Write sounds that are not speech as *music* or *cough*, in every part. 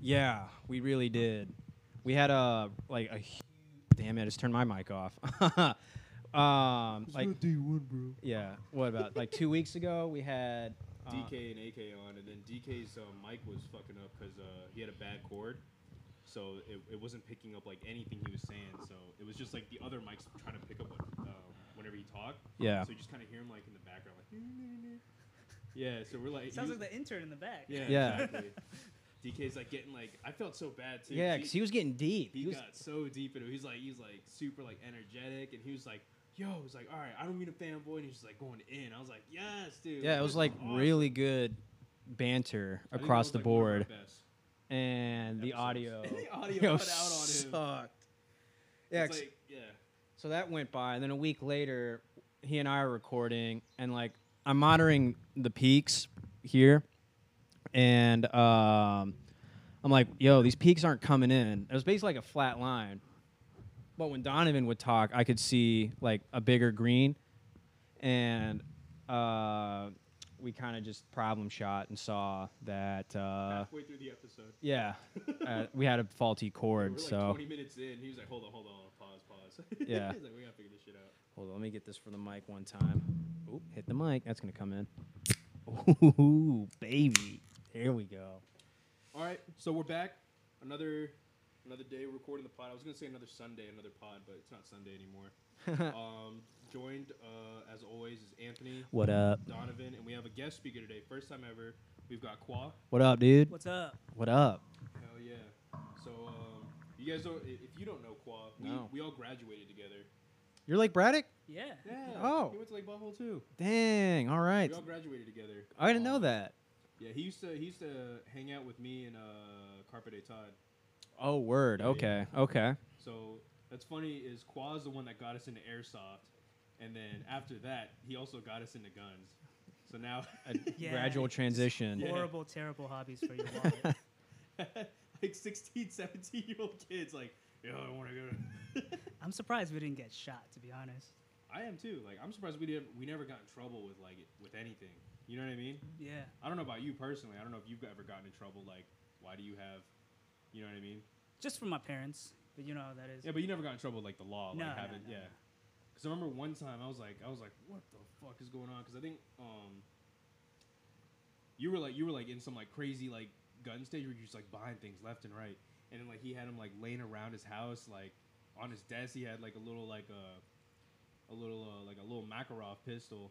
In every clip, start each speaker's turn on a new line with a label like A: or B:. A: Yeah, we really did. We had a like a. hu- Damn it! I just turned my mic off. *laughs* um, like
B: D1, bro.
A: yeah, what about like two weeks ago? We had uh,
C: DK and AK on, and then DK's uh, mic was fucking up because uh, he had a bad cord, so it, it wasn't picking up like anything he was saying. So it was just like the other mics trying to pick up what, um, whenever he talked.
A: Yeah.
C: So you just kind of hear him like in the background, like. *laughs* yeah. So we're like.
D: It sounds
C: he-
D: like the intern in the back.
C: Yeah.
A: Yeah.
C: Exactly. DK's like getting like I felt so bad too.
A: yeah,
C: 'cause
A: because he was getting deep.
C: he
A: He was,
C: got so deep into it. He's like, he's like super like energetic, and he was like, "Yo," he's like, "All right, I don't mean a fanboy," and he's just like going in. I was like, "Yes, dude."
A: yeah, it was
C: this
A: like
C: is awesome."
A: really good banter
C: I think that
A: across
C: was,
A: the
C: like, one of our
A: board,
C: best
A: and the
C: episodes. *laughs*
A: audio.
C: And the audio
A: yo,
C: cut out on him.
A: sucked. Yeah,
C: It's
A: 'cause-
C: like, yeah.
A: So that went by, and then a week later, he and I are recording, and like I'm monitoring the peaks here, and um, I'm like, "Yo, these peaks aren't coming in." It was basically like a flat line, but when Donovan would talk, I could see like a bigger green, and uh, we kind of just problem shot and saw that, uh,
C: Halfway through the episode,
A: yeah, uh, we had a faulty
C: we
A: cord.
C: were like
A: so
C: 20 minutes in. He was like, "Hold on, hold on, pause, pause." *laughs*
A: Yeah.
C: he's like, "We gotta figure this shit out."
A: Hold on, let me get this for the mic one time. Oop, hit the mic. That's gonna come in. Ooh, baby. There we *laughs* go.
C: All right, so we're back. Another, another day recording the pod. I was gonna say another Sunday, another pod, but it's not Sunday anymore. um, joined uh, as always is Anthony.
A: What up?
C: Donovan, and we have a guest speaker today. First time ever. We've got Qua.
A: What up, dude?
D: What's up?
A: What up?
C: Hell yeah. So, um, you guys don't, i- if you don't know Qua, we,
A: No.
C: we all graduated together.
A: You're like Braddock?
D: Yeah.
C: Yeah.
A: Oh.
C: He went to Lake Buffalo too.
A: Dang. All right.
C: We all graduated together.
A: I didn't know
C: Um,
A: that.
C: Yeah, he used to he used to hang out with me and uh, Carpe de Todd.
A: Oh, word.
C: yeah,
A: Okay. Okay.
C: So that's funny is Qua's the one that got us into airsoft, and then after that he also got us into guns. So now
A: *laughs*
C: *laughs*
A: A
D: Yeah.
A: gradual transition.
C: Yeah.
D: Horrible, terrible hobbies
A: *laughs*
D: for your wallet.
C: like 16, 17 year old kids like yo I want to go. to-" *laughs*
D: I'm surprised we didn't get shot, to be honest.
C: I am too. Like I'm surprised we didn't we never got in trouble with like with anything. You know what I mean?
D: Yeah.
C: I don't know about you personally. I don't know if you've ever gotten in trouble. Like why do you have, you know what I mean?
D: Just from my parents, but you know how that is.
C: Yeah, but you never got in trouble with, like the law,
D: No,
C: like
D: no,
C: having
D: no,
C: yeah.
D: no.
C: Because I remember one time I was like, I was like, what the fuck is going on? Because I think um, you were like, you were like in some like crazy like gun stage where you're just like buying things left and right, and then like he had him like laying around his house, like on his desk he had like a little like a, a little uh, like a little Makarov pistol,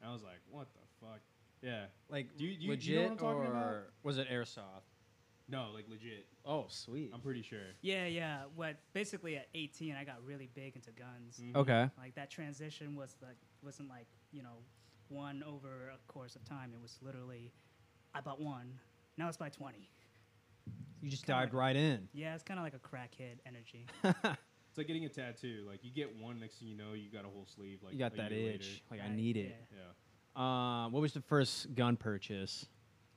C: and I was like, what the fuck? Yeah,
A: Like
C: Do you- you- you know
A: legit
C: what I'm talking
A: or
C: about?
A: was it airsoft?
C: no, like legit.
A: Oh, sweet.
C: I'm pretty sure.
D: Yeah, yeah. What basically at 18, I got really big into guns.
C: Mhm.
A: Okay.
D: Like that transition was like wasn't like you know one over a course of time. It was literally I bought one. Now it's by 20.
A: You just
D: Kinda
A: dived right in.
D: Yeah, it's kind of like a crackhead energy.
C: It's like getting a tattoo. Like you get one, next thing you know, you got a whole sleeve. Like
A: you got
C: a
A: that
C: year
A: itch. Like I
D: Right,
A: need it.
D: yeah.
C: Later. Yeah.
A: Um, what was the first gun purchase?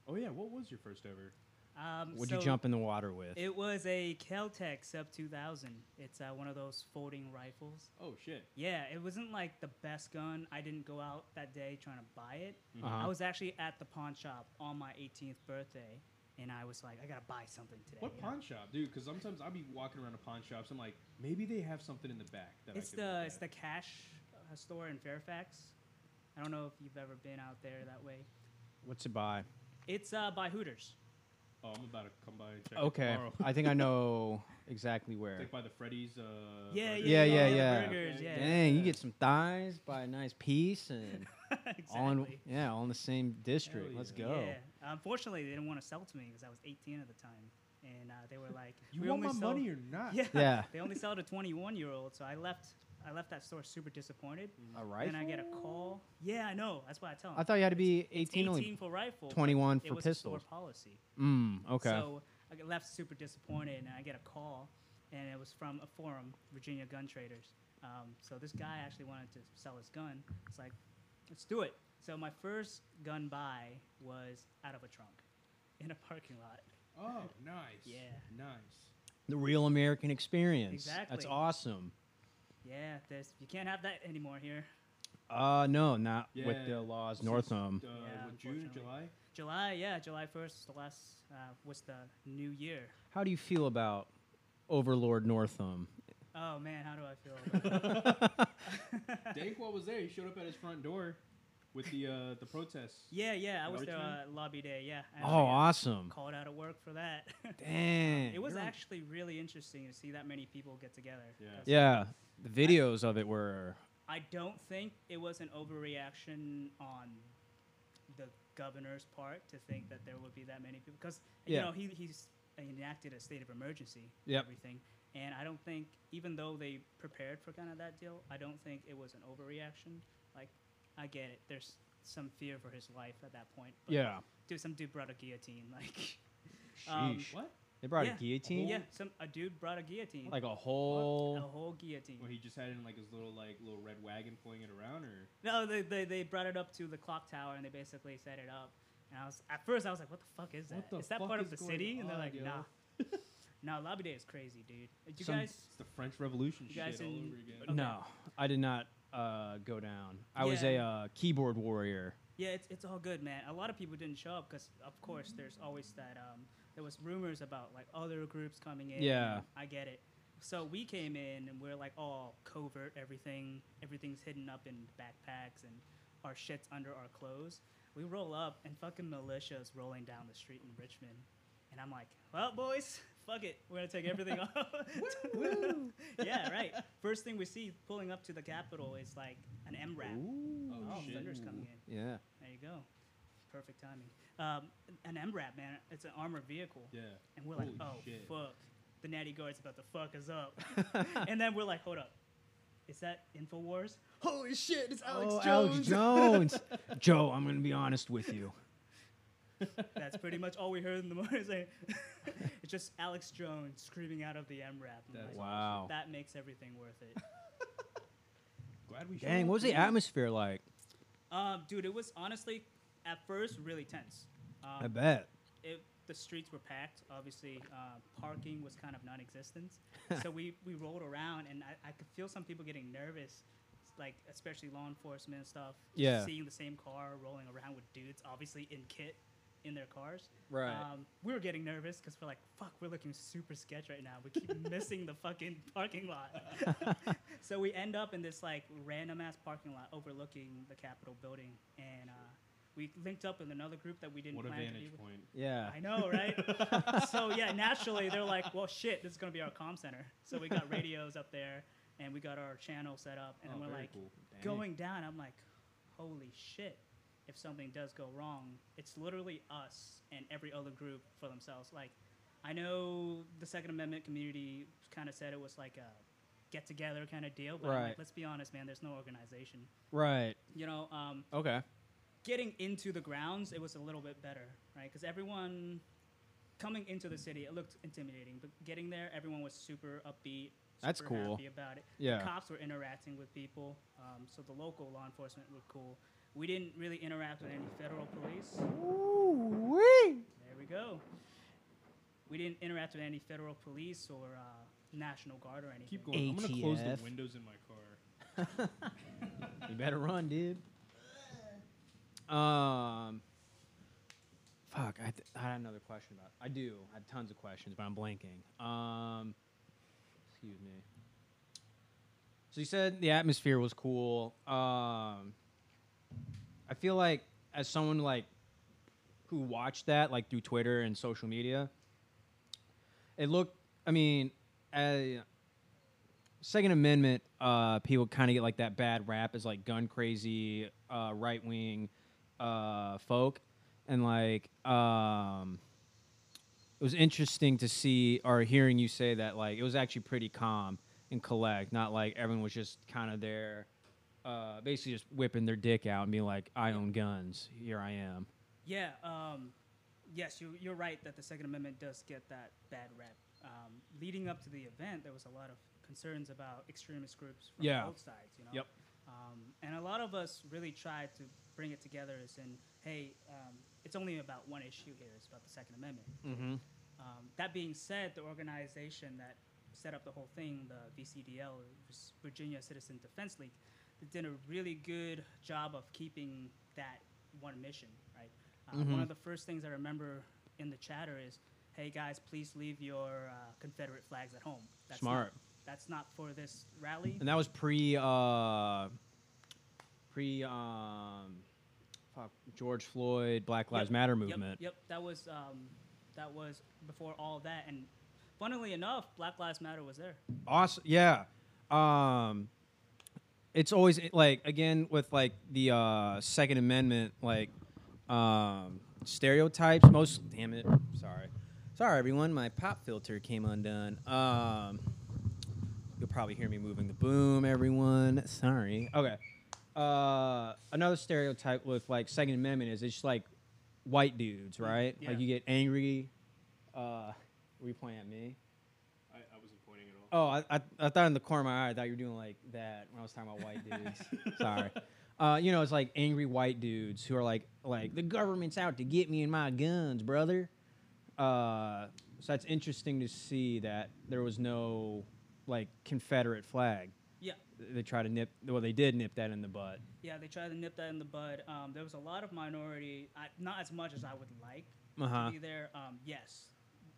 C: Oh yeah, what was your first ever?
D: Um,
A: What'd
D: so
A: you jump in the water with?
D: It was a Kel-Tec Sub 2000. It's uh, one of those folding rifles.
C: Oh shit.
D: Yeah, it wasn't like the best gun. I didn't go out that day trying to buy it.
A: Uh-huh.
D: I was actually at the pawn shop on my 18th birthday, and I was like, I gotta buy something today.
C: What
D: you know?
C: pawn shop, dude? Because sometimes I'll be walking around to pawn shops. I'm like, maybe they have something in the back. That
D: It's
C: I could
D: the
C: look
D: it's the
C: at.
D: cash uh, store in Fairfax. I don't know if you've ever been out there that way.
A: What's it by?
D: It's uh, by Hooters. *laughs*
C: Oh, I'm about to come by and check. it
A: Okay,
C: tomorrow.
A: I think I know exactly
C: It's *laughs*
A: where.
C: like by the Freddy's. Uh,
D: Yeah,
C: burger
A: yeah,
C: shop.
A: yeah, yeah.
C: Okay.
D: Burgers, yeah.
A: Dang, you get some thighs by a nice piece
D: *laughs*
A: and
D: exactly.
A: all in, yeah, all in the same district.
C: Hell
A: Let's
C: yeah.
A: go.
D: Yeah. Unfortunately, they didn't want to sell it to me because I was 18 at the time, and uh, they were like,
C: You
D: "We
C: want
D: only
C: my
D: sell-
C: money or
D: *laughs*
C: not?
D: Yeah.
A: Yeah.
D: They only sell it to 21 year olds, so I left. I left that store super disappointed.
A: A
D: Then
A: rifle.
D: I get a call. Yeah, I know. That's why I tell them.
A: I thought you had to be
D: it's
A: 18 only.
D: 18 for rifle, but
A: 21
D: it
A: for
D: was a store
A: pistols.
D: policy.
A: Mm, okay.
D: So I got left super disappointed, and I get a call, and it was from a forum, Virginia Gun Traders. Um, so this guy actually wanted to sell his gun. It's like, let's do it. So my first gun buy was out of a trunk, in a parking lot.
C: Oh, nice.
D: Yeah.
C: Nice.
A: the real American experience. That's
D: Exactly.
A: awesome.
D: Yeah, there's you can't have that anymore here.
A: Uh, no, not with
C: Yeah.
A: the laws.
C: Since,
A: Northam.
C: Uh,
D: Yeah,
C: what, June,
D: unfortunately.
C: July.
D: *laughs* July, yeah, July 1st is the last, uh, was the new year.
A: How do you feel about Overlord Northam?
D: Oh man, how do I feel? about that?
C: Dankwall was there. He showed up at his front door with the uh,
D: *laughs*
C: the protests.
D: yeah, yeah, I was there uh,
C: Richmond?
D: lobby day. Yeah. I
A: Oh,
D: actually got
A: awesome!
D: Called out of work for that. *laughs*
A: Dang,
D: it was
A: You're-
D: actually really interesting to see that many people get together.
C: Yeah.
D: 'cause
A: Yeah, the videos of it were.
D: I don't think it was an overreaction on the governor's part to think that there would be that many people because
A: Yeah.
D: you know he he's enacted a state of emergency
A: Yep.
D: everything and I don't think even though they prepared for kind of that deal I don't think it was an overreaction like I get it there's some fear for his life at that point but
A: Yeah,
D: dude some dude brought a guillotine *laughs* like um,
A: Sheesh.
C: What?
A: they brought
D: yeah.
A: a guillotine,
D: yeah some a dude brought a guillotine
A: like a
D: a
A: whole.
D: whole guillotine
C: Well, he just had it in like his little like little red wagon pulling it around, or
D: No, they, they, they brought it up to the clock tower and they basically set it up. And I was at first I was like, what the fuck is that?
C: What
D: Is
C: the
D: that
C: fuck
D: part of
C: is
D: the
C: going
D: city? and they're
C: on,
D: like,
C: yo?
D: nah. *laughs* no, Lobby Day is crazy, dude. Did you
A: Some-
D: guys?
C: it's the French Revolution
D: You
C: shit all
D: guys in-
C: over again.
D: okay.
A: No, I did not uh, go down. I was
D: Yeah.
A: a uh, keyboard warrior.
D: Yeah, it's, it's all good, man. A lot of people didn't show up because, of course, there's always that. Um, there was rumors about like other groups coming in.
A: Yeah.
D: I get it. So we came in and we're like all covert. Everything, everything's hidden up in backpacks and our shit's under our clothes. We roll up and fucking militia's rolling down the street in Richmond, and I'm like, well, boys, *laughs* fuck it, we're gonna take
A: *laughs*
D: everything off. *laughs* yeah, right. First thing we see pulling up to the Capitol is like an MRAP.
A: Ooh.
C: Oh,
D: Oh,
C: shit.
D: thunder's coming in.
A: Yeah.
D: There you go. Perfect timing. Um, an MRAP, man. It's an armored vehicle.
C: Yeah.
D: And we're like,
C: Holy
D: oh,
C: shit.
D: fuck. The Natty Guard's about to fuck
A: *laughs*
D: us up. and then we're like, hold up. Is that InfoWars? Holy shit, it's Alex
A: oh,
D: Jones.
A: Alex Jones.
D: *laughs*
A: Joe, I'm gonna be honest with you.
D: That's pretty much all we heard in the morning. *laughs* It's, like it's just Alex Jones screaming out of the MRAP. And
C: That's
D: like,
A: Wow.
D: That makes everything worth it.
C: Glad we. showed
A: Dang,
C: up,
A: what was the
C: dude.
A: atmosphere like?
D: um, dude, it was honestly, at first, really tense. Um,
A: I bet.
D: it, the streets were packed. Obviously, uh, parking was kind of
A: *laughs*
D: non-existent. so we, we rolled around, and I, I could feel some people getting nervous, like especially law enforcement and stuff.
A: Yeah.
D: Seeing the same car rolling around with dudes, obviously in kit, in their cars.
A: Right.
D: Um, we were getting nervous because we're like, "Fuck, we're looking super sketch right now. We
A: *laughs*
D: keep missing the fucking parking lot." *laughs* so we end up in this like random ass parking lot overlooking the Capitol building, and uh, we linked up with another group that we didn't
C: What a
D: plan to be
C: vantage
D: with.
C: point. Oh,
A: Yeah.
D: I know, right? so yeah, naturally they're like, well, shit, this is gonna be our comm center. So we got radios up there, and we got our channel set up, and
C: Oh,
D: we're
C: very
D: like
C: cool. Dang.
D: going down. I'm like, holy shit! If something does go wrong, it's literally us and every other group for themselves. Like, I know the Second Amendment community kind of said it was like a get together kind of deal, but I'm like,
A: Right.
D: let's be honest, man, there's no organization.
A: Right.
D: You know, um,
A: Okay.
D: getting into the grounds, it was a little bit better, right? Because everyone coming into the city, it looked intimidating, but getting there, everyone was super upbeat.
A: That's
D: super
A: cool.
D: Happy about it.
A: Yeah.
D: The cops were interacting with people, um, so the local law enforcement were cool. We didn't really interact with any federal police. There we go. We didn't interact with any federal police or uh, national guard or anything.
C: Keep going. I'm gonna close
A: ATF.
C: the windows in my car.
A: You better run, dude. Um. Fuck, I, th- I had another question about. I do. I had tons of questions, but I'm blanking. Um. Excuse me. So you said the atmosphere was cool. Um. I feel like as someone like who watched that like through Twitter and social media, it looked. I mean, uh, Second Amendment, uh, people kind of get like that bad rap as like gun crazy, uh, right wing, uh, folk, and like um, it was interesting to see or hearing you say that like it was actually pretty calm and collect, not like everyone was just kind of there, uh, basically just whipping their dick out and being like, I own guns, here I am.
D: Yeah. Um, yes, you, you're right that the Second Amendment does get that bad rep. Um, leading up to the event, there was a lot of concerns about extremist groups from
A: Yeah.
D: both sides. You know.
A: Yep.
D: Um, and a lot of us really tried to bring it together as in, hey, um, it's only about one issue here. It's about the Second Amendment.
A: Mm-hmm.
D: Um, that being said, the organization that set up the whole thing, the VCDL, Virginia Citizen Defense League, they did a really good job of keeping that one mission, right? Uh,
A: Mm-hmm.
D: One of the first things I remember in the chatter is, "Hey guys, please leave your uh, Confederate flags at home." That's
A: Smart.
D: Not, that's not for this rally.
A: And that was pre uh pre um fuck, George Floyd Black Lives
D: Yep,
A: Matter
D: yep,
A: movement.
D: Yep, that was um, that was before all that. And funnily enough, Black Lives Matter was there.
A: Awesome. Yeah. Um it's always it- like again with like the uh second amendment like um stereotypes most damn it. Sorry. Sorry everyone, my pop filter came undone. Um you'll probably hear me moving the boom everyone. Sorry. Okay. Uh another stereotype with like second amendment is it's just like white dudes, right?
D: Yeah.
A: Like you get angry uh were you pointing at me?
C: I, I wasn't pointing at all.
A: Oh, I, I, I thought in the corner of my eye, I thought you were doing like that when I was talking about white dudes. Sorry. Uh, you know, it's like angry white dudes who are like, like the government's out to get me and my guns, brother. Uh, so that's interesting to see that there was no like Confederate flag.
D: Yeah,
A: They try to nip, well, they did nip that in the butt.
D: yeah, they tried to nip that in the bud. Um, there was a lot of minority, I, not as much as I would like
A: Uh-huh.
D: to be there. Um, yes,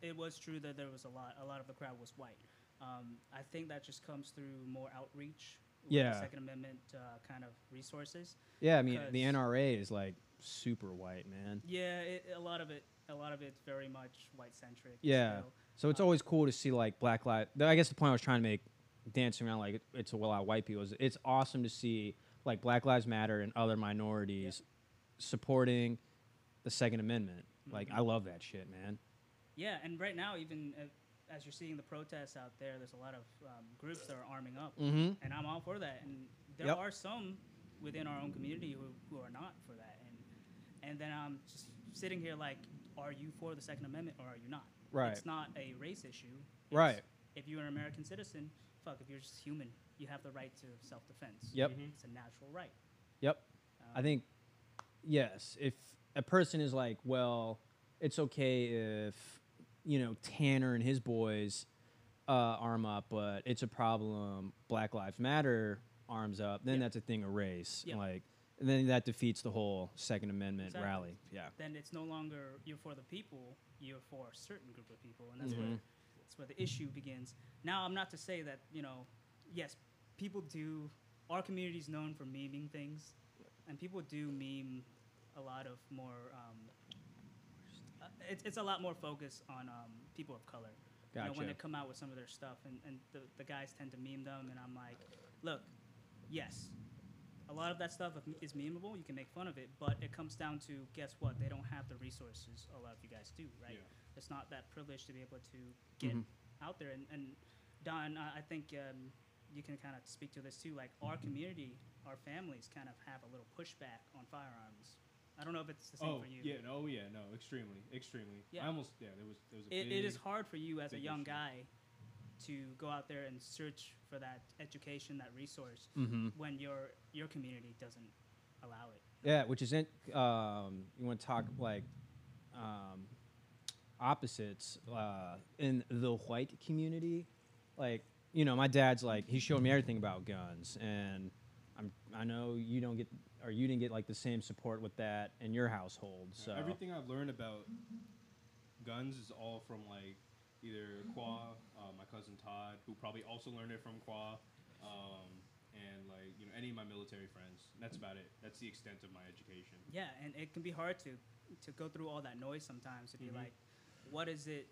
D: it was true that there was a lot. A lot of the crowd was white. Um, I think that just comes through more outreach. with the
A: Yeah.
D: Second Amendment uh, kind of resources.
A: Yeah, I mean, the
D: 'Cause-
A: NRA is like super white, man.
D: Yeah, it, a lot of it. A lot of it's very much white centric.
A: Yeah.
D: so-
A: So it's always cool to see like black lives. I guess the point I was trying to make, dancing around like it- it's a well out white people is it's awesome to see like Black Lives Matter and other minorities supporting the Second Amendment. Like I love that shit, man.
D: Yeah, and right now, even uh, as you're seeing the protests out there, there's a lot of um, groups that are arming up,
A: Mhm.
D: and I'm all for that. And there
A: Yep.
D: are some within our own community who, who are not for that. And and then I'm just sitting here like, are you for the Second Amendment or are you not?
A: Right.
D: It's not a race issue. It's
A: Right.
D: If you're an American citizen, fuck. If you're just human, you have the right to self-defense.
A: Yep.
C: Mm-hmm.
D: It's a natural right.
A: Yep. I
D: Um,
A: think yes, if a person is like, well, it's okay if you know Tanner and his boys uh, arm up, but it's a problem. Black Lives Matter arms up, then
D: Yeah.
A: that's a thing of race.
D: Yeah.
A: Like, and then that defeats the whole Second Amendment
D: Exactly.
A: rally. Yeah.
D: then it's no longer you're for the people, you're for a certain group of people, and that's where
A: Mhm.
D: that's where the issue begins. Now, I'm not to say that you know, yes, people do. Our community is known for memeing things, and people do meme a lot of more. Um, uh, it's, it's a lot more focused on um, people of color. You know, when
A: Gotcha.
D: they come out with some of their stuff, and, and the, the guys tend to meme them, and I'm like, look, yes, a lot of that stuff is memeable. You can make fun of it, but it comes down to guess what? They don't have the resources a lot of you guys do, right?
C: Yeah.
D: It's not that privilege to be able to get out there. And, and Don, I I think um, you can kind of speak to this too. Like our community, our families kind of have a little pushback on firearms. I don't know if it's the same
C: Oh
D: for you.
C: yeah, no, oh, yeah, no, extremely, extremely.
D: Yeah.
C: I almost yeah. There was there was a
D: It,
C: big-
D: it is hard for you as a
C: big
D: young
C: issue.
D: guy to go out there and search for that education, that resource,
A: Mhm.
D: when your your community doesn't allow it.
A: Yeah, which is in, um, you want to talk like um, opposites uh, in the white community. Like you know, my dad's like he showed me everything about guns, and I'm I know you don't get or you didn't get like the same support with that in your household. So
C: Everything I've learned about guns is all from like either Qua, uh, my cousin Todd, who probably also learned it from Qua, um, and like you know any of my military friends. That's about it. That's the extent of my education.
D: Yeah, and it can be hard to to go through all that noise sometimes to be
C: Mhm.
D: like, what is it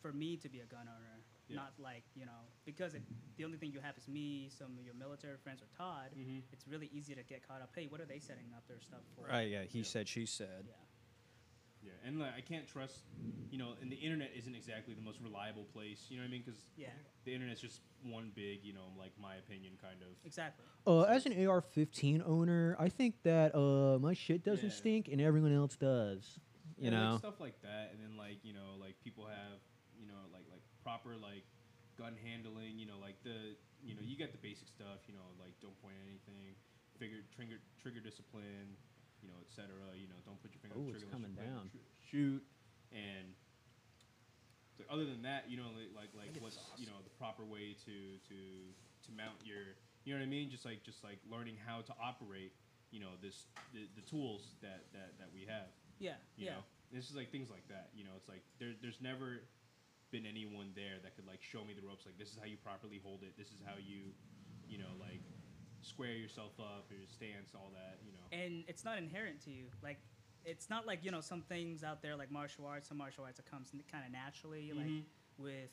D: for me to be a gun owner?
C: Yeah.
D: Not like you know because it, the only thing you have is me, some of your military friends, or Todd.
C: Mm-hmm.
D: It's really easy to get caught up. Hey, what are they setting up their stuff for?
A: right? Yeah, he
C: Yeah.
A: said, she said.
D: Yeah.
C: Yeah, and like I can't trust, you know, and the internet isn't exactly the most reliable place. You know what I mean? Because
D: Yeah.
C: the internet's just one big, you know, like my opinion kind of.
D: Exactly.
A: Uh, as an AR-15 owner, I think that uh, my shit
C: doesn't Yeah. stink
A: and everyone else does. You
C: And, like,
A: know,
C: stuff like that, and then like you know, like people have, you know, like like proper like gun handling. You know, like the you know you got the basic stuff. You know, like don't point at anything, figure trigger trigger discipline. You know, etc. You know, don't put your finger on
A: Ooh,
C: the
A: it's
C: trigger unless
A: coming
C: you're planning
A: down.
C: to shoo- shoot, and like, other than that, you know, like like, like what's you know the proper way to to to mount your You know what I mean? Just like just like learning how to operate, you know, this the, the tools that, that that we have.
D: Yeah,
C: You
D: yeah.
C: know, and it's just like things like that. You know, it's like there there's never been anyone there that could like show me the ropes. Like this is how you properly hold it. This is how you, you know, like square yourself up, your stance, all that. You know.
D: and it's not inherent to you. Like, it's not like you know some things out there like martial arts. Some martial arts it comes kind of naturally, like
C: Mhm.
D: with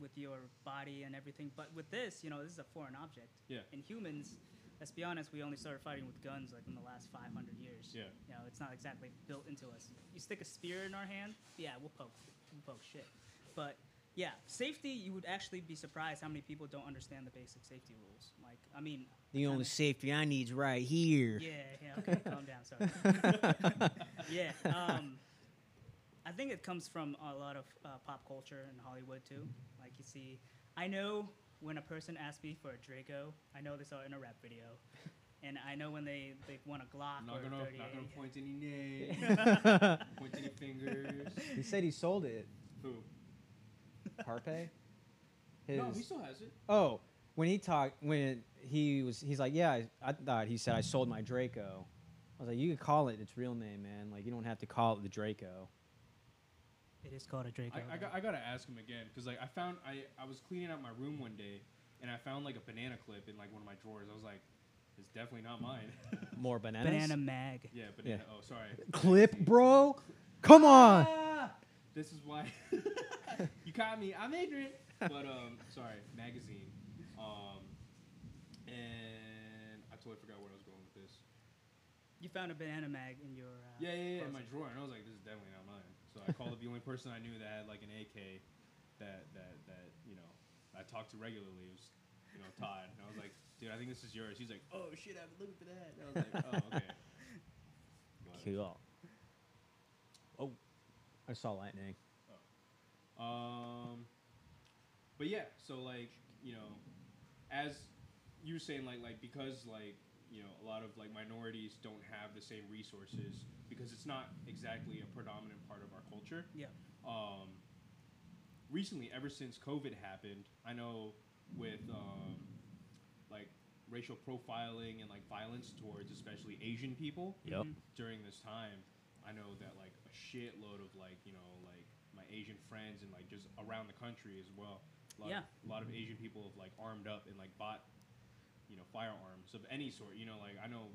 D: with your body and everything. But with this, you know, this is a foreign object.
C: Yeah.
D: And humans, let's be honest, we only started fighting with guns like in the last 500 years.
C: Yeah.
D: You know, it's not exactly built into us. You stick a spear in our hand, yeah, we'll poke, we'll poke shit. But yeah, safety. You would actually be surprised how many people don't understand the basic safety rules. Like, I mean,
B: The only safety I need's right here.
D: yeah, yeah, okay, calm
A: *laughs*
D: down, sorry. yeah, um, I think it comes from a lot of uh, pop culture and Hollywood too. Like you see, I know when a person asks me for a Draco, I know they saw it in a rap video, and I know when they they want a Glock
C: I'm not
D: or a
C: gonna
D: 38.
C: not gonna point any names, *laughs*
A: *laughs*
C: point any fingers.
A: he said he sold it.
C: Who?
D: *laughs*
A: Carpe. His,
C: No, he still has it.
A: oh, when he talked, when he was, he's like, yeah, I, I thought he said I sold my Draco. I was like, you could call it its real name, man. Like, you don't have to call it the Draco.
D: It is called a Draco.
C: I, I, got, I gotta ask him again because like I found I, I was cleaning out my room one day and I found like a banana clip in like one of my drawers. I was like, it's definitely not mine. *laughs*
A: More bananas.
D: Banana Mag.
C: yeah, banana. Oh, sorry.
A: clip, bro. Come on.
C: Ah, this is why *laughs* you caught me. I'm ignorant, but um, sorry. Magazine. Um, and I totally forgot where I was going with this.
D: You found a Banana Mag in your. Uh,
C: Yeah, yeah, yeah. In my
D: closet.
C: drawer, and I was like, this is definitely not mine. So I called up the only person I knew that had like an AK that that that you know I talked to regularly. It was you know Todd, and I was like, dude, I think this is yours. He's like, oh shit, I've been looking for that. And I was like, oh *laughs* okay. But,
A: Cool. Oh, I saw lightning.
C: Um, but yeah, so like you know, as you were saying, like like because like you know a lot of like minorities don't have the same resources because it's not exactly a predominant part of our culture.
D: Yeah.
C: Um, recently, ever since COVID happened, I know with um, like racial profiling and like violence towards especially Asian people
A: Yep.
C: during this time, I know that like a shitload of like you know like my Asian friends and like just around the country as well. A lot
D: Yeah.
C: Of, a lot of Asian people have like armed up and like bought, you know, firearms of any sort. You know, like I know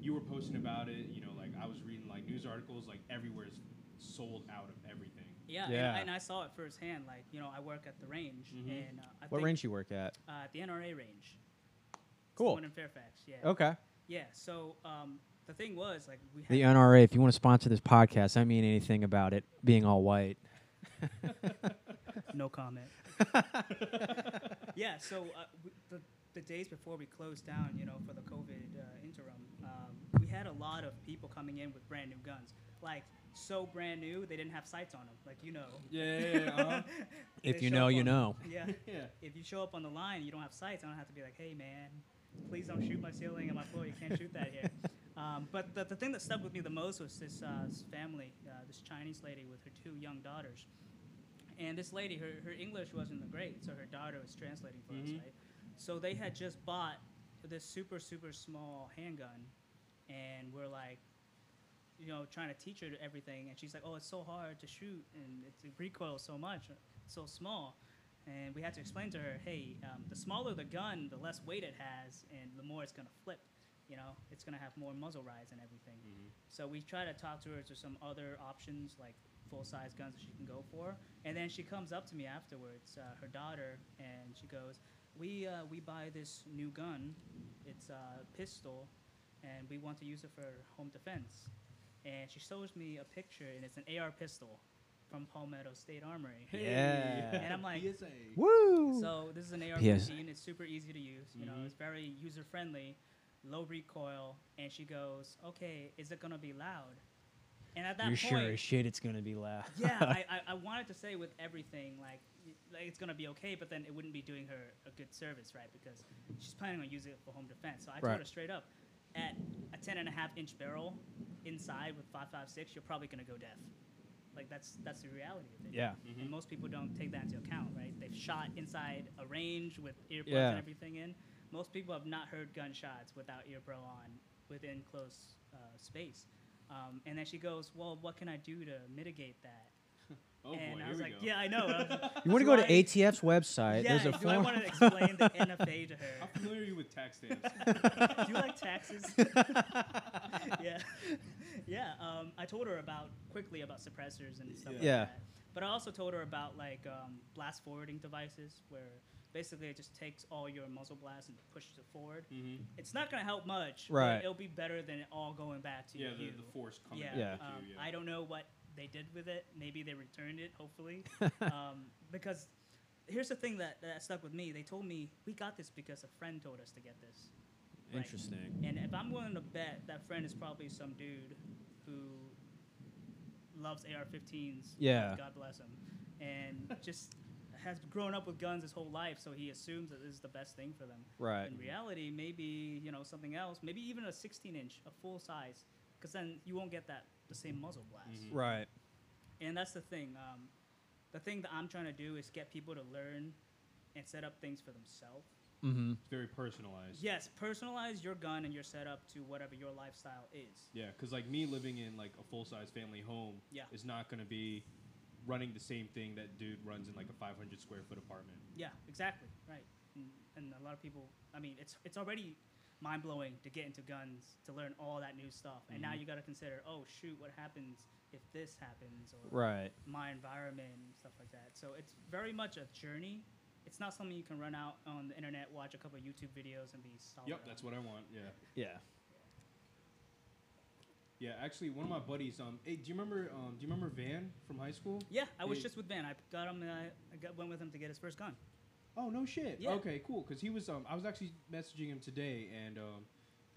C: you were posting about it. You know, like I was reading like news articles. Like everywhere's sold out of everything.
D: Yeah, and-
A: Yeah.
D: And, I saw it firsthand. Like, you know, I work at the range,
C: Mhm.
D: and uh, I
A: What
D: think,
A: range you work at?
D: Uh, the NRA range. It's the
A: Cool.
D: one in Fairfax. Yeah.
A: Okay.
D: Yeah. So um, the thing was, like, we
A: The
D: had
A: NRA, if you want to sponsor this podcast, I don't mean anything about it being all white. *laughs*
D: no comment. yeah. So uh, we, the the days before we closed down, you know, for the COVID uh, interim, um, we had a lot of people coming in with brand new guns, like so brand new they didn't have sights on them, like you know.
C: Yeah, yeah, yeah.
A: Uh-huh.
D: *laughs*
C: uh-huh.
A: If
D: They
A: you
D: show
A: know,
D: up
A: you
D: on-
A: know.
D: Yeah.
C: *laughs* yeah.
D: if you show up on the line, you don't have sights. I don't have to be like, hey man, please don't shoot my ceiling and my floor. You can't shoot that here. Um, but the, the thing that stuck with me the most was this uh, s- family, uh, this Chinese lady with her two young daughters. And this lady, her, her English wasn't great, so her daughter was translating for us,
C: Mhm.
D: right? So they had just bought this super, super small handgun, and we're like, you know, trying to teach her everything, and she's like, "Oh, it's so hard to shoot, and it's, it recoils so much, it's so small." And we had to explain to her, "Hey, um, the smaller the gun, the less weight it has, and the more it's gonna flip. You know, it's gonna have more muzzle rise and everything." So we try to talk to her to some other options, like full size guns that she can go for. And then she comes up to me afterwards, uh, her daughter, and she goes, "We uh, we buy this new gun. It's a pistol, and we want to use it for home defense." And she shows me a picture, and it's an AR pistol from Palmetto State Armory.
A: Yeah.
D: And I'm like-
C: PSA.
A: Woo!
D: So this is an
A: Yes.
D: AR-15. It's super easy to use. You know,
C: Mhm.
D: it's very user-friendly, low recoil. And she goes, "Okay, is it gonna be loud?" And at that
A: You're
D: point,
A: sure as shit it's going to be loud.
D: *laughs*
A: *laughs*
D: yeah, I, I, I wanted to say with everything like, y- like it's gonna be okay, but then it wouldn't be doing her a good service, right? Because she's planning on using it for home defense. So I
A: Right.
D: told her straight up, at a ten and a half inch barrel inside with five five six, you're probably gonna go deaf. Like that's that's the reality of it.
A: Yeah.
C: Mm-hmm.
D: And most people don't take that into account, right? They've shot inside a range with earplugs
A: Yeah.
D: and everything in. most people have not heard gunshots without ear pro on within close uh, space. Um, and then she goes, "Well, what can I do to mitigate that?"
C: Oh
D: and
C: boy,
D: I
C: here
D: was
C: we
D: like,
C: go.
D: "Yeah, I
C: *laughs*
D: know." I was-
A: You want to go to
D: Right.
A: ATF's website?
D: yeah,
A: There's a
D: do I
A: form.
D: want to explain the NFA to
C: *laughs* How
D: her?
C: familiar are you with
D: *laughs*
C: tax stamps?
D: do you like
A: *laughs*
D: taxes? yeah, yeah. Um, I told her about quickly about suppressors and stuff. like
A: Yeah.
D: that. But I also told her about like um, blast forwarding devices, where basically it just takes all your muzzle blasts and pushes it forward.
C: mm-hmm.
D: It's not gonna help much. but
A: Right.
D: it'll be better than it all going back to
C: Yeah,
D: you.
C: the, the force coming.
D: yeah.
C: back
A: Yeah.
C: at
D: Um,
C: you,
D: I don't know what they did with it. Maybe they returned it.
A: *laughs*
D: Hopefully, um, because here's the thing that, that stuck with me. They told me we got this because a friend told us to get this. Right.
A: Interesting.
D: And if I'm willing to bet that friend is probably some dude who loves AR-15s.
A: Yeah.
D: God bless him. And *laughs* just has grown up with guns his whole life, so he assumes that this is the best thing for them.
A: Right.
D: In reality, maybe you know something else. Maybe even a 16-inch, a full size, because then you won't get that the same muzzle blast.
C: Mhm.
A: Right.
D: And that's the thing. Um, the thing that I'm trying to do is get people to learn and set up things for themselves.
A: Mm-hmm.
C: It's very personalized.
D: Yes, personalize your gun and your setup to whatever your lifestyle is.
C: Yeah, because like me living in like a full size family home
D: Yeah.
C: is not going to be running the same thing that dude runs in like a 500 square foot apartment.
D: Yeah, exactly. Right. And, and a lot of people, I mean, it's it's already mind blowing to get into guns to learn all that new stuff, and now
C: Mhm.
D: you got to consider, oh shoot, what happens if this happens or
A: Right.
D: my environment and stuff like that. So it's very much a journey. It's not something you can run out on the internet, watch a couple of YouTube videos, and be solid.
C: Yep, that's what I want. Yeah.
A: Yeah.
C: Yeah, actually, one of my buddies. Um, hey, do you remember? Um, do you remember Van from high school?
D: Yeah, I was
C: Hey.
D: just with Van. I got him. Uh, I got, went with him to get his first gun.
C: Oh no shit.
D: Yeah.
C: Okay, cool. Cause he was. Um, I was actually messaging him today, and um,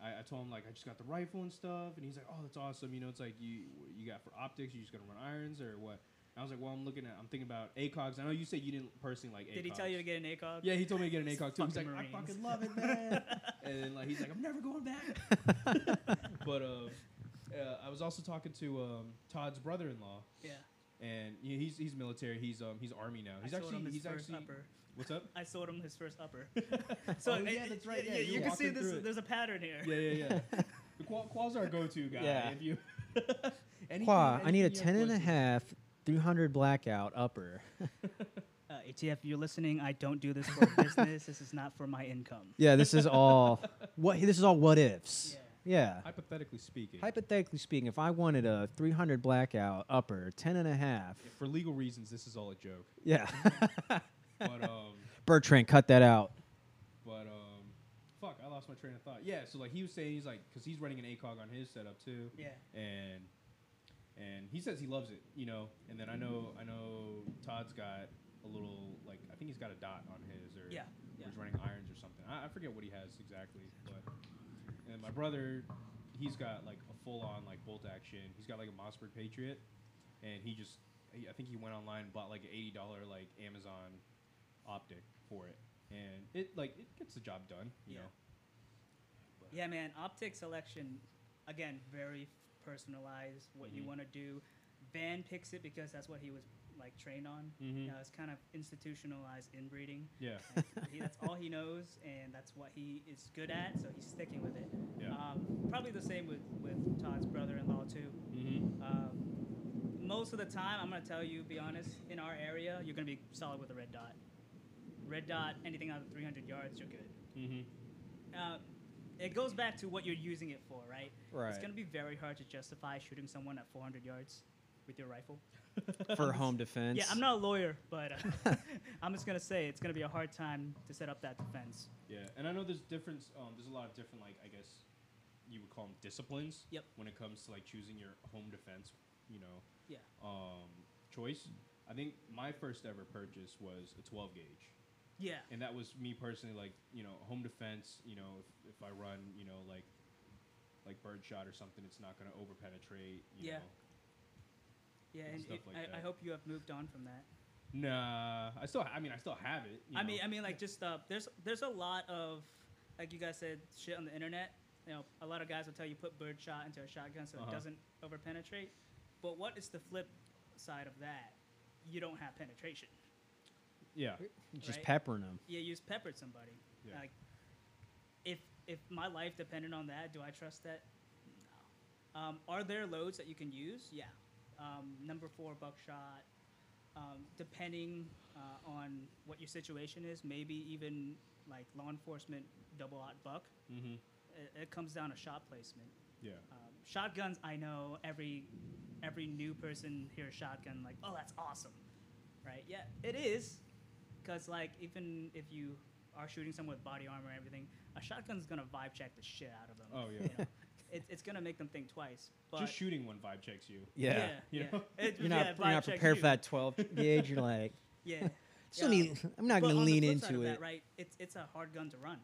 C: I, I told him like I just got the rifle and stuff, and he's like, oh, that's awesome. You know, it's like you you got for optics. You just gonna run irons or what? And I was like, well, I'm looking at. I'm thinking about ACOGs. I know you said you didn't personally like. ACOGs.
D: Did he tell you to get an ACOG?
C: Yeah, he told me to get an
D: It's
C: ACOG too. He's like,
D: fucking
C: I
D: Marines.
C: fucking love it,
D: *laughs*
C: man. and then like he's like, I'm never going back. but um, uh, I was also talking to um, Todd's brother-in-law,
D: Yeah.
C: and he- he's he's military. He's um he's army now. He's
D: I sold
C: actually
D: him his
C: he's
D: first
C: actually
D: upper.
C: what's up?
D: I sold him his first
C: *laughs*
D: upper. so
C: Oh,
D: it-
C: yeah, that's right,
D: it-
C: yeah,
D: you,
C: you
D: can
C: walked
D: see
C: him
D: this.
C: through it.
D: There's a pattern here.
C: Yeah, yeah, yeah. *laughs* the qual qual's our go-to guy.
A: Yeah.
C: If you *laughs* Anything-
A: Qua, I need a
C: anything
A: ten and a
C: influences-
A: half, 300 blackout upper.
D: Uh, ATF, you're listening. I don't do this *laughs* for business. This is not for my income.
A: Yeah, this is all *laughs* what this is all what ifs. Yeah.
C: Hypothetically speaking,
A: Hypothetically speaking, if I wanted a 300 blackout upper, 10 and a half.
C: for legal reasons, this is all a joke.
A: Yeah. *laughs*
C: But um. *laughs*
A: Bertrand, cut that out.
C: But um, fuck, I lost my train of thought. Yeah, so like he was saying, he's like, because he's running an ACOG on his setup too,
D: Yeah.
C: and and he says he loves it, you know. And then I know I know Todd's got a little like I think he's got a dot on his or
D: Yeah.
C: or
D: yeah.
C: he's running irons or something. I, I forget what he has exactly, but and my brother, he's got like a full on like bolt action. He's got like a Mossberg Patriot, and he just he- I think he went online and bought like an eighty dollar like Amazon optic for it, and it like it gets the job done. You
D: Yeah.
C: know,
D: Yeah, man. Optic selection, again, very personalized. What you
C: Mhm.
D: want to do. Van picks it because that's what he was like trained on. You
C: Mm-hmm.
D: know, it's kind of institutionalized inbreeding.
C: yeah,
D: Like, he, that's all he knows, and that's what he is good at. So he's sticking with it.
C: yeah.
D: Um, probably the same with with Todd's brother-in-law too.
C: mm-hmm.
D: Um, most of the time, I'm gonna tell you, be honest. In our area, you're gonna be solid with a red dot. Red dot, anything out of 300 yards, you're good.
C: Mm-hmm.
D: Uh, it goes back to what you're using it for, right?
A: Right.
D: It's gonna be very hard to justify shooting someone at 400 yards with your rifle.
A: *laughs* For home defense.
D: Yeah, I'm not a lawyer, but uh, *laughs* I'm just gonna say it's gonna be a hard time to set up that defense.
C: Yeah, and I know there's difference. Um, there's a lot of different, like I guess, you would call them disciplines.
D: Yep.
C: When it comes to like choosing your home defense, you know.
D: Yeah.
C: Um, choice. I think my first ever purchase was a 12 gauge,
D: Yeah,
C: and that was me personally, like you know, home defense. You know, if, if I run, you know, like like birdshot or something, it's not going to over penetrate. You
D: Yeah.
C: Know?
D: yeah,
C: And
D: and
C: stuff
D: it-
C: like
D: I, I
C: that.
D: hope you have moved on from that.
C: Nah, I still. I mean, I still have it. you
D: I
C: know.
D: mean, I mean, like just uh, there's there's a lot of like you guys said shit on the internet. You know, a lot of guys will tell you put birdshot into a shotgun so
C: Uh-huh.
D: it doesn't over penetrate. But what is the flip side of that? You don't have penetration.
C: yeah.
A: Just
D: right?
A: peppering them.
D: Yeah, you just peppered somebody.
C: Yeah.
D: Like if if my life depended on that, do I trust that? No. Um, are there loads that you can use? Yeah. Um, number four buckshot. Um, depending uh, on what your situation is, maybe even like law enforcement double out buck.
C: Mm-hmm.
D: It, it comes down to shot placement.
C: Yeah.
D: Um, shotguns, I know every every new person hears shotgun like, oh, that's awesome, right? Yeah, it is, because like even if you are shooting someone with body armor and everything, a shotgun's gonna vibe check the shit out of them.
C: Oh, *laughs* yeah.
D: you know? it, it's gonna make them think twice. But
C: Just shooting one vibe checks you.
D: yeah,
A: Yeah.
D: yeah,
C: *laughs* You know?
D: It-
B: You're not,
D: yeah,
B: you're
D: vibe
B: not
D: check
B: prepared
D: you.
B: for that 12 gauge. You're like,
D: Yeah,
B: still
D: Yeah.
B: need, I'm not
D: But
B: going to
D: on the
B: lean
D: flip side of
B: into
D: that,
B: it.
D: right? It's it's a hard gun to run.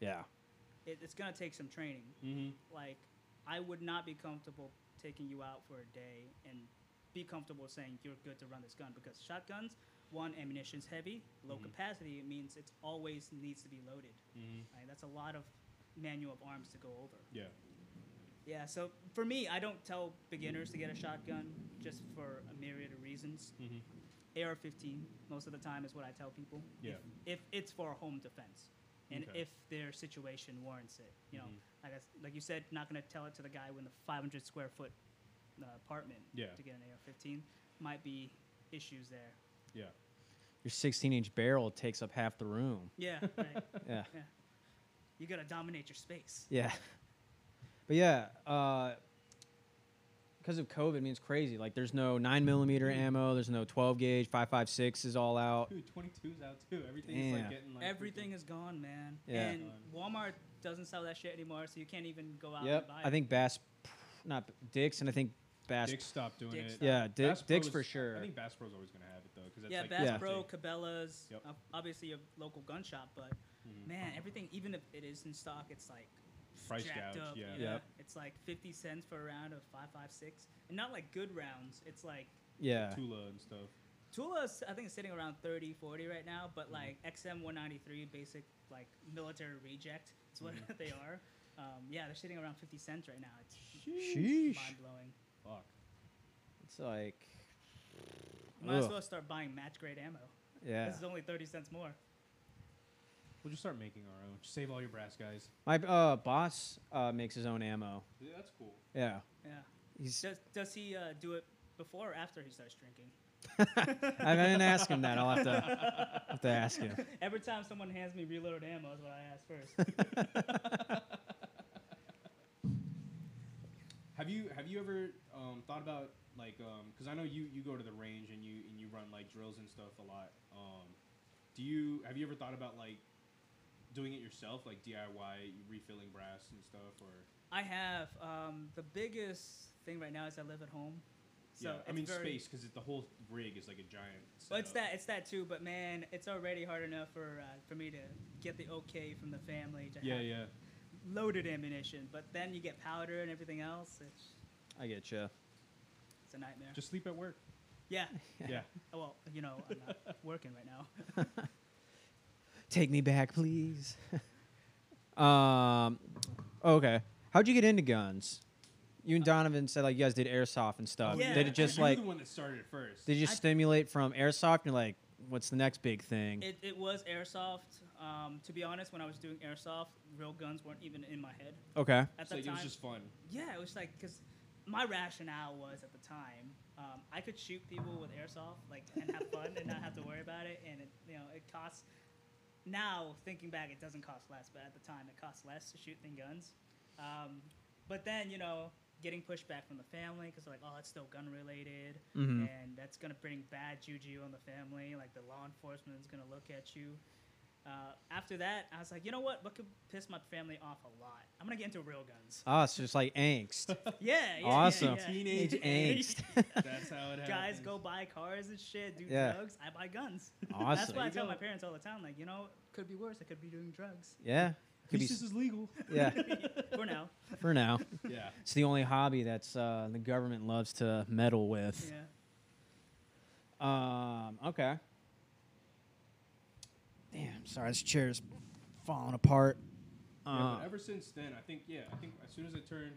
A: Yeah.
D: It, it's gonna take some training.
C: Mm-hmm.
D: Like, I would not be comfortable taking you out for a day and be comfortable saying you're good to run this gun because shotguns, one, ammunition's heavy, low
C: Mhm.
D: capacity. It means it's always needs to be loaded.
C: Mm-hmm.
D: Right? That's a lot of manual of arms to go over.
C: Yeah.
D: Yeah. So for me, I don't tell beginners to get a shotgun just for a myriad of reasons.
C: Mm-hmm.
D: AR-15 most of the time is what I tell people.
C: Yeah.
D: If, if it's for home defense, and
C: Okay.
D: if their situation warrants it, you know,
C: Mhm.
D: like I s like you said, not gonna tell it to the guy in the 500 square foot uh, apartment
C: Yeah.
D: to get an AR-15 might be issues there.
C: Yeah.
A: Your 16 inch barrel takes up half the room.
D: Yeah. Right.
A: *laughs* Yeah.
D: you gotta dominate your space.
A: Yeah. *laughs* But yeah, because of COVID, I mean, it's crazy. Like, there's no 9 millimeter ammo, there's no 12 gauge, 5.56 is all out.
C: Dude, 22's out too. Everything's like
A: Damn.
C: getting like
D: Everything is gone, man.
A: Yeah.
D: And Walmart doesn't sell that shit anymore, so you can't even go out and
A: Yep.
D: buy it.
A: I think Bass, not Dicks, and I think Bass.
C: Dick stopped doing
D: Dick's
C: it.
D: stopped.
A: Yeah, Dick,
C: Bass
A: Dicks
C: Pro's-
A: for sure.
C: I think Bass Pro's always gonna have it though, because
D: yeah,
C: like
D: Bass
A: Yeah.
D: Pro, Cabela's,
C: Yep.
D: uh, obviously a local gun shop, but
C: Mhm.
D: man, everything, even if it is in stock, it's like
C: Price
D: jacked
C: gouged,
D: up.
C: yeah.
A: Yep.
D: It's like 50 cents for a round of 556. and not like good rounds. It's like
A: yeah.
C: Tula and stuff.
D: Tula's, I think, is sitting around 30, 40 right now,
C: Mm-hmm.
D: but like XM 193, basic like military reject, is what
C: Mm-hmm.
D: *laughs* they are. Um, yeah, they're sitting around 50 cents right now. It's
A: Sheesh.
D: mind blowing.
C: Fuck.
A: It's like,
D: Might as
A: Ugh.
D: well start buying match grade ammo.
A: yeah.
D: This is only 30 cents more.
C: We'll just start making our own. Just save all your brass guys.
A: My uh, boss uh, makes his own ammo.
C: Yeah, that's cool.
A: Yeah.
D: Yeah. *laughs*
A: He's.
D: Does, does he uh, do it before or after he starts drinking?
A: I didn't ask him that. I'll have to,
D: *laughs*
A: have to ask him.
D: Every time someone hands me reloaded ammo, is what I ask
C: *laughs*
D: first.
C: Have you have you ever um, thought about like because I know you you go to the range and you and you run like drills and stuff a lot. Um, do you have you ever thought about like doing it yourself, like DIY refilling brass and stuff, or
D: I have um, the biggest thing right now is I live at home. So
C: yeah? I
D: it's
C: mean
D: very-
C: space because the whole rig is like a giant.
D: Well, it's
C: setup.
D: that it's that too, but man, it's already hard enough for uh, for me to get the okay from the family to
C: Yeah,
D: have
C: yeah.
D: loaded ammunition, but then you get powder and everything else. It's,
A: I get you.
D: it's a nightmare.
C: Just sleep at
A: *laughs*
C: work.
D: yeah. oh,
C: Yeah.
D: Well, you know, I'm
C: *laughs*
D: not working right now.
A: Take me back, please. um, okay. How'd you get into guns? You and Donovan said like you guys did airsoft and stuff.
D: Yeah.
A: Did it Uh,
C: *laughs*
A: just
C: You're
A: like
C: the one that started it first?
A: did you just
D: I-
A: stimulate from airsoft? And you're like, what's the next big thing?
D: It, it was airsoft. Um, to be honest, when I was doing airsoft, real guns weren't even in my head
A: okay.
D: at
C: So
D: that
C: it
D: time.
C: was just fun.
D: *laughs* yeah, it was like because my rationale was at the time um, I could shoot people with airsoft like and have fun and not have to worry about it, and it, you know it costs. Now thinking back, it doesn't cost less, but at the time it cost less to shoot than guns. Um, but then you know getting pushback from the family because like oh it's still gun related
A: Mhm.
D: and that's gonna bring bad juju on the family like the law enforcement's gonna look at you uh, after that i was like you know what what could piss my family off a lot i'm gonna get into real guns
A: Ah, so just like angst.
D: yeah, yeah, yeah,
A: Awesome.
D: yeah. *laughs*
A: Teenage angst.
C: That's how it happens.
D: guys go buy cars and shit do
A: Yeah.
D: drugs i buy guns *laughs*
A: Awesome.
D: that's why i
C: You
D: tell my
C: go.
D: parents all the time like you know could be worse i could be
C: *laughs*
D: doing drugs
A: yeah.
C: At
A: Could be,
C: least this is legal.
A: yeah.
D: for now
A: For now,
C: yeah.
A: it's the only hobby that's uh, the government loves to meddle with.
D: yeah
A: Um. Okay. Damn. Sorry, this chair's falling apart.
C: yeah,
A: Uh,
C: but ever since then, I think yeah, I think as soon as I turned,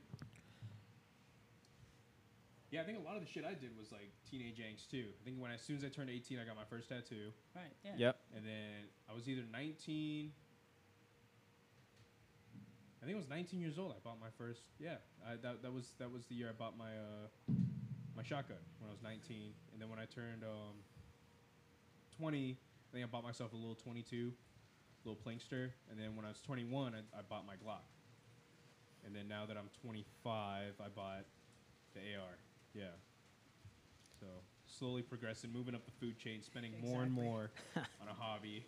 C: yeah, I think a lot of the shit I did was like teenage angst too. I think when as soon as I turned eighteen, I got my first tattoo,
D: right yeah
A: yep.
C: and then I was either nineteen. I think I was 19 years old. I bought my first. Yeah, I, that that was that was the year I bought my uh, my shotgun when I was 19, and then when I turned um, 20, I think I bought myself a little 22, little plankster, and then when I was 21, I, I bought my Glock, and then now that I'm 25, I bought the AR. Yeah. So slowly progressing, moving up the food chain, spending more and
D: Exactly.
C: more on a hobby.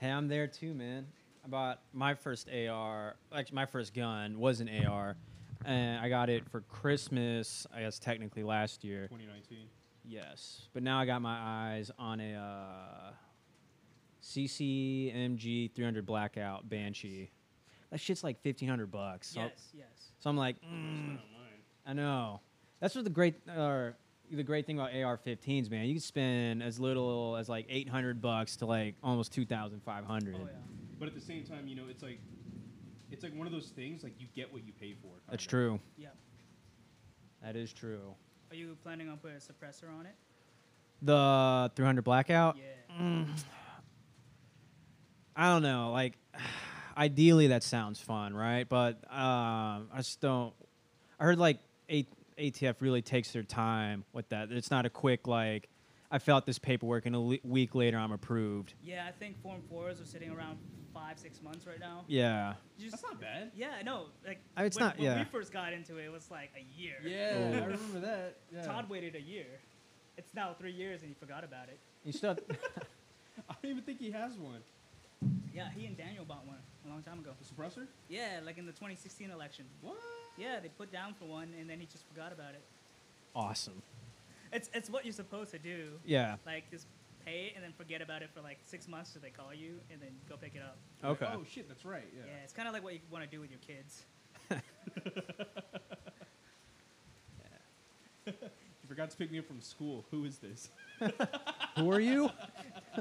A: Hey, I'm there too, man. I bought my first AR. Actually, my first gun was an AR, and I got it for Christmas. I guess technically last year.
C: 2019.
A: Yes, but now I got my eyes on a uh, CCMG 300 Blackout Banshee. That shit's like 1500 bucks. So,
D: Yes, yes.
A: so I'm like,
C: It's
A: mm,
C: not mine.
A: I know. That's what the great uh, the great thing about AR-15s, man. You can spend as little as like 800 bucks to like almost 2,500.
D: Oh yeah.
C: But at the same time, you know, it's like it's like one of those things like you get what you pay for.
A: That's
C: kinda.
A: true.
D: Yeah.
A: That is true.
D: Are you planning on putting a suppressor on it?
A: The 300 blackout.
D: Yeah.
A: Mm, I don't know. Like, *sighs* ideally, that sounds fun, right? But um, I just don't. I heard like A- ATF really takes their time with that. It's not a quick like. I fill out this paperwork and a le- week later I'm approved.
D: Yeah, I think Form 4s are sitting around five, six months right now.
A: Yeah.
D: You
C: That's
D: Just,
C: not bad.
D: yeah, I know. Like,
A: Uh, it's
D: when,
A: not-
D: when
A: yeah.
D: we first got into it, it was like a year.
A: Oh. I
C: remember that.
D: Todd waited a year. It's now three years and he forgot about it.
A: You still. *laughs*
C: I don't even think he has one.
D: Yeah, he and Daniel bought one a long time ago.
C: A suppressor?
D: Yeah, like in the 2016 election.
C: What?
D: Yeah, they put down for one and then he just forgot about it.
A: awesome.
D: It's, it's what you're supposed to do.
A: Yeah.
D: Like, just pay it and then forget about it for like six months till they call you and then go pick it up.
A: Okay.
C: Oh shit, that's right. Yeah.
D: Yeah, it's kind of like what you want to do with your kids.
C: You forgot to pick me up from school. Who is this? *laughs*
A: Who are you?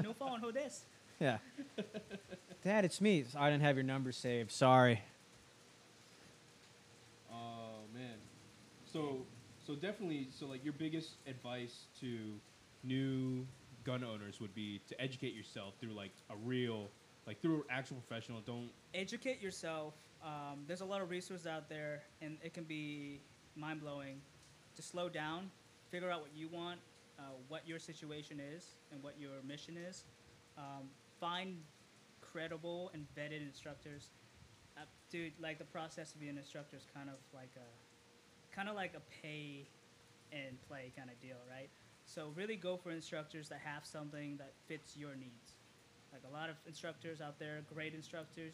D: no phone, who this?
A: Yeah. Dad, it's me. I didn't have your number saved. Sorry.
C: Oh man. So so definitely so like your biggest advice to new gun owners would be to educate yourself through like a real like through an actual professional. Don't
D: educate yourself. Um, there's a lot of resources out there, and it can be mind blowing. To slow down, figure out what you want, uh, what your situation is, and what your mission is. Um, find credible and vetted instructors. Uh, dude, like the process to be an instructor is kind of like a, kind of like a pay and play kind of deal, right? So really go for instructors that have something that fits your needs. Like a lot of instructors out there, great instructors,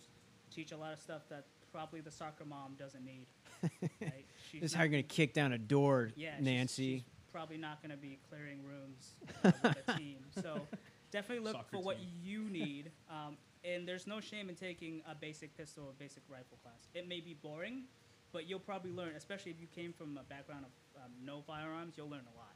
D: teach a lot of stuff that probably the soccer mom doesn't need.
A: *laughs*
D: right? She's
A: This is
D: not
A: how you're gonna kick down a door,
D: yeah, she's-
A: Nancy.
D: she's probably not going to be clearing rooms uh,
A: *laughs*
D: with a team. So definitely look
C: Soccer
D: for what
C: team. *laughs*
D: you need. Um, and there's no shame in taking a basic pistol or basic rifle class. It may be boring, but you'll probably learn, especially if you came from a background of um, no firearms, you'll learn a lot.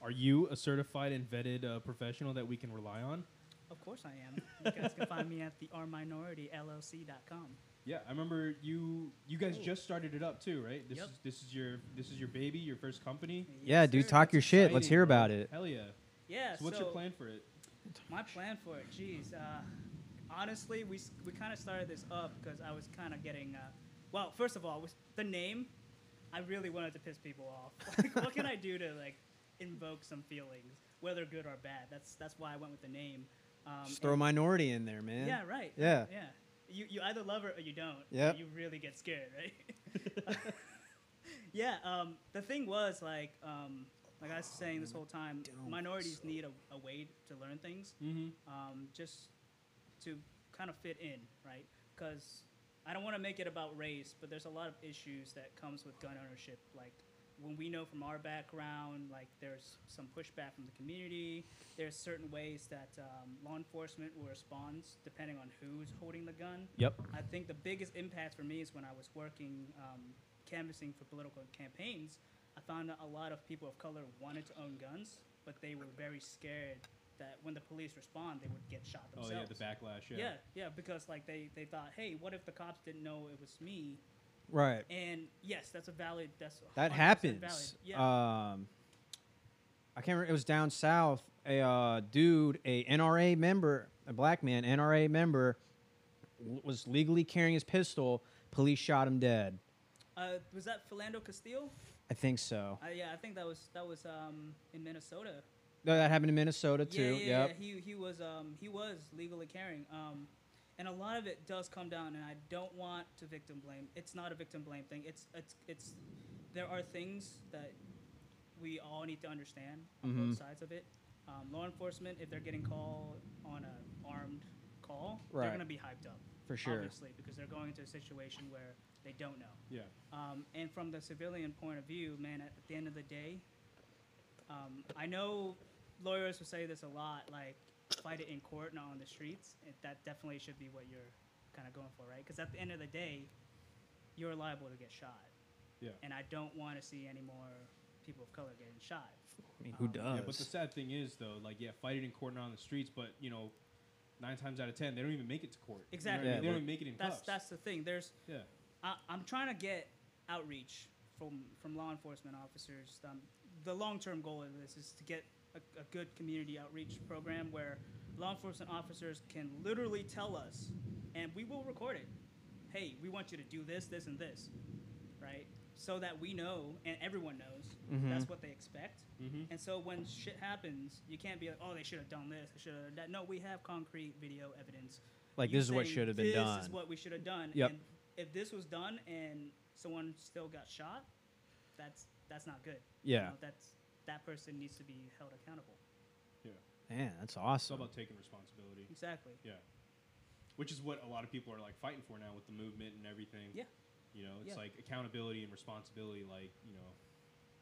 C: Are you a certified and vetted uh, professional that we can rely on?
D: Of course I am. You guys can find me at the rminorityllc.com.
C: Yeah, I remember you. You guys
D: Cool.
C: just started it up too, right? This
D: Yep.
C: is this is your this is your baby, your first company.
A: yeah,
D: Yes,
A: dude,
D: sir,
A: talk
D: that's
A: your shit. Let's
C: Exciting,
A: hear
C: bro.
A: about it.
C: Hell yeah!
D: Yeah.
C: so what's your plan for it?
D: My plan for it, geez. Uh, honestly, we, s- we kind of started this up because I was kind of getting. Uh, well, first of all, with the name, I really wanted to piss people off. *laughs* Like, what can I do to like invoke some feelings, whether good or bad? That's that's why I went with the name. Um,
A: Just throw
D: and-
A: minority in there, man.
D: Yeah, right.
A: Yeah.
D: Yeah. You, you either love her or you don't. or
A: Yep.
D: You really get scared, right? *laughs* yeah. Um, the thing was, like, um, like I was saying this whole time,
A: Oh, don't
D: minorities need a, a way to learn things
C: Mm-hmm.
D: um, just to kind of fit in, right? Because I don't want to make it about race, but there's a lot of issues that comes with gun ownership. Like when we know from our background, like there's some pushback from the community. There's certain ways that um, law enforcement will respond depending on who's holding the gun.
A: Yep.
D: I think the biggest impact for me is when I was working um, canvassing for political campaigns. I found that a lot of people of color wanted to own guns, but they were very scared that when the police respond, they would get shot
C: Oh
D: themselves.
C: yeah, the backlash. Yeah.
D: yeah, yeah, because like they, they thought, hey, what if the cops didn't know it was me?
A: Right.
D: And yes, that's a valid. That's
A: That
D: 100%
A: happens.
D: Valid. Yeah,
A: Um, I can't remember. It was down south. A uh, dude, a NRA member, a black man, NRA member, l- was legally carrying his pistol. Police shot him dead.
D: Uh, was that Philando Castile?
A: I think so.
D: Uh, yeah, I think that was that was um, in Minnesota.
A: No, that happened in Minnesota too.
D: Yeah, yeah,
A: yep.
D: yeah. He he was um he was legally carrying um, and a lot of it does come down. And I don't want to victim blame. It's not a victim blame thing. It's it's it's there are things that we all need to understand on
A: Mhm.
D: both sides of it. Um, law enforcement, if they're getting called on a armed call,
A: Right.
D: they're gonna be hyped up,
A: for sure.
D: obviously, because they're going into a situation where they don't know.
C: Yeah.
D: Um, and from the civilian point of view, man, at the end of the day, um, I know lawyers will say this a lot, like fight it in court, not on the streets. It, that definitely should be what you're kind of going for, right? Because at the end of the day, you're liable to get shot.
C: Yeah.
D: And I don't want to see any more people of color getting shot.
A: I mean, who
D: Um,
A: does?
C: Yeah, but the sad thing is though, like yeah, fight it in court and on the streets, but you know, nine times out of ten, they don't even make it to court. You know what I
D: Exactly.
C: mean?
A: Yeah,
C: they don't
A: but-
C: even make it in
D: That's
C: cuffs.
D: that's the thing. There's
C: yeah.
D: I, I'm trying to get outreach from from law enforcement officers. Um, the long term goal of this is to get a, a good community outreach program where law enforcement officers can literally tell us, and we will record it. Hey, we want you to do this, this, and this, right? So that we know, and everyone knows,
A: Mhm.
D: that's what they expect.
C: Mm-hmm.
D: And so when shit happens, you can't be like, oh, they should have done this, they should have done that. No, we have concrete video evidence
A: like
D: you
A: this is what
D: saying,
A: should have been done.
D: This is what we should have done.
A: Yep.
D: And if this was done and someone still got shot, that's that's not good. You
A: yeah.
D: know, that's that person needs to be held accountable.
A: Man, that's
C: It's all
A: awesome.
C: about taking responsibility.
D: Exactly.
C: Yeah. Which is what a lot of people are like fighting for now with the movement and everything.
D: Yeah.
C: You know, it's
D: Yeah.
C: like accountability and responsibility. Like you know,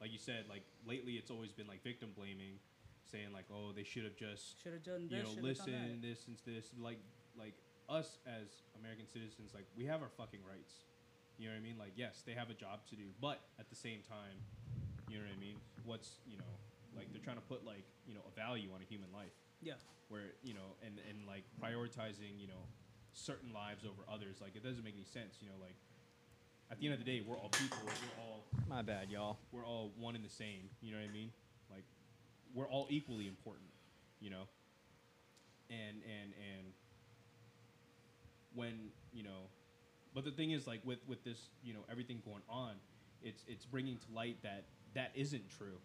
C: like you said, like lately it's always been like victim blaming, saying like, oh, they should have just
D: Should have
C: you
D: done this.
C: know
D: should have
C: listen
D: done
C: this and this like like us as American citizens like we have our fucking rights. You know what I mean? Like yes, they have a job to do, but at the same time, you know what I mean? What's you know like they're trying to put like you know a value on a human life
D: that. Yeah.
C: where you know and and like prioritizing you know certain lives over others like it doesn't make any sense you know like at the end of the day we're all people we're all
A: My bad, y'all.
C: we're all one and the same you know what i mean like we're all equally important you know and and and when you know but the thing is like with with this you know everything going on it's it's bringing to light that that isn't true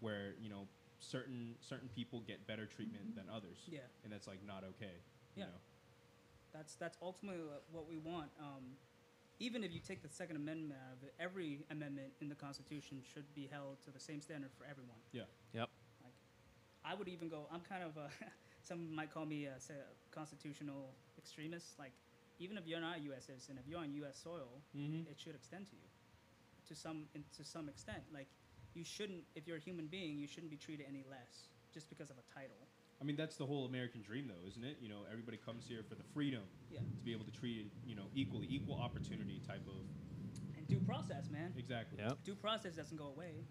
C: where you know certain certain people get better treatment than others
D: Yeah.
C: and that's like not okay. You
D: Yeah. That's that's ultimately wha- what we want. Um, even if you take the Second Amendment out of it, every amendment in the Constitution should be held to the same standard for everyone.
C: Yeah.
A: Yep.
D: Like, I would even go. I'm kind of a. *laughs* some might call me a, say, a constitutional extremist. Like, even if you're not a U.S. citizen, if you're on U.S. soil,
C: know. Mm-hmm.
D: it should extend to you, to some in, to some extent. Like, you shouldn't. If you're a human being, you shouldn't be treated any less just because of a title.
C: I mean, that's the whole American dream, though, isn't it? You know, everybody comes here for the freedom
D: Yeah.
C: to be able to treat it, you know, equally, equal opportunity type of.
D: And due process, man.
C: Exactly.
A: Yep.
D: due process doesn't go away,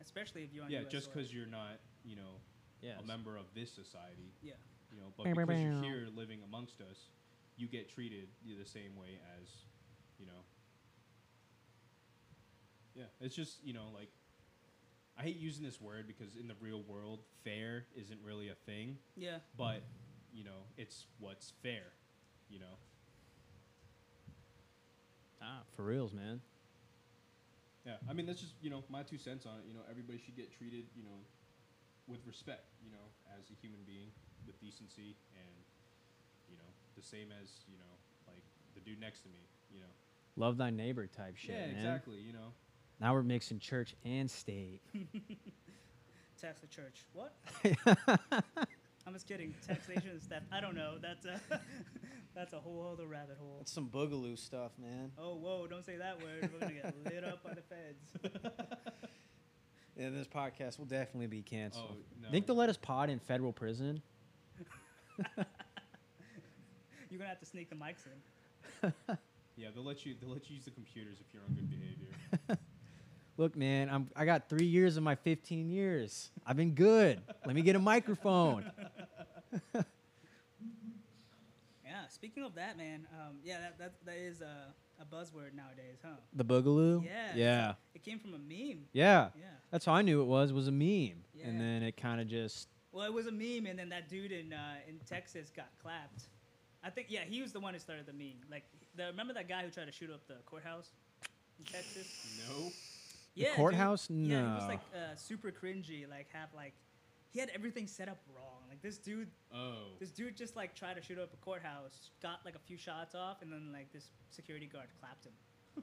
D: especially if you're on
C: Yeah,
D: US
C: just
D: soil.
C: because you're not, you know,
A: Yeah.
C: a member of this society,
D: Yeah,
C: you know, but because you're here living amongst us, you get treated the same way as, you know. Yeah, it's just you know like, I hate using this word because in the real world, fair isn't really a thing.
D: yeah,
C: but you know it's what's fair you know
A: Ah, for reals, man.
C: yeah i mean that's just you know my two cents on it you know everybody should get treated you know with respect you know as a human being with decency and you know the same as you know like the dude next to me you know
A: Love thy neighbor type shit,
C: yeah
A: man.
C: exactly you know
A: Now we're mixing church and state.
D: tax the church. What? I'm just kidding. Taxation is that I don't know. That's a *laughs* that's a whole other rabbit hole.
B: That's *laughs* some boogaloo stuff, man.
D: Oh whoa! Don't say that word. We're gonna get lit up by the feds. *laughs*
B: And this podcast will definitely be
C: oh
B: canceled.
C: no
A: Think they'll let us pod in federal prison?
D: You're gonna have to sneak the mics in.
C: yeah they'll let you they'll let you use the computers if you're on good behavior
A: *laughs* Look, man, I'm I got three years of my 15 years. I've been good. Let me get
C: *laughs*
A: a microphone.
D: Yeah. Speaking of that, man. Um, yeah, that that, that is a, a buzzword nowadays, huh?
A: The Boogaloo.
D: Yeah, it's
A: Yeah.
D: It came from a meme.
A: Yeah.
D: Yeah.
A: That's how I knew it was was a meme,
D: Yeah.
A: and then it kind of just
D: Well, it was a meme, and then that dude in uh, in Texas got clapped I think yeah, he was the one who started the meme. Like, the, remember that guy who tried to shoot up the courthouse in Texas?
C: No.
A: The courthouse?
D: Dude, Yeah, he was
A: No.
D: like uh, super cringy. Like, have like, he had everything set up wrong. Like this dude,
C: Oh.
D: this dude just like tried to shoot up a courthouse, got like a few shots off, and then like this security guard clapped him,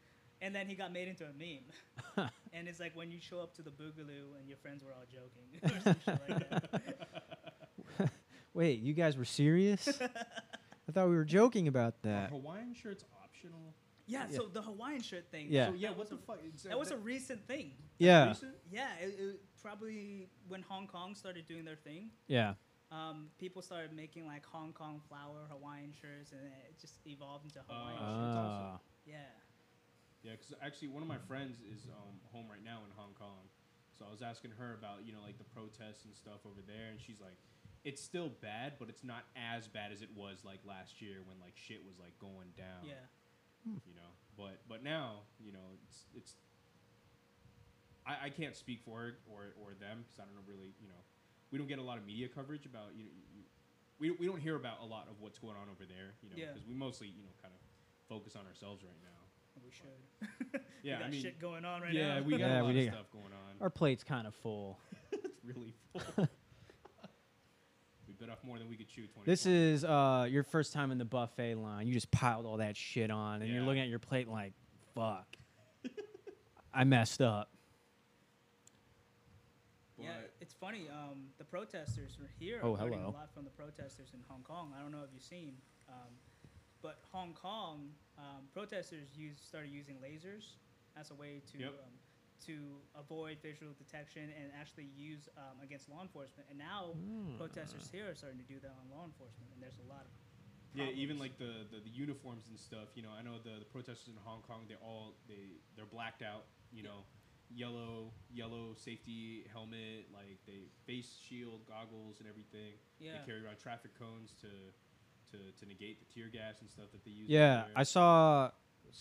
D: *laughs* and then he got made into
A: *laughs*
D: a meme. and it's like when you show up to the boogaloo and your friends were all
A: *laughs*
D: joking or some shit like that.
A: Wait, you guys were
B: *laughs*
A: serious? I thought we were joking about
C: Are
A: that.
C: Hawaiian shirts optional.
D: Yeah,
A: Yeah.
D: so the Hawaiian shirt thing.
A: Yeah.
C: So yeah,
D: that
C: what
D: was
C: the
D: a-
C: fuck? Is
D: That was a recent thing.
A: Yeah,
C: recent?
D: Yeah, it, it probably when Hong Kong started doing their thing,
A: yeah.
D: um, people started making like Hong Kong flower Hawaiian shirts, and it just evolved into Hawaiian.
C: Uh,
D: shirts.
A: Ah.
D: yeah,
C: Yeah, because actually one of my friends is um, home right now in Hong Kong, so I was asking her about you know like the protests and stuff over there, and she's like, it's still bad, but it's not as bad as it was like last year when like shit was like going down.
D: yeah,
C: You know, but but now you know it's it's. I, I can't speak for her or or them because I don't know really you know, we don't get a lot of media coverage about you know. You, we, we don't hear about a lot of what's going on over there, you know,
D: Yeah.
C: because we mostly, you know, kind of focus on ourselves right now.
D: we should. *laughs*
C: Yeah,
D: we got
C: I mean,
D: shit going on right
C: yeah,
D: now.
C: *laughs* we got
A: Yeah,
C: a lot
A: we
C: of
A: do.
C: stuff going on.
A: Our plate's kind of full.
C: It's really full.
A: *laughs*
C: we bit off more than we could chew. 20
A: This is uh, your first time in the buffet line. You just piled all that shit on, and you're
C: Yeah.
A: looking at your plate like, "Fuck,
C: *laughs*
A: I messed up."
D: yeah, it's funny. Um, the protesters were here.
A: Oh,
D: I'm learning
A: hello.
D: A lot from the protesters in Hong Kong. I don't know if you've seen, um, but Hong Kong um, protesters use started using lasers as a way to
C: Yep.
D: um, to avoid visual detection and actually use um, against law enforcement. And now
A: Hmm.
D: protesters here are starting to do that on law enforcement. And there's a lot of
C: yeah, even
D: problems.
C: like the, the, the uniforms and stuff. You know, I know the, the protesters in Hong Kong. They're all they they're blacked out. You know, yellow yellow safety helmet, like they face shield, goggles, and everything.
D: yeah.
C: They carry around traffic cones to to, to negate the tear gas and stuff that they use.
A: Yeah,
C: over there.
A: I saw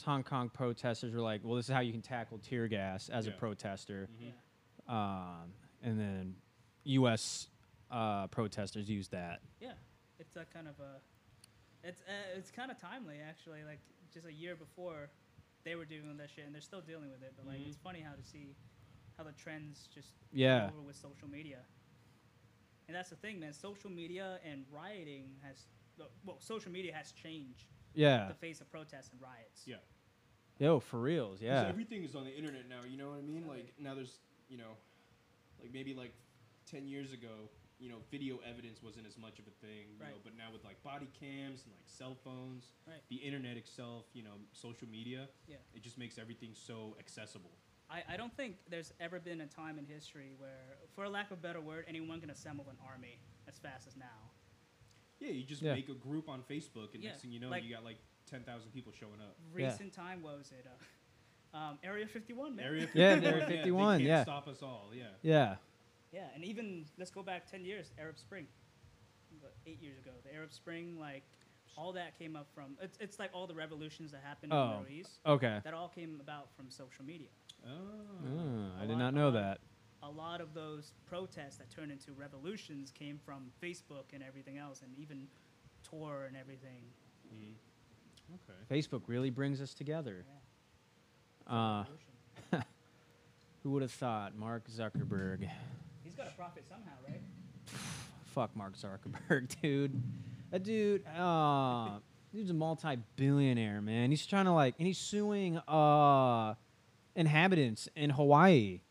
A: Hong Kong protesters were like, "Well, this is how you can tackle tear gas as a
C: Yeah.
A: protester,"
C: Mhm.
D: Yeah.
A: um, and then U.S. Uh, protesters used that.
D: Yeah, it's a kind of a, it's uh, it's kind of timely actually. Like just a year before, they were doing that shit, and they're still dealing with it. But like,
C: Mhm.
D: it's funny how to see how the trends just take
A: Mm-hmm. Yeah.
D: over with social media. And that's the thing, man. Social media and rioting has, well, social media has changed
A: Yeah.
D: the face of protests and riots.
C: Yeah.
A: Yo, for reals.
C: 'Cause
A: Yeah.
C: everything is on the internet now. You know what I mean? Like now there's you know, like maybe like ten years ago, you know, video evidence wasn't as much of a thing. You know,
D: Right.
C: but now with like body cams and like cell phones,
D: Right.
C: the internet itself, you know, social media,
D: Yeah.
C: it just makes everything so accessible.
D: I, I don't think there's ever been a time in history where, for lack of a better word, anyone can assemble an army as fast as now.
C: Yeah, you just
A: Yeah.
C: make a group on Facebook, and
D: Yeah,
C: next thing you know,
D: like-
C: you got like ten thousand people showing
D: *laughs*
C: up.
A: Yeah.
D: recent time what was it uh, *laughs* um, area 51 man.
C: Area
A: Yeah,
C: 51,
A: Area
C: they
A: 51,
C: can't
A: yeah.
C: stop us all. Yeah,
A: Yeah.
D: yeah and even let's go back 10 years arab spring about eight years ago the arab spring like all that came up from it's, it's like all the revolutions that happened in
A: Oh.
D: the middle east
A: Okay.
D: that all came about from social media
C: oh,
A: Mm, I
D: A
A: did
D: lot-
A: not
D: a
A: know
D: lot-
A: that.
D: a lot of those protests that turned into revolutions came from facebook and everything else and even tor and everything
C: Mhm. okay.
A: Facebook really brings us together. Uh,
D: Revolution.
A: who would have thought Mark Zuckerberg?
D: he's got to profit somehow right
A: Fuck Mark Zuckerberg, *laughs* dude. That dude, uh, dude's a multi-billionaire, man. He's trying to like, and he's suing uh, inhabitants in Hawaii.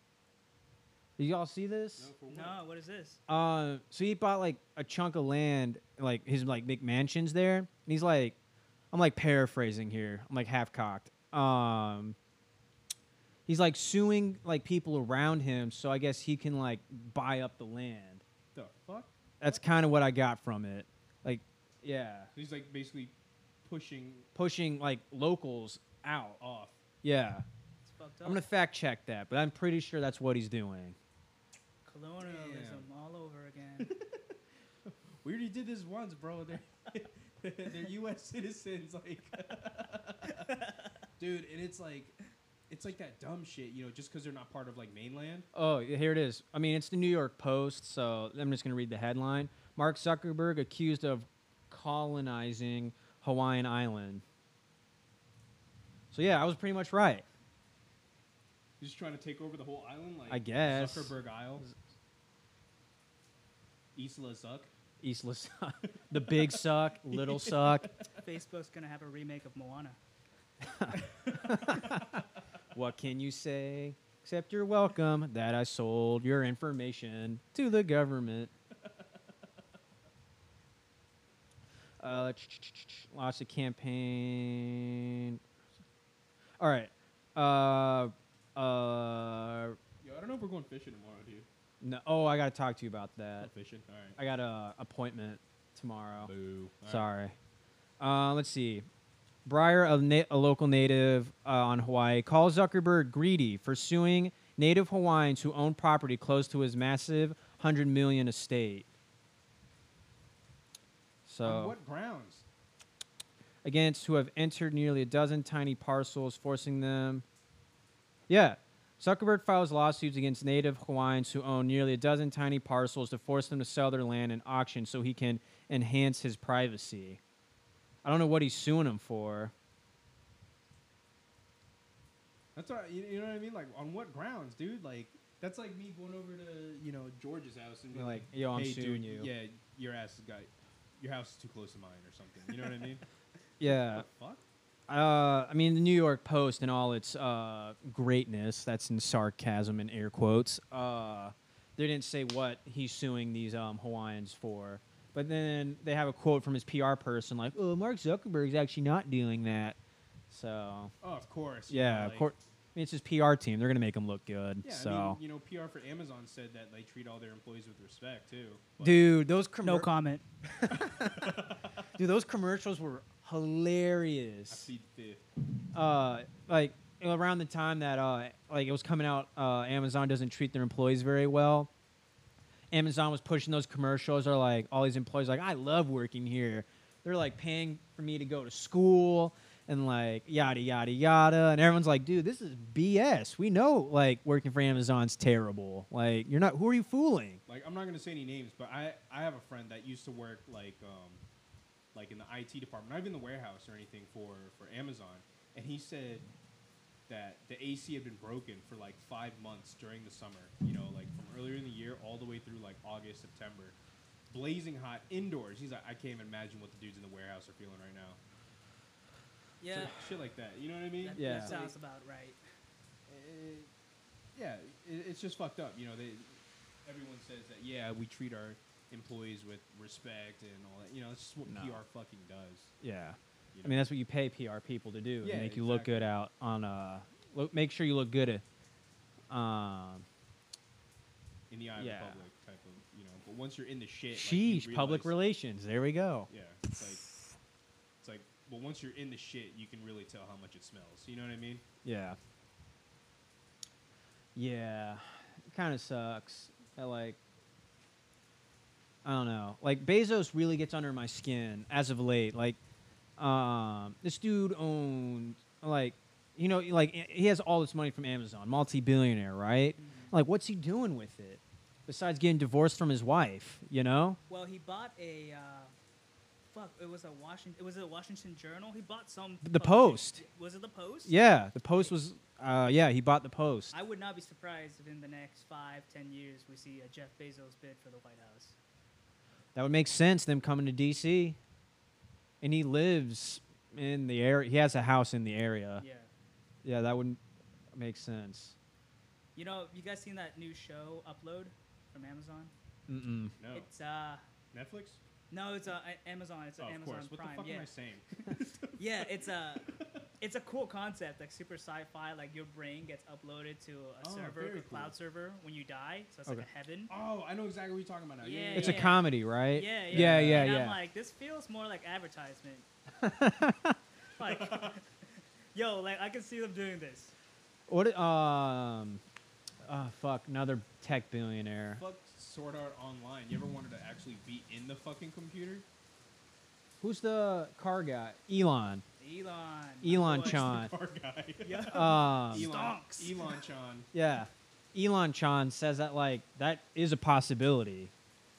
A: Did y'all see this?
C: for what?
D: no what is this
A: Uh, so he bought like a chunk of land, like his like big mansions there, and he's like, I'm like paraphrasing here. I'm like half cocked. Um, he's like suing like people around him, so I guess he can like buy up the land.
C: the fuck?
A: That's kind of what I got from it. Like, yeah,
C: He's like basically pushing
A: pushing like locals out.
C: off.
A: Yeah,
D: it's fucked up
A: I'm gonna fact check that, but I'm pretty sure that's what he's doing.
D: colonialism all over
A: *laughs*
D: again
C: We already did this once, bro. *laughs* They're they're U.S. citizens, like, *laughs* dude. And it's like, it's like that dumb shit, you know, just because they're not part of like mainland.
A: Oh, yeah, here it is. I mean, it's the New York Post, so I'm just going to read the headline. Mark Zuckerberg accused of colonizing Hawaiian Island. So yeah, I was pretty much right.
C: You're just trying to take over the whole island, like
A: I guess.
C: Zuckerberg Isle, Isla Zuck.
A: Isla suck, *laughs* the big suck, little suck.
D: Facebook's gonna have a remake of Moana.
A: What can you say? Except you're welcome that I sold your information to the government. *laughs* Uh, lots of campaign. All right. Uh, uh,
C: Yo, I don't know if we're going fishing tomorrow, dude.
A: no. Oh, I gotta talk to you about
C: Not
A: that.
C: fishing. All right.
A: I got a appointment tomorrow.
C: Boo. All right.
A: Sorry. Uh, let's see. Breyer, of na- a local native uh, on Hawaii, calls Zuckerberg greedy for suing native Hawaiians who own property close to his massive hundred million estate.
C: On
A: So
C: what grounds?
A: against who have entered nearly a dozen tiny parcels, forcing them. Yeah. Zuckerberg files lawsuits against native Hawaiians who own nearly a dozen tiny parcels to force them to sell their land in auction so he can enhance his privacy. I don't know what he's suing them for.
C: That's all right. You, you know what I mean? Like, on what grounds, dude? Like, that's like me going over to you know George's house and being
A: You're
C: like,
A: like, "Yo, I'm
C: hey,
A: suing
C: dude,
A: you."
C: Yeah, your ass has got your house is too close to mine or something. You know what I
A: *laughs*
C: mean?
A: Yeah.
C: What the fuck?
A: Uh, I mean, the New York Post and all its uh, greatness, that's in sarcasm and air quotes, uh, they didn't say what he's suing these um, Hawaiians for. But then they have a quote from his PR person like, oh, Mark Zuckerberg's actually not doing that. So,
C: Oh, of course. you know,
A: yeah, of
C: like-
A: course. I mean, it's his PR team. They're going to make him look good.
C: Yeah,
A: so,
C: I mean, you know, PR for Amazon said that they treat all their employees with respect too. but-
A: dude, those
D: No
A: commer-
D: comment.
A: dude, those commercials were hilarious.
C: I see the
A: uh, like around the time that uh, like it was coming out, uh, Amazon doesn't treat their employees very well. Amazon was pushing those commercials, or like all these employees, like I love working here. They're like paying for me to go to school and like yada yada yada, and everyone's like, dude, this is BS. We know like working for Amazon's terrible. Like you're not. Who are you fooling?
C: like I'm not gonna say any names, but I I have a friend that used to work like um like in the IT department, not even the warehouse or anything for for Amazon, and he said that the AC had been broken for like five months during the summer. You know, like from earlier in the year all the way through like August September, blazing hot indoors. He's like, I can't even imagine what the dudes in the warehouse are feeling right now. So, shit like that. You know what I mean?
D: That,
A: Yeah.
D: that sounds about right.
C: it- Uh, yeah, it, it's just fucked up. You know, they everyone says that. Yeah, we treat our employees with respect and all that. You know, it's just what
A: No.
C: PR fucking does.
A: Yeah.
C: You know?
A: I mean, that's what you pay PR people to do.
C: Yeah,
A: make you look
C: exactly.
A: good out on uh, look, make sure you look good at, um,
C: in the eye
A: yeah.
C: of the public type of you know. But once you're in the shit, like, you
A: sheesh, public
C: realize-
A: relations. There we go.
C: Yeah, it's like it's like. Well, once you're in the shit, you can really tell how much it smells. You know what I mean?
A: Yeah. Yeah, kind of sucks. I like. I don't know. Like Bezos really gets under my skin as of late. Like, um, this dude owned like, you know, like a- he has all this money from Amazon, multi-billionaire, right?
C: Mm-hmm.
A: Like, what's he doing with it besides getting divorced from his wife? You know?
D: Well, he bought a. Uh, fuck! It was a Washington. It was a Washington Journal. He bought some.
A: The
D: publication-
A: Post.
D: Was it the Post?
A: Yeah, the Post was. Uh, yeah, he bought the Post.
D: I would not be surprised if in the next five, ten years we see a Jeff Bezos bid for the White House.
A: That would make sense. Them coming to DC, and he lives in the area. He has a house in the area.
D: Yeah.
A: Yeah, that would make sense.
D: You know, you guys seen that new show Upload from Amazon?
A: Mm-mm.
C: No,
D: It's uh,
C: Netflix.
D: no, it's uh, A- Amazon. It's
C: Oh,
D: an
C: of
D: Amazon
C: course. What
D: Prime.
C: the fuck
D: yeah.
C: am I saying? *laughs*
D: yeah, it's a it's a cool concept, like super sci-fi. Like your brain gets uploaded to a
C: Oh,
D: server,
C: very
D: a cloud
C: cool.
D: server, when you die. So it's like
A: Okay.
D: a heaven.
C: Oh, I know exactly what you're talking about now. Yeah,
D: Yeah,
A: It's a
D: yeah.
A: comedy, right?
D: Yeah,
A: yeah,
D: yeah,
A: yeah.
D: And
A: yeah.
D: I'm like, this feels more like
A: *laughs*
D: advertisement. like, *laughs* yo, like I can see them doing this.
A: what? Um. Oh fuck! Another tech billionaire.
C: Fuck Sword Art Online. You ever wanted to actually be in the fucking computer?
A: Who's the car guy? Elon.
D: Elon. my
A: Elon
D: boy.
A: Chan.
C: Our *laughs* guy.
D: Yeah.
A: Um,
C: Elon,
D: Stonks.
C: Elon Chan.
A: yeah. Elon Chan says that like that is a possibility,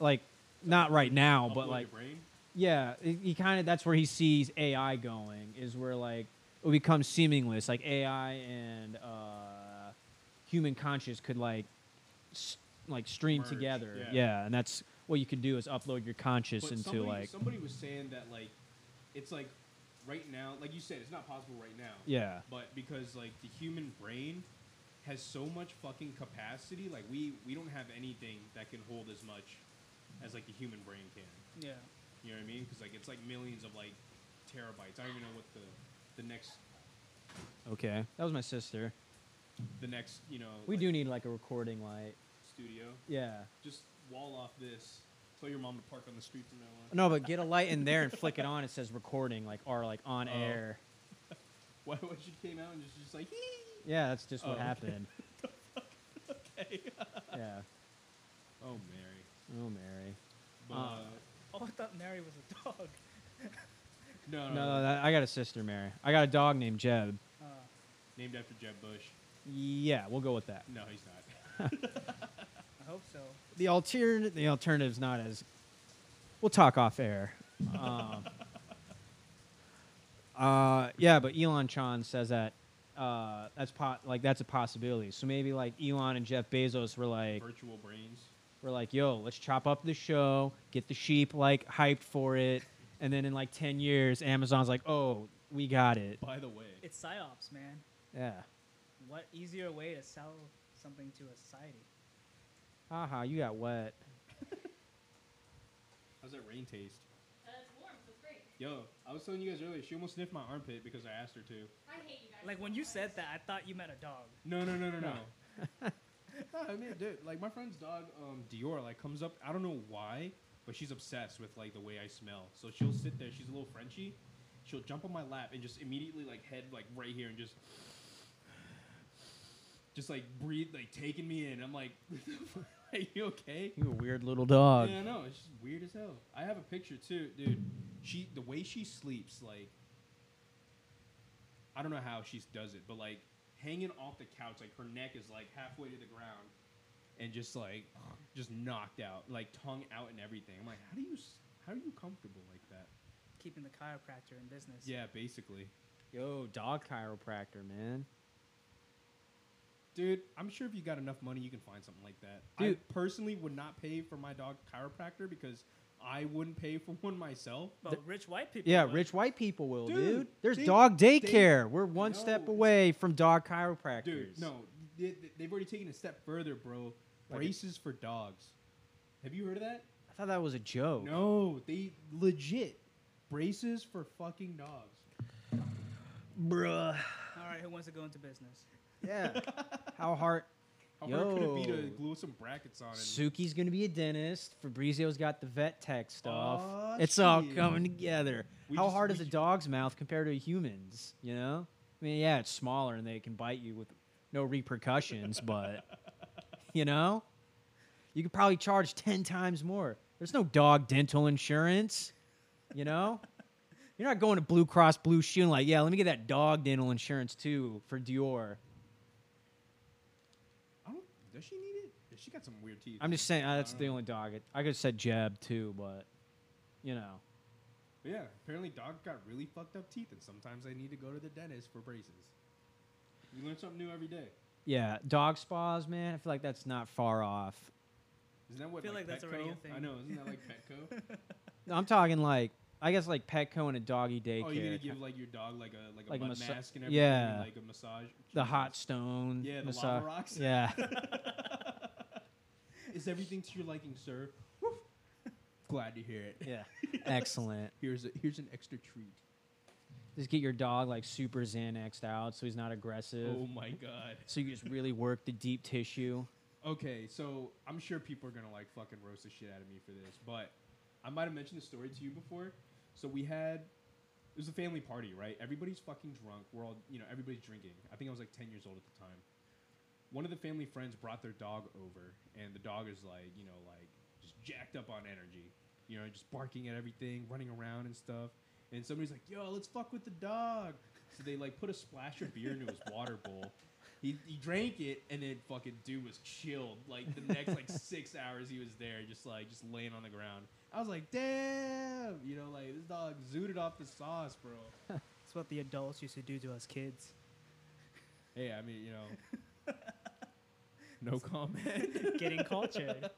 A: like not right now,
C: Upload
A: but
C: your
A: like
C: brain?
A: yeah, he, kind of that's where he sees AI going is where like it becomes seamless, like AI and uh, human conscious could like s like stream
C: Merge,
A: together.
C: yeah.
A: Yeah. and that's what you could do is upload your conscious
C: But
A: into
C: somebody,
A: like
C: somebody was saying that like it's like right now, like you said, it's not possible right now.
A: yeah,
C: But because like the human brain has so much fucking capacity, like we we don't have anything that can hold as much as like the human brain can.
D: Yeah.
C: You know what I mean? Because like it's like millions of like terabytes. I don't even know what the the next
A: okay. That was my sister.
C: the next you know
A: We
C: like,
A: do need like a recording light.
C: studio.
A: Yeah.
C: Just wall off this. Tell your mom to park on the street from now on.
A: No, but get a light in there and flick it on. It says recording, like or like on
C: Oh.
A: air.
C: *laughs* Why what she came out and just just like "Hee."
A: Yeah, that's just
C: Oh,
A: what
C: okay. *laughs*
A: happened. yeah.
C: Oh Mary.
A: Oh Mary.
C: But,
A: Uh,
C: uh,
D: Oh, I thought Mary was a dog.
C: no, no,
A: No,
C: no,
A: no, that, I got a sister, Mary. I got a dog named Jeb.
D: Uh,
C: named after Jeb Bush.
A: Yeah, we'll go with that.
C: No, he's not.
D: I hope so.
A: The altern the alternative's not as. We'll talk off air. Um, *laughs* uh, yeah, but Elon Chan says that uh, that's po- like that's a possibility. So maybe like Elon and Jeff Bezos were like
C: Virtual brains.
A: we're like, yo, let's chop up the show, get the sheep like hyped for it, and then in like ten years, Amazon's like, oh, we got it.
C: By the way,
D: It's psyops, man.
A: Yeah.
D: What easier way to sell something to a society?
A: Haha, you got wet.
C: how's that rain taste?
E: Uh, it's warm, so it's great.
C: Yo, I was telling you guys earlier, she almost sniffed my armpit because I asked her to.
E: I hate you guys.
D: Like when you said that, I thought you meant a dog.
C: No, no, no, no, *laughs* no. no, I mean, dude, like my friend's dog, um, Dior, like comes up. I don't know why, but she's obsessed with like the way I smell. So she'll sit there. She's a little Frenchy. She'll jump on my lap and just immediately like head like right here and just, *sighs* just like breathe, like taking me in. I'm like, *laughs* are you okay?
A: You a weird little dog.
C: Yeah, I know. It's just weird as hell. I have a picture too, dude. She the way she sleeps, like I don't know how she does it, but like hanging off the couch, like her neck is like halfway to the ground, and just like just knocked out, like tongue out and everything. I'm like, how do you s- how are you comfortable like that?
D: Keeping the chiropractor in business.
C: Yeah, basically,
A: Yo, dog chiropractor, man.
C: dude. I'm sure if you got enough money, you can find something like that. I
A: Dude.
C: personally would not pay for my dog chiropractor because I wouldn't pay for one myself.
D: But rich white people.
A: Yeah,
D: would.
A: rich white people will,
C: Dude,
A: dude. There's
C: they-
A: dog
C: they-
A: daycare. We're one
C: No,
A: step
C: it's-
A: away from dog chiropractors.
C: Dude, no, they, they've already taken a step further, bro.
A: Like
C: Braces for dogs. Have you heard of that?
A: I thought that was a joke.
C: No, they legit braces for fucking dogs.
A: Bruh.
D: All right, who wants to go into business?
C: *laughs*
A: Yeah. How hard?
C: How hard could it be to
A: Yo.
C: glue some brackets on it?
A: Suki's gonna be a dentist. Fabrizio's got the vet tech stuff.
C: Aw,
A: it's all
C: shit.
A: coming together.
C: We
A: How
C: just-
A: hard
C: we
A: is a
C: ju-
A: dog's mouth compared to a humans? You know, I mean, yeah, it's smaller and they can bite you with
C: *laughs*
A: no repercussions, but you know, you could probably charge ten times more. There's no dog dental insurance. You know, you're not going to Blue Cross Blue Shield and like, yeah, let me get that dog dental insurance too for Dior.
C: I don't, does she need it? Yeah, She got some weird teeth.
A: I'm just saying uh, that's
C: I
A: the
C: don't
A: only dog. It, I could have said Jeb too, but you know.
C: But yeah, apparently dogs got really fucked up teeth, and sometimes they need to go to the dentist for braces. You learn something new every day.
A: Yeah, dog spas, man. I feel like that's not far off.
C: Isn't that what?
D: I feel like that's already a
C: Petco?
D: thing.
C: I know. Isn't that like Petco?
A: No, I'm talking like I guess like Petco and a doggy daycare.
C: oh, you're gonna give like your dog like a like a
A: Like a
C: mud
A: massa-
C: mask and everything,
A: yeah.
C: and, like a massage.
A: the
C: Jesus.
A: hot stone.
C: Yeah, the
A: massa-
C: lava rocks. *laughs*
A: Yeah,
C: Is everything to your liking, sir? Woof. Glad to hear it.
A: yeah. Excellent.
C: Here's a, here's an extra treat.
A: Just get your dog like super Xanaxed out so he's not aggressive.
C: Oh my god.
A: So you just really work the deep tissue.
C: Okay, so I'm sure people are gonna like fucking roast the shit out of me for this, but I might have mentioned the story to you before. So we had it was a family party, right? Everybody's fucking drunk. We're all you know, everybody's drinking. I think I was like ten years old at the time. One of the family friends brought their dog over, and the dog is like, you know, like just jacked up on energy, you know, just barking at everything, running around and stuff. And somebody's like, "Yo, let's fuck with the dog." So they like put a splash of beer into his water bowl, He, he drank it, and then fucking dude was chilled. Like the next like six hours, he was there, just like just laying on the ground. I was like, damn, you know, like this dog zooted off the sauce, bro.
D: It's what the adults used to do to us kids.
C: Hey, I mean, you know, no comment.
A: *laughs*
D: Getting cultured.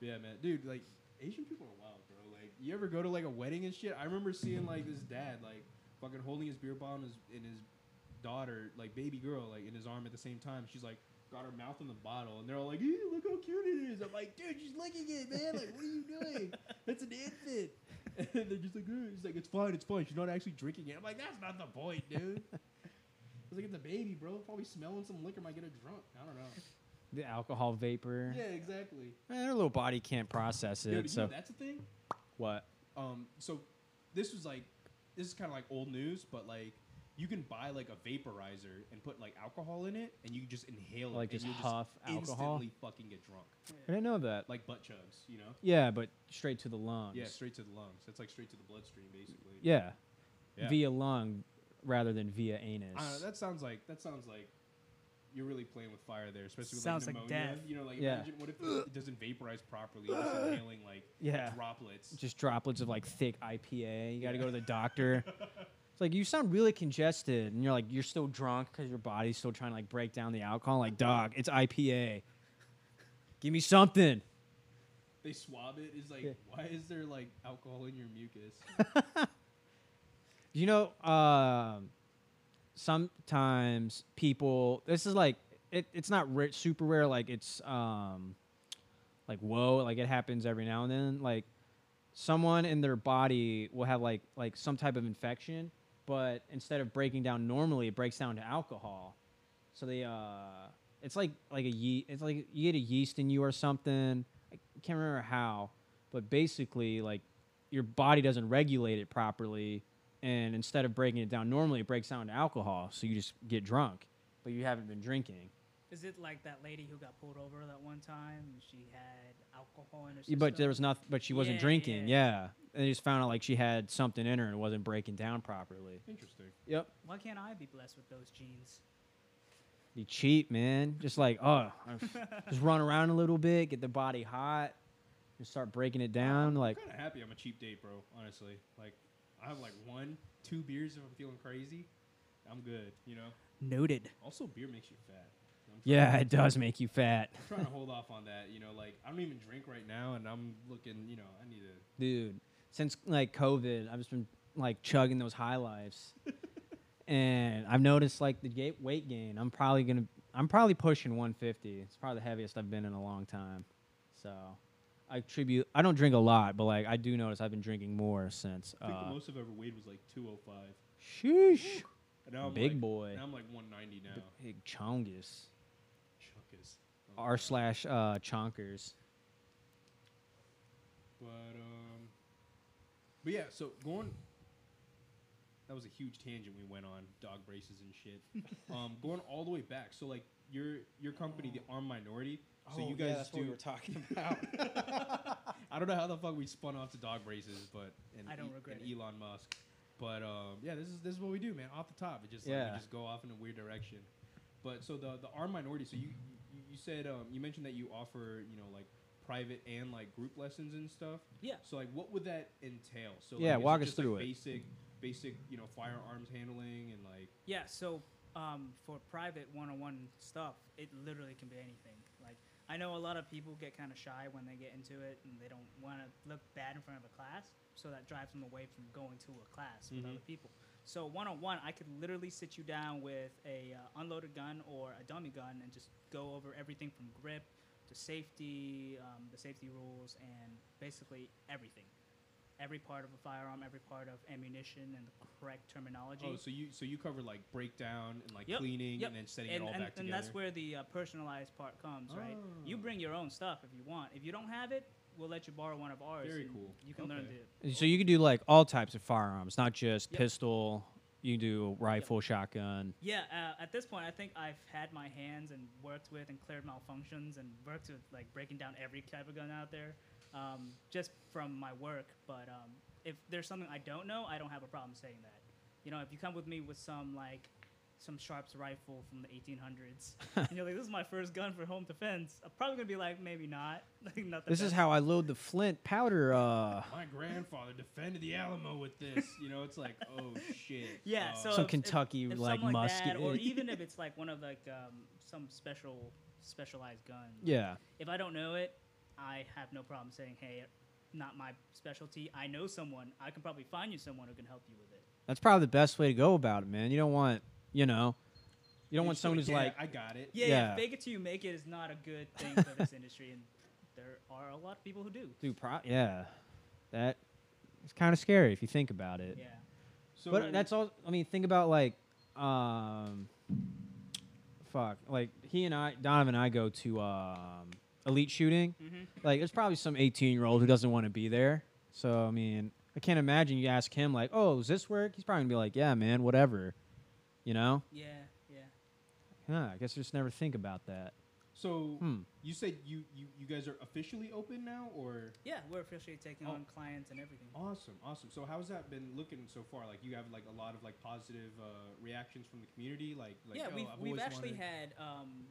C: Yeah, man, dude, like Asian people are wild, bro. Like, you ever go to like a wedding and shit? I remember seeing like this dad like fucking holding his beer bottle and his, and his daughter, like baby girl, like in his arm at the same time. She's like got her mouth on the bottle, and they're all like, "Ew, look how cute it is." I'm like, dude, she's licking it, man. Like, what are you doing? That's an infant. *laughs* And they're just like, "Ugh." he's like, it's fine, it's fine. She's not actually drinking it. I'm like, that's not the point, dude. I was like, it's a baby, bro. Probably smelling some liquor might get her drunk. I don't know.
A: The alcohol vapor.
C: Yeah, exactly.
A: Man, their little body can't process it.
C: Dude, you
A: so
C: know that's the thing.
A: what?
C: um so this was like this is kind of like old news but like you can buy like a vaporizer and put like alcohol in it and you just inhale
A: Like,
C: it and
A: just
C: you'll
A: huff alcohol?
C: instantly fucking get drunk
A: I didn't know that.
C: like butt chugs you know
A: Yeah, but straight to the lungs.
C: yeah straight to the lungs that's like straight to the bloodstream basically
A: Yeah.
C: Yeah.
A: Via lung rather than via anus.
C: I don't know, that sounds like that sounds like you're really playing with fire there especially with
D: Sounds
C: like
D: like
C: pneumonia
D: death.
C: you know like
A: Yeah.
C: imagine what if it doesn't vaporize properly you're just inhaling like
A: *laughs* Yeah.
C: droplets
A: just droplets of like thick IPA. You got to go to
C: *laughs*
A: the doctor. It's like you sound really congested, and you're like you're still drunk because your body's still trying to like break down the alcohol. Like, dog, it's IPA. Give me something.
C: they swab it it's like
A: Yeah.
C: why is there like alcohol in your mucus
A: *laughs* You know, um, sometimes people. This is like it, it's not ra- super rare. Like it's um, like whoa, like it happens every now and then. Like someone in their body will have like like some type of infection, but instead of breaking down normally, it breaks down to alcohol. So they uh, it's like like a yeast. It's like you get a yeast in you or something. I can't remember how, but basically like your body doesn't regulate it properly, and instead of breaking it down normally, it breaks down to alcohol. So you just get drunk, but you haven't been drinking.
D: Is it like that lady who got pulled over that one time? and She had alcohol in
A: Yeah,
D: her system.
A: But there was nothing. But she wasn't
D: Yeah,
A: drinking.
D: yeah.
A: Yeah. And they just found out like she had something in her and it wasn't breaking down properly.
C: interesting
A: Yep.
D: Why can't I be blessed with those genes?
A: Be cheap, man. Just like, oh,
D: *laughs*
A: just run around a little bit, get the body hot, just start breaking it down. Like,
C: I'm kind of happy I'm a cheap date, bro. Honestly, like I have like one, two beers if I'm feeling crazy. I'm good, you know.
D: Noted.
C: Also, beer makes you fat. I'm trying-
A: yeah, it does make you fat,
C: I'm trying to hold off on that, you know. Like I don't even drink right now, and I'm looking, you know, I need to.
A: dude. Since like COVID, I've just been like chugging those high *laughs* lives, and I've noticed like the ga- weight gain. I'm probably gonna, I'm probably pushing 150. It's probably the heaviest I've been in a long time. So, I attribute. I don't drink a lot, but like I do notice I've been drinking more since.
C: I think
A: Uh,
C: the most I've ever weighed was like 205.
A: sheesh,
C: And now I'm
A: Big
C: like-
A: boy.
C: Now I'm like 190 now.
A: big chongus.
C: Chuckus. Oh,
A: r
C: God.
A: slash uh, chonkers.
C: But um, but yeah. So going, that was a huge tangent we went on dog braces and
B: *laughs*
C: shit. um, going all the way back. So like your your company, the Armed Minority. So you guys
B: Oh, that's
C: do.
B: what we
C: *laughs*
B: were talking about.
C: I don't know how the fuck we spun off to dog braces, but and
D: I don't
C: E-
D: regret
C: and Elon Musk. But um, yeah, this is this is what we do, man. Off the top, it just like,
A: Yeah.
C: we just go off in a weird direction. But so the the armed minority. So you you, you said um, you mentioned that you offer you know like private and like group lessons and stuff.
D: Yeah.
C: So like, what would that entail? So
A: Yeah,
C: like, is
A: walk us
C: just, like,
A: through it.
C: Basic basic you know firearms handling and like
D: Yeah, so um, for private one-on-one stuff, it literally can be anything. Like I know a lot of people get kind of shy when they get into it, and they don't want to look bad in front of a class, so that drives them away from going to a class with
C: Mhm.
D: other people. So one-on-one, I could literally sit you down with a uh, unloaded gun or a dummy gun and just go over everything from grip to safety, um, the safety rules, and basically everything. Every part of a firearm, every part of ammunition, and the correct terminology.
C: oh so you so you cover like breakdown and like
D: Yep,
C: cleaning
D: yep.
C: and then setting it
D: and,
C: all
D: and,
C: back
D: and
C: together.
D: that's where the uh, personalized part comes, right? You
C: Oh.
D: bring your own stuff if you want. If you don't have it, we'll let you borrow one of ours.
C: Very
D: and
C: cool.
D: You can learn
C: Okay.
D: the
A: So you can do like all types of firearms, not just
D: Yep.
A: pistol. You can do rifle, shotgun.
D: yeah. Uh, at this point, I think I've had my hands and worked with and cleared malfunctions and worked with like breaking down every type of gun out there, um, just from my work. But um, if there's something I don't know, I don't have a problem saying that. You know, if you come with me with some like some Sharps rifle from the 1800s. and *laughs* you're like, this is my first gun for home defense. I'm probably gonna be like, maybe not. *laughs* like, not the
A: This is
D: best.
A: how I load the Flint powder. Uh,
C: My grandfather defended the Alamo with this. You know, it's like, oh shit.
D: *laughs* Yeah,
C: Uh,
D: so
A: some
D: if- if-
A: Kentucky
D: if
A: like
D: something like
A: musket.
D: that, or
A: *laughs*
D: even if it's like one of like um, some special specialized gun.
A: yeah,
D: If I don't know it, I have no problem saying, "Hey, not my specialty. I know someone. I can probably find you someone who can help you with it."
A: that's probably the best way to go about it, man. You don't want, you know, you don't
C: it's
A: want
C: just
A: someone who's
C: yeah,
A: like,
C: I got it.
D: Yeah,
A: Yeah.
D: yeah, fake it till you make it is not a good thing for this *laughs* industry, and there are a lot of people who do.
A: dude, pro- yeah, that it's kind of scary if you think about it.
D: Yeah,
C: So
A: but
C: when-
A: that's all. I mean, think about like, um, fuck, like he and I, Donovan and I go to um, elite shooting.
D: Mhm.
A: Like, there's probably some 18 year old who doesn't want to be there. So I mean, I can't imagine you ask him like, "Oh, does this work?" He's probably gonna be like, "Yeah, man, whatever," you know.
D: yeah, yeah.
A: Huh, I guess I just never think about that.
C: so
A: Hmm.
C: you said you, you you guys are officially open now, or
D: Yeah, we're officially taking
C: Oh.
D: on clients and everything.
C: awesome, awesome. So how's that been looking so far? Like you have like a lot of like positive uh, reactions from the community. Like, like
D: yeah,
C: oh,
D: we've,
C: I've
D: we've
C: always
D: actually
C: wanted-
D: had um,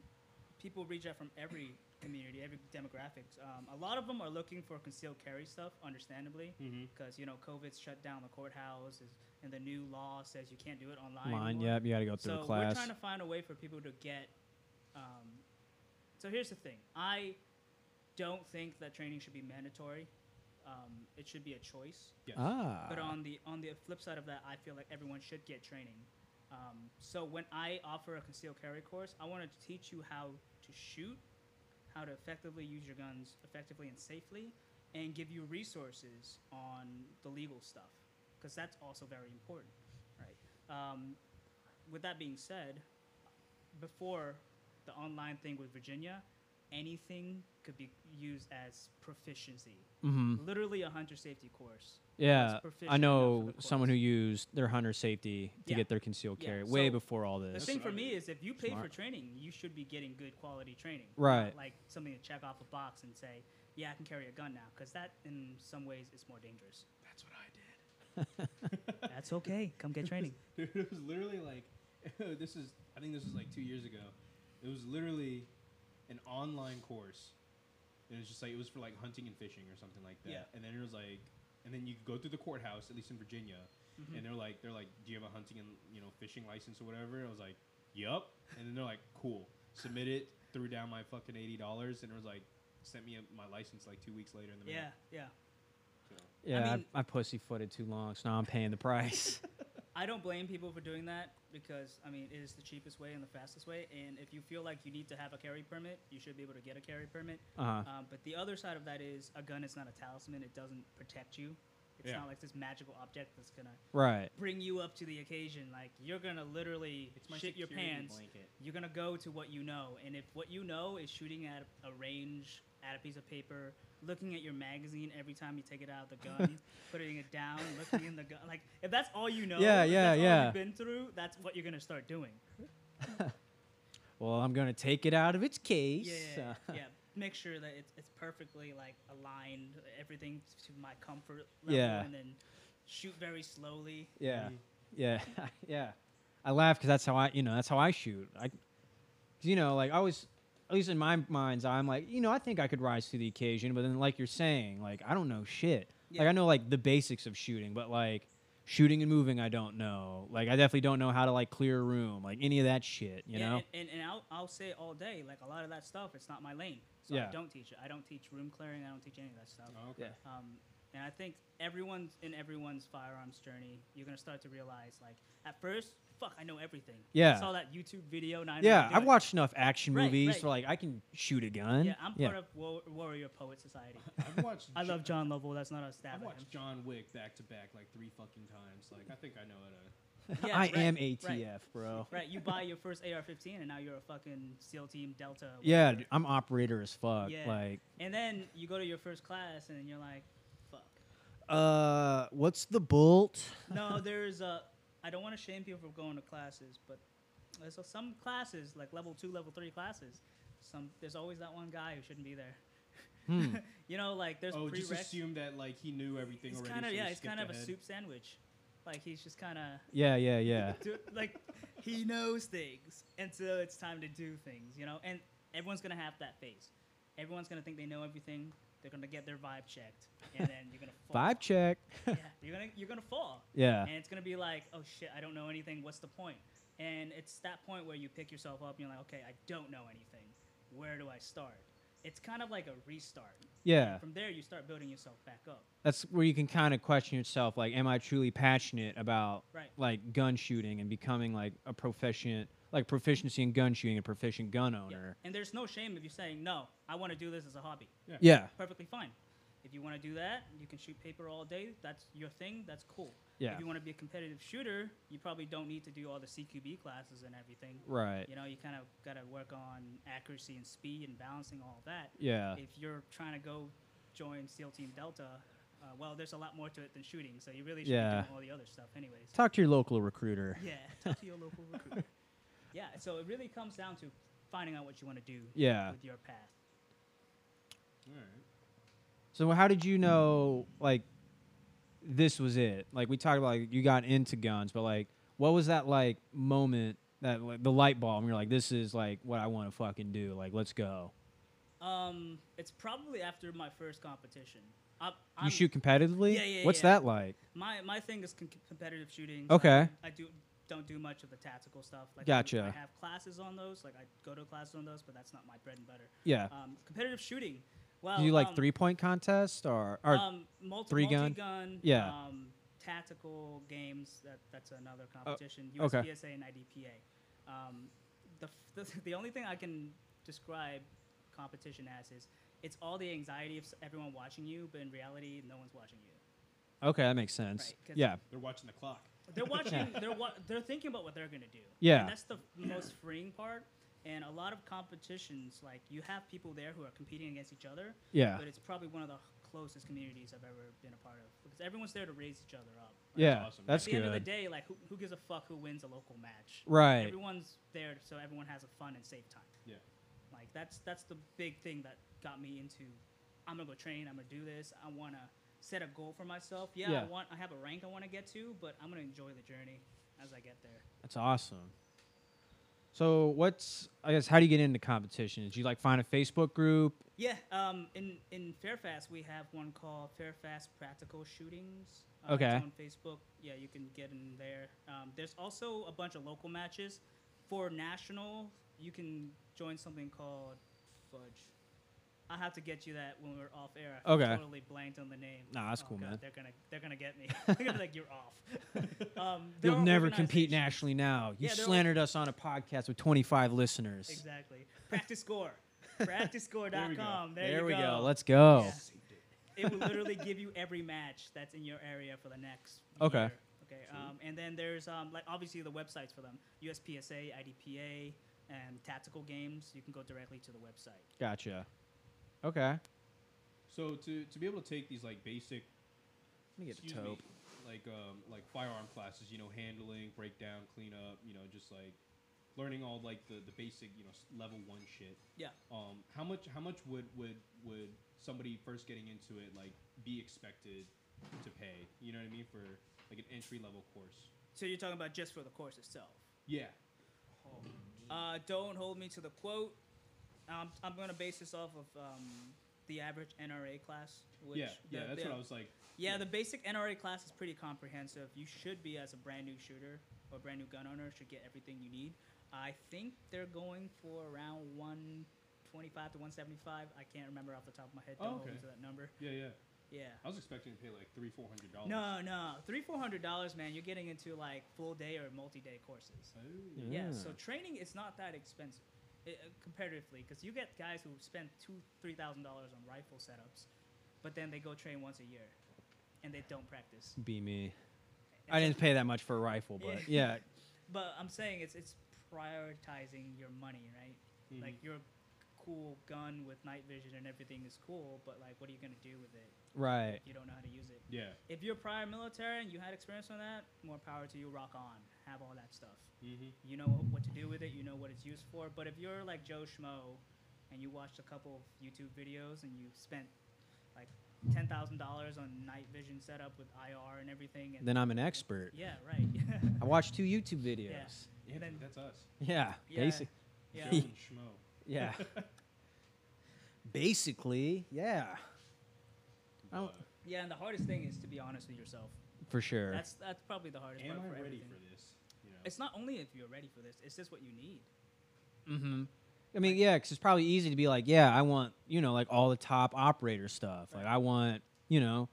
D: people reach out from every community, every demographics. Um, a lot of them are looking for concealed carry stuff, understandably,
C: Mhm.
D: because you know COVID's shut down the courthouse, is- and the new law says you can't do it online.
A: Mine,
D: anymore.
A: yep, you gotta go through
D: So
A: a class.
D: we're trying to find a way for people to get. Um, so here's the thing: I don't think that training should be mandatory. Um, it should be a choice.
C: Yes.
A: ah,
D: But on the on the flip side of that, I feel like everyone should get training. Um, so when I offer a concealed carry course, I want to teach you how to shoot, how to effectively use your guns effectively and safely, and give you resources on the legal stuff because that's also very important, right? Um, with that being said, before the online thing with Virginia, anything could be used as proficiency.
A: mhm.
D: Literally a hunter safety course.
A: Yeah,
D: proficient
A: I
D: enough
A: know
D: for the
A: someone who
D: course.
A: used their hunter safety to
D: Yeah.
A: get their concealed
D: Yeah,
A: carry way
D: so
A: before all
D: The
A: this.
D: thing
C: what
D: for
C: I
D: me
C: do.
D: is if you pay for
A: Smart.
D: training, you should be getting good quality training.
A: Right.
D: Not like something to check off a box and say, yeah, I can carry a gun now. Because that, in some ways, is more dangerous.
C: That's what I did.
D: That's okay. Come
A: *laughs*
D: get training.
C: Dude, *laughs* it was literally like, *laughs* this is, I think this was like two years ago. It was literally an online course. And it was just like, it was for like hunting and fishing or something like that.
D: Yeah.
C: And then it was like, and then you could go through the courthouse, at least in Virginia.
D: Mm-hmm.
C: And they're like, they're like, do you have a hunting and, you know, fishing license or whatever? And I was like, yup. And then they're like, cool. Submit it, threw down my fucking $80. And it was like, sent me a, my license like two weeks later in the mail.
D: yeah, yeah.
C: So-
A: yeah, I,
D: mean-
A: I, pussyfooted too long, so now I'm paying the
D: *laughs*
A: price.
D: I don't blame people for doing that because, I mean, it is the cheapest way and the fastest way. And if you feel like you need to have a carry permit, you should be able to get a carry permit.
A: uh
D: Um, but the other side of that is a gun is not a talisman, it doesn't protect you. It's
C: Yeah.
D: not like this magical object that's going to
A: Right.
D: bring you up to the occasion. Like you're gonna literally
C: It's my
D: shit your
C: security
D: pants.
C: blanket.
D: You're gonna go to what you know, and if what you know is shooting at a range, at a piece of paper, looking at your magazine every time you take it out of the gun, putting it down, looking in the gun. Like if that's all you know,
A: Yeah,
D: if
A: yeah,
D: that's All
A: yeah.
D: you've been through. That's what you're gonna start doing.
A: Well, I'm gonna take it out of its case.
D: Yeah, yeah,
A: Uh,
D: yeah. Make sure that it's it's perfectly like aligned, everything to my comfort level,
A: Yeah.
D: and then shoot very slowly.
A: yeah, yeah, *laughs* yeah. I laugh because that's how I, you know, that's how I shoot. I, 'cause, you know, like I always, at least in my mind's eye, I'm like, you know, I think I could rise to the occasion, but then like you're saying, like I don't know shit. Like
D: Yeah.
A: I know like the basics of shooting, but like shooting and moving, I don't know. Like I definitely don't know how to like clear a room, like any of that shit, you
D: yeah,
A: know.
D: And, and, and I'll, I'll say all day, like a lot of that stuff, it's not my lane. So
A: Yeah.
D: I don't teach it. I don't teach room clearing. I don't teach any of that stuff.
C: Oh, okay.
A: Yeah.
D: Um, and I think everyone's in everyone's firearms journey, you're going to start to realize, like, at first, fuck, I know everything.
A: Yeah.
D: I saw that YouTube video. Now I know how
A: yeah,
D: to do
A: I've
D: it.
A: watched enough action
D: Right,
A: movies
D: right.
A: to like I can shoot a gun.
D: Yeah, I'm part of War- Warrior
A: *laughs*
D: Poet Society.
C: I've watched
D: *laughs* I
C: Ju-
D: love John Lovell. That's not a
C: I've
D: stab at him.
C: watched John Wick back to back like three fucking times. Like I think I know how to.
D: Yeah,
A: I
D: right,
A: am
D: right.
A: ATF,
D: *laughs*
A: bro.
D: Right, you buy your first AR-15, and now you're a fucking SEAL Team Delta.
A: Yeah, dude, I'm operator as fuck.
D: Yeah.
A: Like,
D: And then you go to your first class, and you're like, fuck.
A: uh, what's the bolt?
D: no, there's a. I don't want to shame people for going to classes, but there's a- some classes like level two, level three classes. Some there's always that one guy who shouldn't be there.
A: Hmm.
D: *laughs* you know, like there's
C: Oh, just
D: prereqs.
C: assume that like he knew everything
D: He's
C: already.
D: kind of
C: so
D: yeah,
C: he
D: he's
C: skipped
D: kind of a
C: ahead.
D: soup sandwich. Like he's just kind of
A: Yeah, yeah, yeah.
D: like he knows things, and so it's time to do things, you know. And everyone's gonna have that phase. Everyone's gonna think they know everything. They're gonna get their vibe checked, and then
A: *laughs*
D: you're gonna fall.
A: Vibe check.
D: Yeah, you're gonna you're gonna fall.
A: Yeah.
D: And it's gonna be like, oh shit, I don't know anything. What's the point? And it's that point where you pick yourself up and you're like, okay, I don't know anything. Where do I start? It's kind of like a restart.
A: Yeah.
D: From there, you start building yourself back up.
A: That's where you can kind of question yourself like am I truly passionate about
D: Right.
A: like gun shooting and becoming like a proficient like proficiency in gun shooting and proficient gun
D: Yeah.
A: owner.
D: And there's no shame if you're saying, no, I want to do this as a hobby.
A: Yeah.
D: Perfectly fine. If you want to do that, you can shoot paper all day. That's your thing. That's cool.
A: Yeah.
D: If you want to be a competitive shooter, you probably don't need to do all the CQB classes and everything.
A: Right.
D: You know, you kind of got to work on accuracy and speed and balancing all that.
A: Yeah.
D: If you're trying to go join SEAL Team Delta, uh, well, there's a lot more to it than shooting, so you really should
A: Yeah.
D: be doing all the other stuff,
A: *laughs*
D: anyways.
A: Talk to your local recruiter.
D: yeah, talk to your local recruiter. *laughs* Yeah, so it really comes down to finding out what you want to do
A: Yeah.
D: with your path.
C: All right.
A: So how did you know like this was it? Like we talked about like you got into guns, but like what was that like moment that like, the light bulb and you're like this is like what I want to fucking do. Like let's go.
D: Um, it's probably after my first competition. I,
A: you shoot competitively?
D: Yeah, yeah,
A: What's
D: yeah.
A: that like?
D: My my thing is con- competitive shooting.
A: Okay.
D: I, I do don't do much of the tactical stuff. Like I-
A: Gotcha.
D: I have classes on those. Like I go to classes on those, but that's not my bread and butter.
A: Yeah.
D: Um, competitive shooting. Well,
A: Do you like
D: um,
A: three point contest or or
D: um, multi,
A: three gun?
D: multi-gun,
A: Yeah.
D: Um, tactical games. That that's another competition.
A: Oh, okay.
D: USPSA and IDPA. Um, the, f- the *laughs* the only thing I can describe competition as is it's all the anxiety of s- everyone watching you, but in reality, no one's watching you.
A: okay, that makes sense.
D: Right, 'cause-
A: yeah,
C: They're watching the clock.
A: *laughs*
D: They're watching. they're wa- they're thinking about what they're gonna do.
A: Yeah.
D: and that's the most freeing part. And a lot of competitions, like you have people there who are competing against each other.
A: Yeah.
D: But it's probably one of the closest communities I've ever been a part of because everyone's there to raise each other up. Like,
A: yeah,
C: awesome.
A: that's
D: At the end of the
A: good.
D: day, like who, who gives a fuck who wins a local match?
A: right.
D: Everyone's there so everyone has a fun and safe time.
C: Yeah.
D: Like that's that's the big thing that got me into. I'm gonna go train. I'm gonna do this. I wanna set a goal for myself. Yeah,
A: Yeah.
D: I want. I have a rank I want to get to, but I'm gonna enjoy the journey as I get there.
A: That's awesome. So what's I guess how do you get into competition? Did you like find a Facebook group?
D: Yeah. Um. In in Fairfax, we have one called Fairfax Practical Shootings. Uh,
A: Okay.
D: It's on Facebook. Yeah, you can get in there. Um, there's also a bunch of local matches. For national, you can join something called Fudge. I'll have to get you that when we're off air. I
A: Okay.
D: Totally blanked on the name. Oh,
A: Nah, that's cool, man.
D: They're gonna they're gonna get me.
A: *laughs*
D: *laughs* they're gonna be like you're off. um, there
A: You'll
D: are
A: never compete
D: organizations-
A: nationally now. You
D: Yeah, there are-
A: slandered us on a podcast with 25 listeners.
D: Exactly.
A: *laughs*
D: Practice score. PracticeScore.com.
C: There we go.
D: There, you
A: we go.
D: go.
A: Let's go.
D: Yeah. it will literally give you every match that's in your area for
C: *laughs*
D: the next
A: Okay.
D: year. Okay. Um, and then there's um, like obviously the websites for them: USPSA, IDPA, and Tactical Games. You can go directly to the website.
A: Gotcha. Okay. Let
C: So to, to be able to take these like basic
A: me get
C: excuse
A: a
C: me,
A: taupe.
C: like um, like firearm classes, you know, handling, breakdown, cleanup, you know, just like learning all like the, the basic you know s- level one shit.
D: Yeah.
C: Um, how much how much would would would somebody first getting into it like be expected to pay? You know what I mean for like an entry level course?
D: So you're talking about just for the course itself.
C: Yeah.
D: Uh, don't hold me to the quote. Um, I'm going to base this off of um, the average NRA class. Which
C: yeah. Yeah.
D: the-
C: That's
D: the-
C: what I was like.
D: Yeah, the basic NRA class is pretty comprehensive. You should be as a brand new shooter or brand new gun owner should get everything you need. I think they're going for around 125 to 175. I can't remember off the top of my head.
C: Oh,
D: Don't hold me
C: okay.
D: to that number.
C: Yeah. Yeah.
D: Yeah.
C: I was expecting to pay like three four hundred
A: Oh.
C: dollars.
D: No, no, three four hundred dollars, man. You're getting into like full day or multi day courses.
C: Oh.
D: Yeah.
A: Yeah.
D: So training is not that expensive, i- uh, comparatively, because you get guys who spend two, three thousand dollars on rifle setups, but then they go train once a year, and they don't practice.
A: Be me. I
D: And so-
A: didn't pay that much for a rifle,
D: *laughs*
A: but yeah.
D: But I'm saying it's it's prioritizing your money, right?
C: Mhm.
D: Like your cool gun with night vision and everything is cool, but like, what are you gonna do with it
A: Right.
D: if you don't know how to use it?
C: Yeah.
D: If you're prior military and you had experience on that, more power to you. Rock on, have all that stuff.
C: Mm-hmm.
D: You know wh- what to do with it. You know what it's used for. But if you're like Joe Schmo, and you watched a couple of YouTube videos and you spent like ten thousand dollars on night vision setup with IR and everything. And
A: Then I'm an expert.
D: yeah, right. *laughs*
A: I watched two YouTube videos.
D: Yeah.
C: Yeah,
D: Then-
C: dude, that's us.
A: Yeah,
D: Yeah.
A: basic. *laughs*
D: yeah.
C: Joe
D: *laughs*
C: and Schmo.
A: Yeah. Basically, yeah, I
D: Oh.
A: don't-
C: But
D: Yeah, and the hardest thing is to be honest with yourself.
A: for sure.
D: That's that's probably the hardest
C: am
D: part
C: I
D: for
C: ready
D: everything.
C: for this? You know,
D: It's not only if you're ready for this; it's just what you need.
A: mm-hmm. I mean, yeah, 'cause it's probably easy to be like, yeah, I want you know like all the top operator stuff. Like
D: Right.
A: I want you know,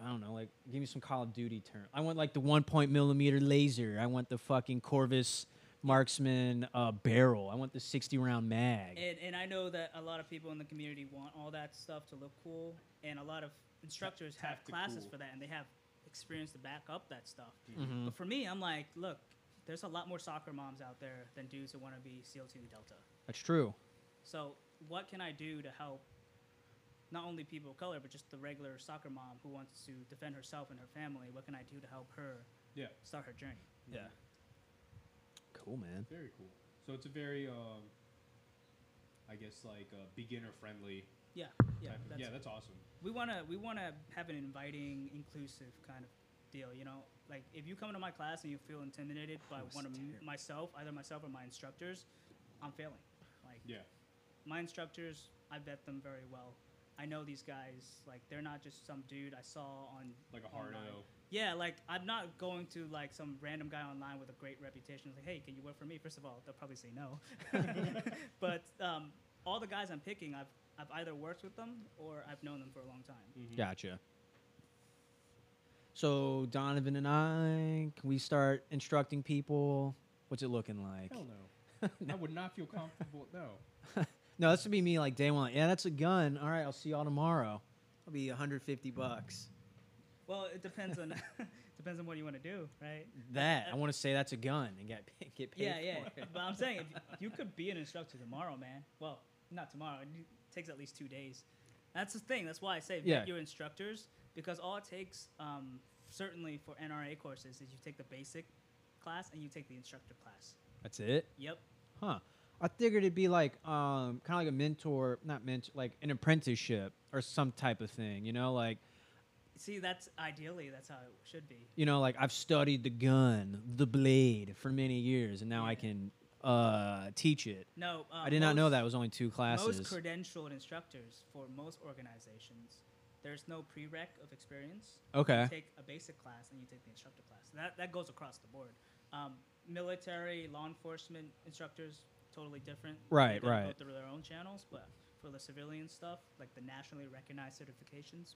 A: I don't know, like give me some Call of Duty term. I want like the one point millimeter laser. I want the fucking Corvus marksman uh, barrel. I want the sixty round mag.
D: And and I know that a lot of people in the community want all that stuff to look cool, and a lot of instructors have
C: Tactical.
D: classes for that, and they have experience to back up that stuff.
A: Mhm.
C: Mm-hmm.
D: But for me, I'm like, look, there's a lot more soccer moms out there than dudes who want to be SEAL Team Delta.
A: That's true.
D: So what can I do to help not only people of color, but just the regular soccer mom who wants to defend herself and her family? What can I do to help her
C: Yeah.
D: start her journey?
A: Yeah. Cool, man.
C: very cool. So it's a very, um, I guess, like uh, beginner friendly.
D: Yeah, yeah,
C: type of,
D: that's,
C: yeah, that's awesome.
D: we wanna we wanna have an inviting, inclusive kind of deal. You know, like if you come to my class and you feel intimidated by
A: That's
D: one of m-
A: terrible.
D: myself, either myself or my instructors, I'm failing. Like
C: Yeah,
D: my instructors, I vet them very well. I know these guys. Like they're not just some dude I saw on
C: like a hard
D: online.
C: O.
D: Yeah, like I'm not going to like some random guy online with a great reputation. Like, hey, can you work for me? First of all, they'll probably say no. *laughs* but um, all the guys I'm picking, I've I've either worked with them or I've known them for a long time.
A: Hmm.
C: Mhm.
A: Gotcha. So Donovan and I, can we start instructing people? What's it looking like?
C: Hell no.
A: *laughs*
C: I would not feel comfortable.
D: *laughs*
C: No.
A: No, this would be me like day one. Yeah, that's a gun. All right, I'll see y'all tomorrow. It'll be 150 bucks.
D: Well, it depends on *laughs* depends on what you want to do, right?
A: That I want to say that's a gun and get *laughs* get paid.
D: yeah,
A: for
D: yeah.
A: it.
D: But I'm saying if
A: *laughs*
D: you could be an instructor tomorrow, man. Well, not tomorrow. It takes at least two days. That's the thing. That's why I say vet
A: Yeah.
D: your instructors because all it takes, um, certainly for NRA courses, is you take the basic class and you take the instructor class.
A: That's it,
D: Yep.
A: huh? I figured it'd be like um, kind of like a mentor, not mentor, like an apprenticeship or some type of thing. You know, like
D: See, that's ideally that's how it should be.
A: you know, like I've studied the gun, the blade for many years, and now I
D: Yeah.
A: can uh, teach it.
D: No, um,
A: I did not know
D: most-
A: that it was only two classes.
D: Most credentialed instructors for most organizations, there's no prereq of experience.
A: okay.
D: You take a basic class and you take the instructor class. That, that goes across the board. Um, military, law enforcement instructors, totally different.
A: Right,
D: They gotta
A: right.
D: Go through their own channels, but for the civilian stuff, like the nationally recognized certifications,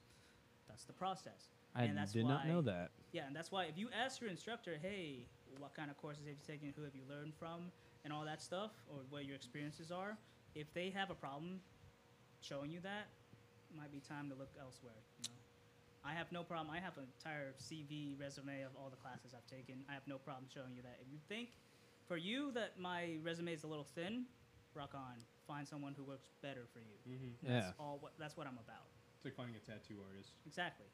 D: that's the process.
A: I
D: and that's
A: did not know
D: why-
A: that.
D: Yeah, and that's why if you ask your instructor, hey, what kind of courses have you taken, who have you learned from, and all that stuff, or what your experiences are, if they have a problem showing you that, might be time to look elsewhere. You know? I have no problem. I have an entire CV resume of all the classes I've taken. I have no problem showing you that. If you think for you that my resume is a little thin, rock on. Find someone who works better for you.
C: Mm-hmm.
A: Yeah.
D: That's all. What, that's what I'm about.
C: It's like finding a tattoo artist.
D: Exactly.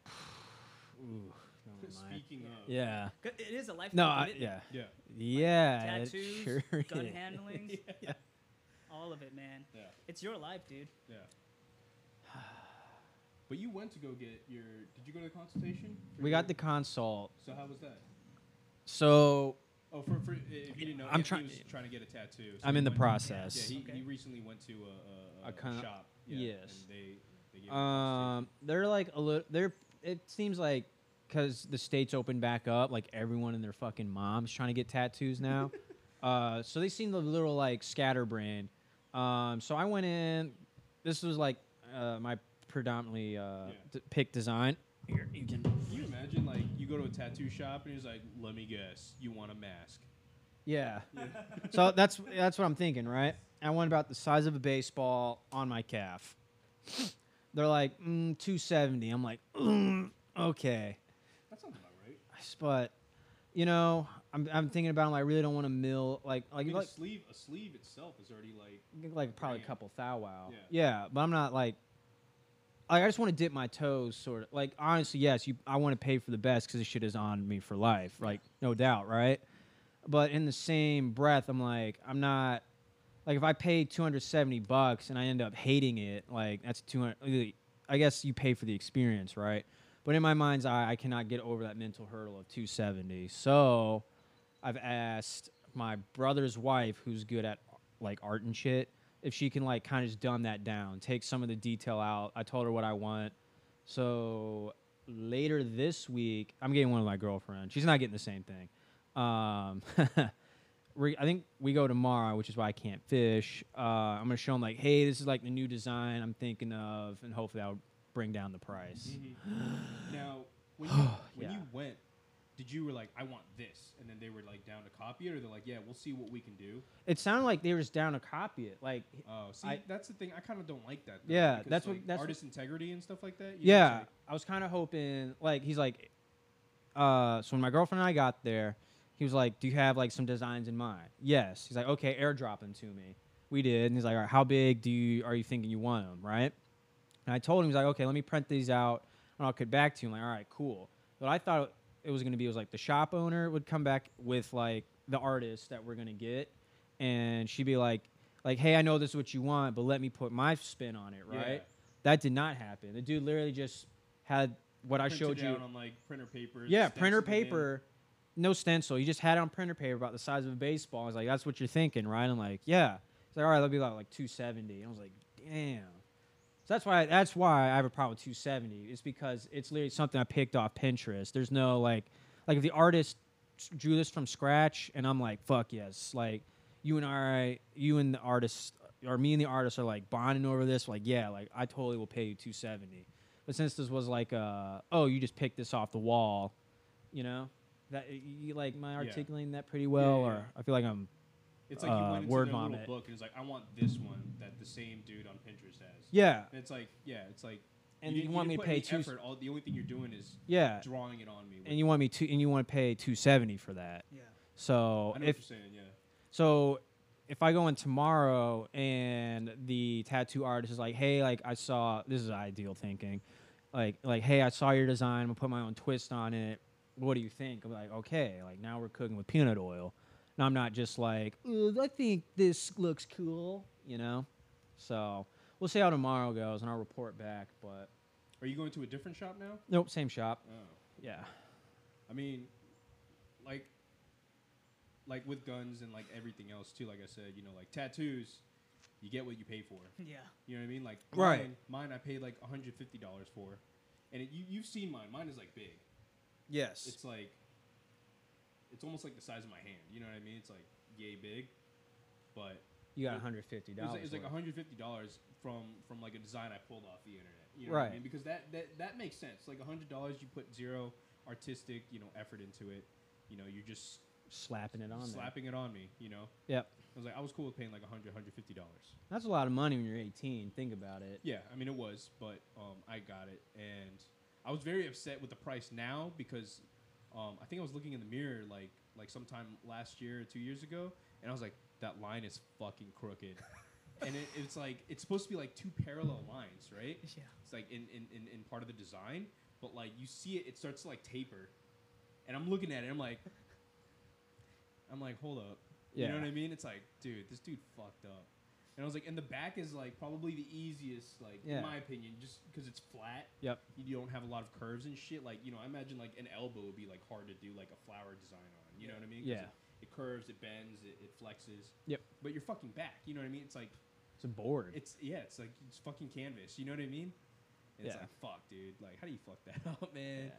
A: Ooh,
C: *laughs*
D: *laughs*
A: never mind.
C: Speaking
D: Yeah.
C: of.
D: 'Cause It is a life. *laughs*
A: No, I, yeah,
C: Yeah.
A: yeah, it
D: tattoos,
A: sure *laughs*
D: gun
A: is.
D: handlings,
C: Yeah.
D: all of it, man.
C: Yeah.
D: It's your life, dude.
C: Yeah. *sighs* But you went to go get your. Did you go to the consultation? for
A: We
C: your-
A: got the consult.
C: So how was that?
A: So
C: Oh, for, for if you didn't know,
A: I'm
C: I'm
A: try-
C: trying. Trying to get a tattoo. so
A: I'm
C: he
A: in the
C: went-
A: process.
C: Yeah, he,
D: Okay.
C: he recently went to a, a,
A: A
C: a
A: con-
C: shop. Yeah,
A: yes.
C: And they, they gave him a
A: Um, they're like a little. They're. It seems like because the states open back up, like everyone and their fucking moms trying to get
C: *laughs*
A: tattoos now. uh, so they seem a little like scatterbrained. Um, so I went in. This was like uh, my predominantly uh,
C: Yeah.
A: d- pick design. Here, you can.
C: consultation. Can you imagine like you go to a tattoo shop and he's like, "Let me guess, you want a mask?"
A: Yeah. so that's that's what I'm thinking, right? I want about the size of a baseball on my calf. They're like mm, 270. I'm like, mm, okay.
C: That sounds about right.
A: but you know, I'm, I'm thinking about. it, like, I really don't want to mill like
C: I
A: like
C: mean,
A: like,
C: a sleeve, a sleeve itself is already like.
A: like probably a
C: grand.
A: couple thou wow.
C: Yeah.
A: yeah, but I'm not like like I just want to dip my toes, sort of. Like honestly, yes, you I want to pay for the best because this shit is on me for life, like no doubt, right? But in the same breath, I'm like I'm not like if I pay 270 bucks and I end up hating it, like that's 200. I guess you pay for the experience, right? But in my mind's eye, I cannot get over that mental hurdle of 270. So I've asked my brother's wife, who's good at like art and shit, if she can like kind of just dumb that down, take some of the detail out. I told her what I want. So later this week, I'm getting one of my girlfriend. She's not getting the same thing. Um, *laughs* we, I think we go tomorrow, which is why I can't fish. Uh, I'm gonna show them like, hey, this is like the new design I'm thinking of, and hopefully I'll bring down the price.
C: Mm-hmm. Now, when
A: *sighs*
C: you, when
A: Yeah.
C: you went, did you were like, I want this, and then they were like down to copy it, or they're like, Yeah, we'll see what we can do.
A: It sounded like they were just down to copy it. Like,
C: Oh, see,
A: I-
C: that's the thing. I kind of don't like that.
A: Yeah,
C: because,
A: that's what-
C: like,
A: that's what-
C: artist integrity and stuff like that. you know, it's
A: yeah,
C: like-
A: I was kind of hoping. Like, he's like, uh, so when my girlfriend and I got there, he was like, do you have like some designs in mind? Yes. He's like, okay, airdrop them to me. We did, and he's like, all right, how big do you are you thinking you want them, right? And I told him, he's like, okay, let me print these out and I'll get back to you. I'm like, all right, cool. What I thought it was going to be was like the shop owner would come back with like the artist that we're going to get and she'd be like, like, hey, I know this is what you want, but let me put my spin on it, right?
C: Yeah.
A: That did not happen. The dude literally just had what I
C: printed
A: showed you.
C: out on like printer paper.
A: Yeah, printer
C: stenciled in.
A: paper, no stencil. He just had it on printer paper about the size of a baseball. I was like, that's what you're thinking, right? I'm like, yeah. He's like, all right, that'll be like, like 270. I was like, damn. So that's why that's why I have a problem with 270. It's because it's literally something I picked off Pinterest. There's no like, like if the artist s- drew this from scratch, and I'm like, fuck yes, like you and I, you and the artist, or me and the artist are like bonding over this. Like, yeah, like I totally will pay you 270. But since this was like, uh, oh, you just picked this off the wall, you know, that you like my articulating that pretty well,
C: yeah,
A: or
C: yeah.
A: I feel like I'm
C: It's like you
A: uh,
C: went into
A: word
C: their little
A: vomit.
C: book and it's like, I want this one that the same dude on Pinterest has.
A: yeah,
C: And it's like, yeah, it's like.
A: And
C: didn't-
A: you want
C: didn't
A: me to
C: put any
A: pay two s-
C: Effort. All the only thing you're doing is
A: yeah,
C: drawing it on me. with-
A: and you want me to, and you want to pay 270 for that.
D: Yeah.
A: So
C: I know what
A: if
C: you're saying. Yeah.
A: So if I go in tomorrow and the tattoo artist is like, "Hey, like I saw this is ideal thinking, like like hey, I saw your design. I'm gonna put my own twist on it. What do you think?" I'm like, "Okay, like now we're cooking with peanut oil." And I'm not just like, "Ooh, I think this looks cool," you know. So we'll see how tomorrow goes, and I'll report back. But
C: Are you going to a different shop now?
A: nope, same shop.
C: Oh.
A: Yeah,
C: I mean, like, like with guns and like everything else too. Like I said, you know, like tattoos, you get what you pay for.
D: Yeah.
C: You know what I mean? Like
A: Right.
C: Mine, mine I paid like 150 dollars for, and it, you you've seen mine. Mine is like big.
A: yes,
C: It's like, it's almost like the size of my hand. You know what I mean? It's like yay big, but
A: you got
C: it- it
A: 150
C: was,
A: dollars.
C: like- it was like 150 dollars from from like a design I pulled off the internet. You know What
A: Right.
C: I mean? Because that, that that makes sense. Like 100 dollars, you put zero artistic, you know, effort into it. You know, you're just
A: slapping it on there.
C: slapping it on me. You know.
A: Yep,
C: I was like, I was cool with paying like 100, 150 dollars.
A: that's a lot of money when you're 18. Think about it.
C: Yeah, I mean it was, but um, I got it, and I was very upset with the price now because um, I think I was looking in the mirror like like sometime last year or two years ago, and I was like, that line is fucking crooked, and it, it's like it's supposed to be like two parallel lines, right?
D: Yeah.
C: It's like in, in, in, in part of the design, but like you see it, it starts to like taper, and I'm looking at it, I'm like, *laughs* I'm like, hold up, you know
A: Yeah.
C: what I mean? It's like, dude, this dude fucked up, and I was like, and the back is like probably the easiest, like
A: Yeah.
C: in my opinion, just because it's flat.
A: Yep.
C: You don't have a lot of curves and shit. Like you know, I imagine like an elbow would be like hard to do like a flower design on. You know what I mean? 'Cause
A: Yeah.
C: It, it curves, it bends, it, it flexes.
A: Yep.
C: But you're fucking back. You know what I mean? It's like
A: It's a board.
C: it's yeah, it's like it's fucking canvas. You know what I mean? And It's
A: Yeah.
C: like fuck, dude. Like how do you fuck that *laughs* up, man?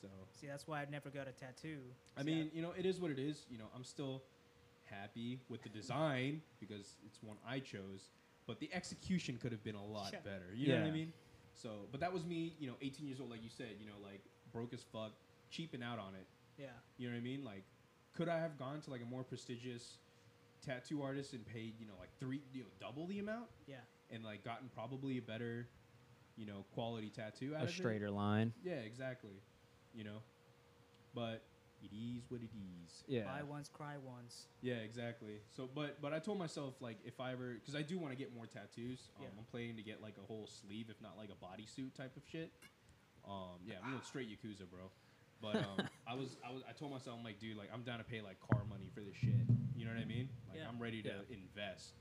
C: So
D: See, that's why I'd never got a tattoo.
C: I mean, you know, it is what it is. You know, I'm still happy with the design because it's one I chose, but the execution could have been a lot
D: Yeah.
C: better. You know what I
A: Yeah.
C: mean? So, but that was me. You know, 18 years old, like you said. You know, like broke as fuck, cheaping out on it.
D: Yeah.
C: You know what I mean? Like, could I have gone to like a more prestigious tattoo artist and paid you know like three, you know, double the amount?
D: Yeah.
C: and like gotten probably a better, you know, quality tattoo out
A: a
C: of
A: straighter line.
C: it. Yeah, exactly. You know, but it is what it is.
A: Yeah.
D: Buy once, cry once.
C: Yeah, exactly. So, but but I told myself like if I ever because I do want to get more tattoos. Um,
D: Yeah.
C: I'm planning to get like a whole sleeve, if not like a bodysuit type of shit. Um, yeah,
D: Ah.
C: I'm going straight yakuza, bro.
D: *laughs*
C: But um, I was I was I told myself I'm like, dude, like I'm down to pay like car money for this shit. You know what I mean? Like
D: Yeah.
C: I'm ready to
A: Yeah.
C: invest.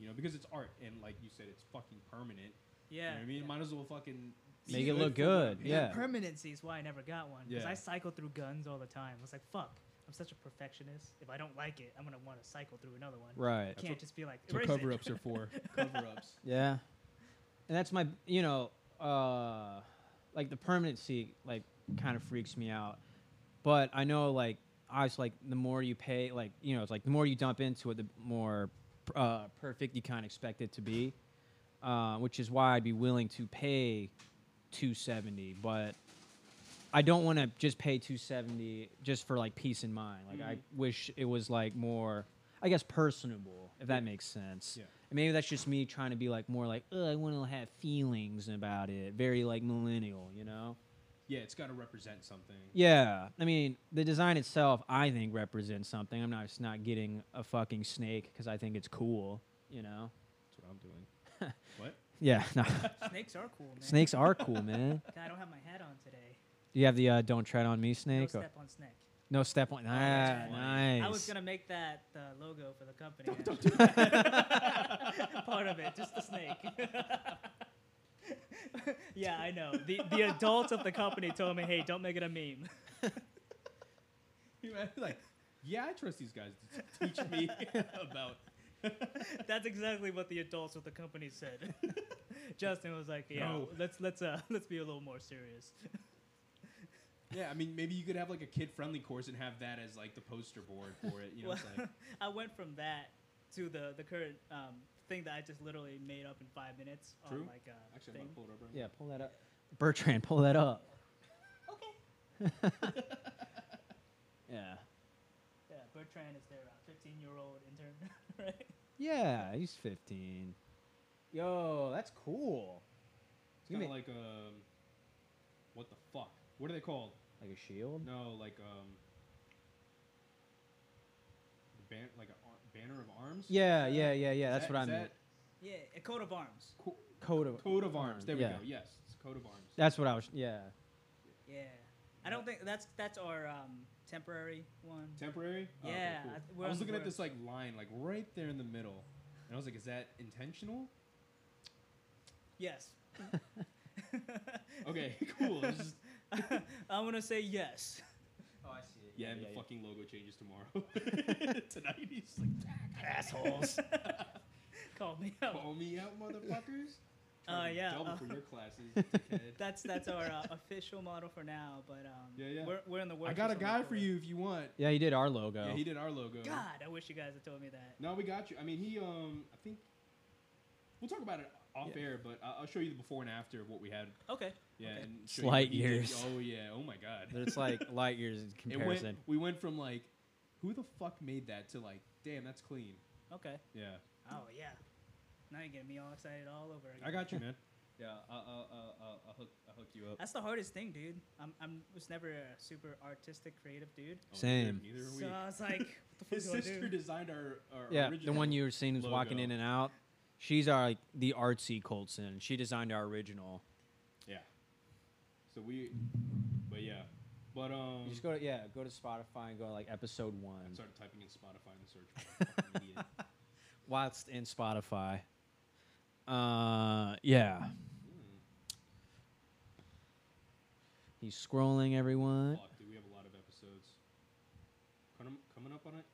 C: You know, because it's art and like you said, it's fucking permanent. You know
D: Yeah.
C: what I mean, might as well fucking
A: Make it look good. Yeah.
D: Permanency is why I never got one because
C: Yeah.
D: I cycle through guns all the time. I was like, fuck. I'm such a perfectionist. If I don't like it, I'm gonna want to cycle through another one.
A: Right.
D: Can't just be like
C: That's what
D: erase
C: cover
D: it.
C: ups are for.
D: *laughs*
C: cover ups.
A: Yeah. And that's my, you know, uh, like the permanency, like, kind of freaks me out. But I know, like, I was like, the more you pay, like, you know, it's like the more you dump into it, the more uh, perfect you kind of expect it to be. Uh, which is why I'd be willing to pay 270, but I don't want to just pay 270 just for like peace in mind. Like I
D: Mm-hmm.
A: wish it was like more, I guess, personable, if that makes sense.
C: Yeah.
A: And maybe that's just me trying to be like more like, Ugh, I want to have feelings about it. Very like millennial, you know?
C: Yeah, it's got to represent something.
A: Yeah. I mean, the design itself, I think, represents something. I'm not just not getting a fucking snake because I think it's cool, you know?
C: That's what I'm doing. *laughs* what?
A: Yeah. *laughs* No.
D: *laughs* Snakes are cool, man.
A: Snakes are cool,
D: *laughs*
A: man.
D: God, I don't have my hat on today.
A: Do you have the uh, "Don't Tread on Me"
D: No
A: snake? or-
D: step on snake.
A: no step on. Ah,
D: that's
A: nice.
D: I was gonna make that the logo for the company.
C: Don't
D: actually.
C: do that.
D: *laughs* Part of it, just the *laughs* snake. yeah, I know. The the adults of the company told me, "Hey, don't make it a meme." *laughs*
C: You know, like, yeah, I trust these guys to teach me *laughs* about.
D: That's exactly what the adults of the company said. *laughs* Justin was like, "Yeah,
C: No.
D: let's let's uh *laughs* let's be a little more serious."
C: Yeah, I mean, maybe you could have like a kid-friendly course and have that as like the poster board for it. You know,
D: well, *laughs*
C: it's like
D: I went from that to the the current um, thing that I just literally made up in five minutes.
C: True.
D: On like a
C: actually, I'm
D: thing.
C: gonna pull it up right
A: yeah, pull that up, Bertrand. Pull that up. Okay. yeah.
D: Yeah, Bertrand is their fifteen-year-old intern, *laughs* right?
A: Yeah, he's 15. Yo, that's cool.
C: It's
A: You
C: kind of
A: may-
C: like um, what the fuck? What are they called?
A: Like a shield.
C: No, like um, the ban- like a ar- banner of arms.
A: Yeah, yeah, yeah, yeah.
C: Is
A: That's
C: that-
A: what I
C: is
A: meant.
D: Yeah, a coat of arms.
C: that co-
A: Coat of
C: coat of arms. There we
A: yeah.
C: go. Yes, it's coat of arms.
A: That's what I was. Yeah.
D: Yeah, I don't think that's that's our um, temporary one.
C: Temporary. Oh, okay,
D: Yeah,
C: cool.
D: I- we're
C: I was
D: on the
C: looking at
D: board.
C: this like line, like right there in the middle, and I was like, is that intentional?
D: yes.
C: Okay, *laughs* cool. It's
D: *laughs*
C: just-
D: I'm gonna say yes.
A: Oh, I see.
C: yeah, and the fucking logo changes tomorrow. *laughs* Tonight he's like,
D: Assholes. *laughs* Call me out.
C: call me out,
D: *laughs*
C: motherfuckers.
D: Uh,
C: Trying to
D: yeah.
C: Double
D: uh,
C: for your
D: *laughs*
C: classes. dickhead.
D: that's that's our uh, official model for now, but um,
C: Yeah, yeah.
D: We're, we're in the works.
C: I
D: of
C: got a
D: something
C: guy for
D: it.
C: you if you want.
A: Yeah, he did our logo.
C: Yeah, he did our logo.
D: God, I wish you guys had told me that.
C: No, we got you. I mean, he. Um, I think we'll talk about it off air, but I- I'll show you the before and after of what we had.
D: Okay.
C: Yeah,
D: Okay.
C: and show
A: It's
C: you what
A: light
C: he did.
A: years.
C: Oh yeah. Oh my god.
A: But it's like
C: *laughs*
A: light years in
C: It went,
A: comparison.
C: we went from like, who the fuck made that to like, damn, that's clean.
D: Okay.
C: Yeah,
D: Oh yeah. Now you're getting me all excited all over again.
C: I got you,
D: *laughs*
C: man. Yeah, I'll, I'll, I'll, I'll, I'll, hook, I'll hook you up.
D: That's the hardest thing, dude. I'm I'm was never a super artistic, creative dude.
C: Oh,
A: Same.
C: Neither, neither are we.
D: So
C: *laughs*
D: I was like, what the
C: His
D: fuck do I
C: sister
D: do?
C: designed our, our
A: Yeah,
C: original.
A: the one you were seeing who's walking
C: logo.
A: in and out. She's our like the artsy Colson. She designed our original.
C: Yeah. So we, but yeah, but um.
A: You just go to yeah, go to Spotify and go to, like episode
C: I
A: one.
C: started typing in Spotify in the search. bar. Fucking
A: *laughs*
C: idiot.
A: Whilst in Spotify. Uh yeah.
C: Mm.
A: He's scrolling everyone.
C: Fuck, dude, we have a lot of episodes. Coming, coming up on it?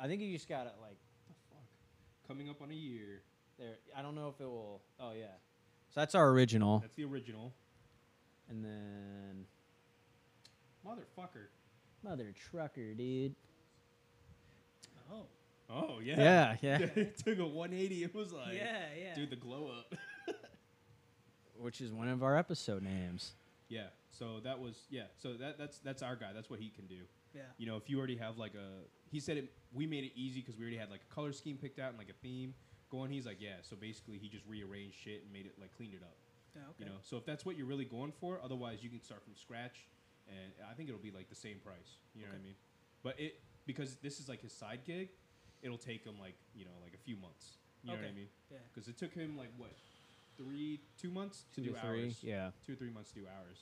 A: I think you just gotta like
C: The fuck? Coming up on a year.
A: there I don't know if it will oh yeah. So that's our original.
C: That's the original.
A: And then
C: Motherfucker.
A: Mother Trucker, dude.
D: Oh.
C: Oh, yeah.
A: Yeah, *laughs* yeah.
C: *laughs* it took a 180. It was like,
D: yeah, yeah.
C: dude, the glow up.
A: Which is one of our episode names.
C: yeah. So that was, yeah. So that that's that's our guy. That's what he can do.
D: yeah.
C: You know, if you already have like a, he said it, we made it easy because we already had like a color scheme picked out and like a theme going. He's like, yeah. So basically, he just rearranged shit and made it like cleaned it up.
D: Yeah, okay.
C: You know, so if that's what you're really going for, otherwise you can start from scratch, and I think it'll be like the same price. You know what I mean? But it because this is like his side gig, it'll take him like you know like a few months. You know what I
D: Okay.
C: mean?
D: Yeah.
C: Because it took him like what three, two months to
A: Two
C: do
A: to three.
C: hours.
A: Yeah.
C: Two or three months to do hours.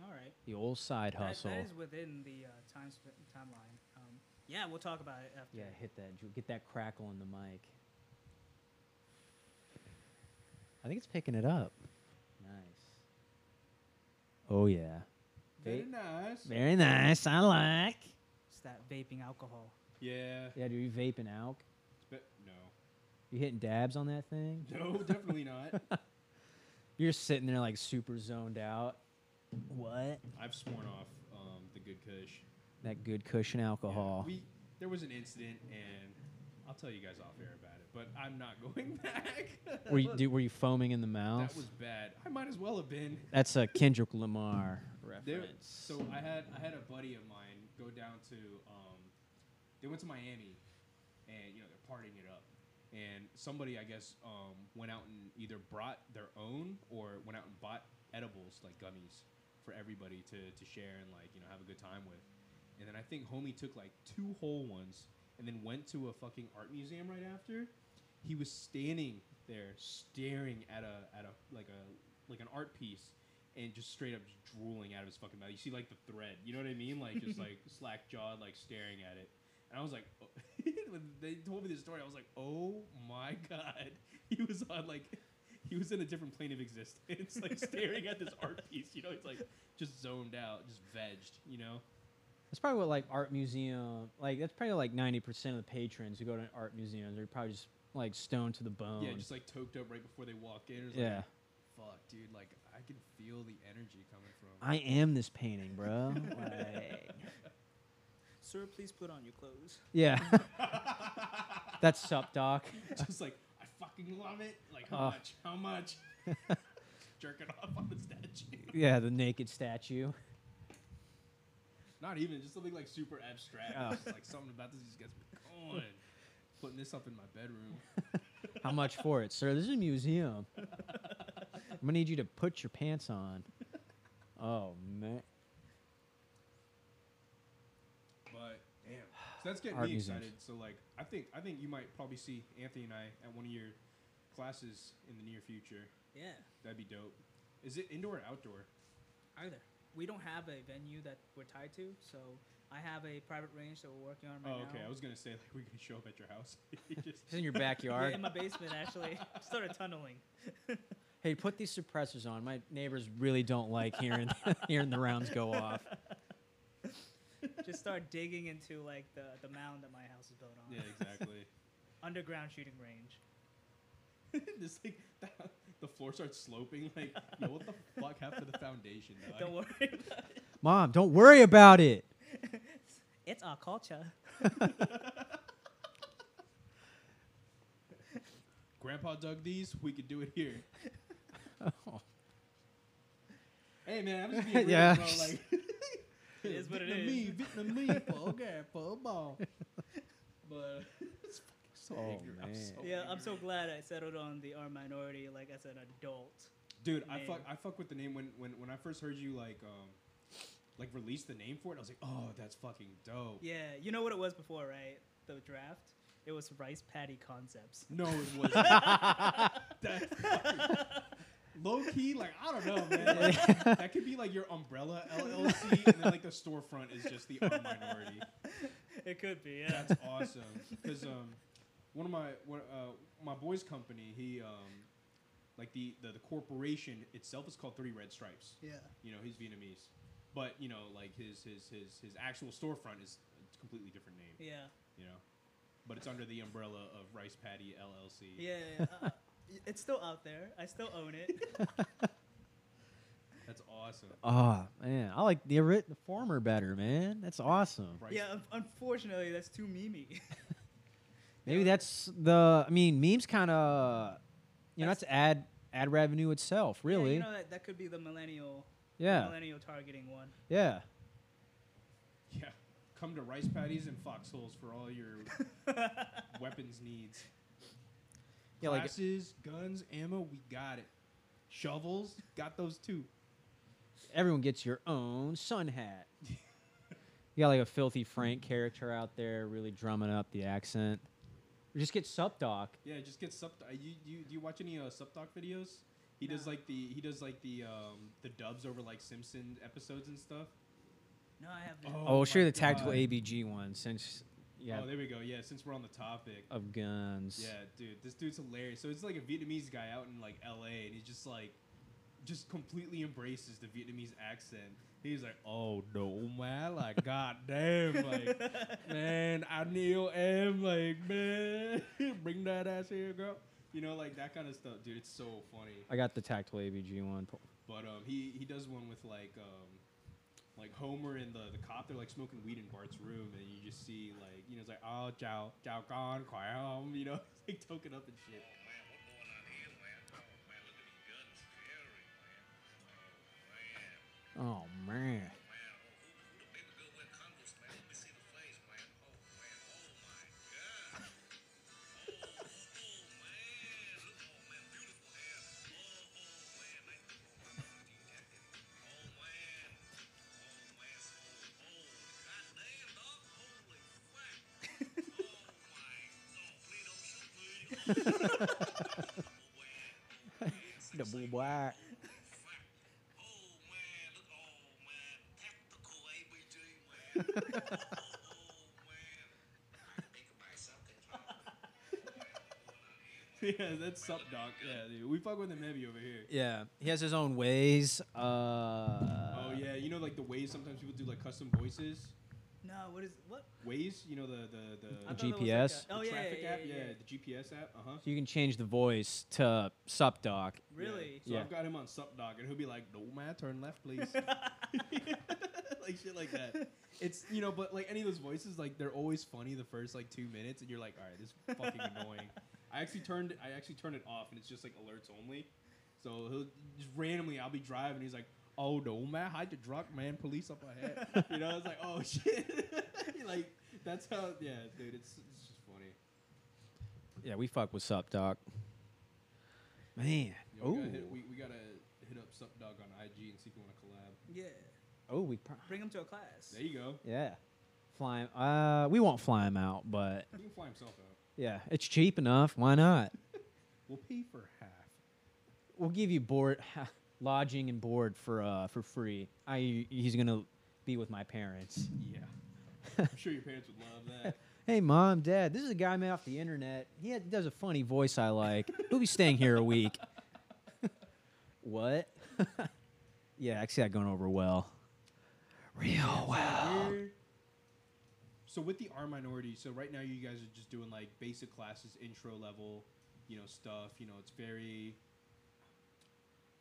D: All right.
A: The old side
D: That,
A: hustle.
D: that is within the uh, time sp- timeline. Um, yeah, we'll talk about it after.
A: Yeah, hit that. ju- Get that crackle in the mic. I think it's picking it up. Nice. Oh yeah.
C: Very
A: Vape.
C: nice.
A: Very nice. I like.
D: It's that vaping alcohol.
C: Yeah.
A: Yeah, dude, you vaping out?
C: But no.
A: You hitting dabs on that thing?
C: *laughs* No, *laughs* definitely not.
A: You're sitting there like super zoned out. What?
C: I've sworn off um, the good kush.
A: That good cushion alcohol.
C: We there was an incident, and I'll tell you guys off air about it. But I'm not *laughs* going back.
A: Were you dude, were you foaming in the mouth?
C: that was bad. I might as well have been.
A: That's a Kendrick Lamar
C: There-
A: reference.
C: so I had I had a buddy of mine go down to um, they went to Miami, and you know they're partying it up, and somebody I guess um, went out and either brought their own or went out and bought edibles like gummies for everybody to to share and like you know have a good time with, and then I think homie took like two whole ones and then went to a fucking art museum right after. He was standing there staring at a at a like a like an art piece and just straight up just drooling out of his fucking mouth. You see like the thread, you know what I mean? Like just like slack jawed, like staring at it. And I was like, oh. *laughs* when they told me this story, I was like, oh my god, *laughs* he was on like. He was in a different plane of existence, like staring at this art piece. You know, he's like just zoned out, just vegged. You know,
A: That's probably what like art museum like that's probably like ninety percent of the patrons who go to art museums are probably just like stoned to the bone.
C: yeah, just like toked up right before they walk in. It was
A: Um, Yeah.
C: like, fuck, dude. Like I can feel the energy coming from.
A: I am this painting, bro.
D: *laughs*
A: like,
D: Sir, please put on your clothes.
A: yeah. *laughs* That's sup doc.
C: *laughs* just like I fucking love it. Like how
A: Uh.
C: much? How
A: *laughs*
C: much? Jerking off on the statue. *laughs*
A: Yeah, the naked statue.
C: Not even just something like super abstract.
A: Oh.
C: It's just like something about this just gets me going. Putting this up in my bedroom.
A: How much for it, sir? This is a museum. I'm gonna need you to put your pants on. Oh man,
C: But damn, so that's getting
A: Art
C: me
A: museums.
C: excited. So like, I think I think you might probably see Anthony and I at one of your classes in the near future.
D: Yeah,
C: That'd be dope. Is it indoor or outdoor?
D: either. We don't have a venue that we're tied to, so I have a private range that we're working on right
C: oh, okay.
D: now.
C: I was gonna say like we can show up at your house. *laughs*
D: *laughs*
C: Just-
A: it's in your
C: *laughs*
D: Yeah,
A: backyard.
D: in my basement, actually. *laughs* Started tunneling.
A: hey, put these suppressors on. My neighbors really don't like hearing *laughs* hearing the rounds go off.
D: Just start digging into like the, the mound that my house is built on.
C: yeah,
D: *laughs*
C: exactly. *laughs*
D: Underground shooting range.
C: this like the, the floor starts sloping. Like, yo, what
D: *laughs*
C: the fuck happened to the foundation? dog?
D: Don't worry. *laughs* about it.
A: Mom, don't worry about it.
D: It's our culture.
C: Grandpa dug these. We could do it
D: *laughs*
C: here.
D: Oh.
C: Hey man, I'm just
D: *laughs*
C: being real,
A: Yeah.
C: bro. Like, E,
D: It is what it is.
C: Vietnamese,
D: *laughs*
C: Vietnamese, for grandpa ball. But it's fucking so
A: Oh,
C: angry. I'm so
A: man.
D: Yeah, I'm so
C: angry.
D: glad I settled on the R minority like as an adult.
C: Dude, I
D: name.
C: fuck, I fuck with the name when, when, when I first heard you like um like release the name for it. I was like, oh, that's fucking dope.
D: Yeah, you know what it was before, right? The draft. It was rice patty concepts.
C: No, it wasn't. That fucking- Low key, like I don't know,
A: Oh,
C: man. Like, *laughs*
A: *laughs*
C: that could be like your umbrella LLC, and then like the storefront is just the R minority.
D: *laughs* It could be, yeah.
C: That's awesome. Because um, one of my one, uh, my boy's company, he um, like the, the the corporation itself is called Three Red Stripes.
D: yeah.
C: You know, he's Vietnamese, but you know, like his his his his actual storefront is a completely different name.
D: Yeah.
C: You know, but it's under the umbrella of Rice Patty LLC.
D: Yeah. yeah, uh, it's still out there. I still own it.
C: That's awesome.
A: Oh man, I like the ori- the former better, man. That's awesome.
C: *laughs* Rice
D: yeah, un- unfortunately, that's too memey. *laughs*
A: Maybe that's the. I mean, memes kind of. You know,
D: That's-
A: that's ad ad revenue itself, really.
D: Yeah, you know, that, that could be the millennial
A: Yeah,
D: millennial targeting one.
A: yeah.
C: Yeah. Come to rice patties and foxholes for all your
A: *laughs*
C: weapons needs.
A: Yeah, like-
C: Glasses, guns, ammo, we got it. Shovels, got those too.
A: everyone gets your own sun hat. *laughs* you got like a filthy Frank character out there, really drumming up the accent. Or just get sub doc.
C: Yeah, just get sub. uh, You, you do you watch any uh, sub doc videos? He does
D: No.
C: like the he does like the um, the dubs over like Simpson episodes and stuff.
D: No, I have that.
A: Oh,
C: my
A: we'll share the tactical
C: God.
A: ABG one since yeah
C: Oh, there we go. Yeah, since we're on the topic.
A: of guns.
C: Yeah, dude, this dude's hilarious. So it's like a Vietnamese guy out in like L.A. and he's just like, just completely embraces the Vietnamese accent. He's like, "Oh no, man! Like, goddamn! Like,
D: *laughs*
C: man, I kneel and like, man, *laughs* bring that ass here, girl. You know, like that kind of stuff, dude. It's so funny.
A: I got the tactile ABG one. Po-
C: But um, he he does one with like um, like Homer and the the cop. They're like smoking weed in Bart's room, and you just see like you know it's like oh Jiao Jiao Gong Kwam, *laughs* you know, it's like token up and shit.
F: Man, what's going on here, man? Oh, man, look at these guns. Scary, man. Oh, man.
A: oh man.
F: Man, oh, who, who the baby girl with Congress, man? Let me see the face, man. Oh, man. Oh, my God. Oh, oh, man. Look, oh, man. Beautiful hair. Oh, oh, man. Nice. Oh, man. Oh, man. Oh, man. Oh, oh. Goddamn, dog. Holy crap. Oh, my. No, please don't shoot me. *laughs* Oh, man. Oh, man.
A: Double black.
F: Oh man, look, oh man, tactical ABG man. *laughs* oh man, I think about something.
C: *laughs* yeah, that's sup doc. Yeah, dude. we fuck with him heavy over here.
A: Yeah, he has his own ways. Uh,
C: oh yeah, you know like the ways sometimes people do like custom voices.
D: No, what is what?
C: Ways, you know the the the,
D: I
C: the
D: thought it was
A: GPS?
D: Like a, oh yeah,
C: traffic
D: yeah,
C: app,
D: yeah, yeah, yeah.
C: the GPS app. Uh huh.
A: So you can change the voice to Supdoc.
D: Really?
C: So
A: Yeah.
C: I've got him on Supdog, and he'll be like, "No, man, turn left, please."
D: *laughs*
C: *laughs* like shit, *laughs* like that. It's you know, but like any of those voices, like they're always funny the first like two minutes, and you're like, "All right, this is fucking annoying." I actually turned, I actually turned it off, and it's just like alerts only. So he'll just randomly, I'll be driving, he's like, "Oh no, man, hide your drunk man, police up ahead." you know, it's like, "Oh *laughs* shit," like that's how. Yeah, dude, it's, it's just funny.
A: Yeah, we fuck with Supdoc. Man.
C: Yo, we,
A: Oh.
C: gotta hit, we, we gotta hit up Supdog on IG and see if we want to collab.
A: Oh, we. Pro-
D: Bring him to a class.
C: There you go.
A: yeah. Fly him. Uh, we won't fly him out, but
C: He can fly himself out.
A: yeah, it's cheap enough. Why not?
C: We'll pay for half.
A: We'll give you board, *laughs* lodging and board for uh for free. I e, he's gonna be with my parents.
C: Yeah. I'm sure your parents would love that.
A: Hey, mom, dad, this is a guy I met off the internet. He had, does a funny voice I like. He'll be staying here a week. *laughs* what? *laughs* yeah, actually, that going over well. Real well.
C: We're- So with the R minority, so right now you guys are just doing like basic classes, intro level, you know, stuff. You know, it's very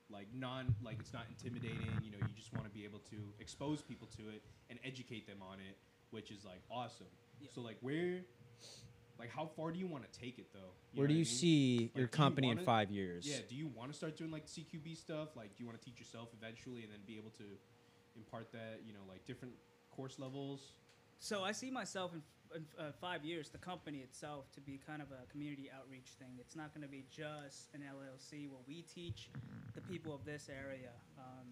C: like non like it's not intimidating, you know, you just want to be able to expose people to it and educate them on it, which is like awesome.
D: Yeah.
C: So like where like how far do you want to take it though? You
A: Where
C: know
A: do
C: what I mean?
A: you see
C: do you
A: your company in
C: wanna-
A: five years?
C: Yeah, do you want to start doing like CQB stuff? Like, do you want to teach yourself eventually and then be able to impart that, you know, like different course levels?
D: So I see myself in, in uh, five years, the company itself, to be kind of a community outreach thing. It's not going to be just an LLC where we teach the people of this area. Um,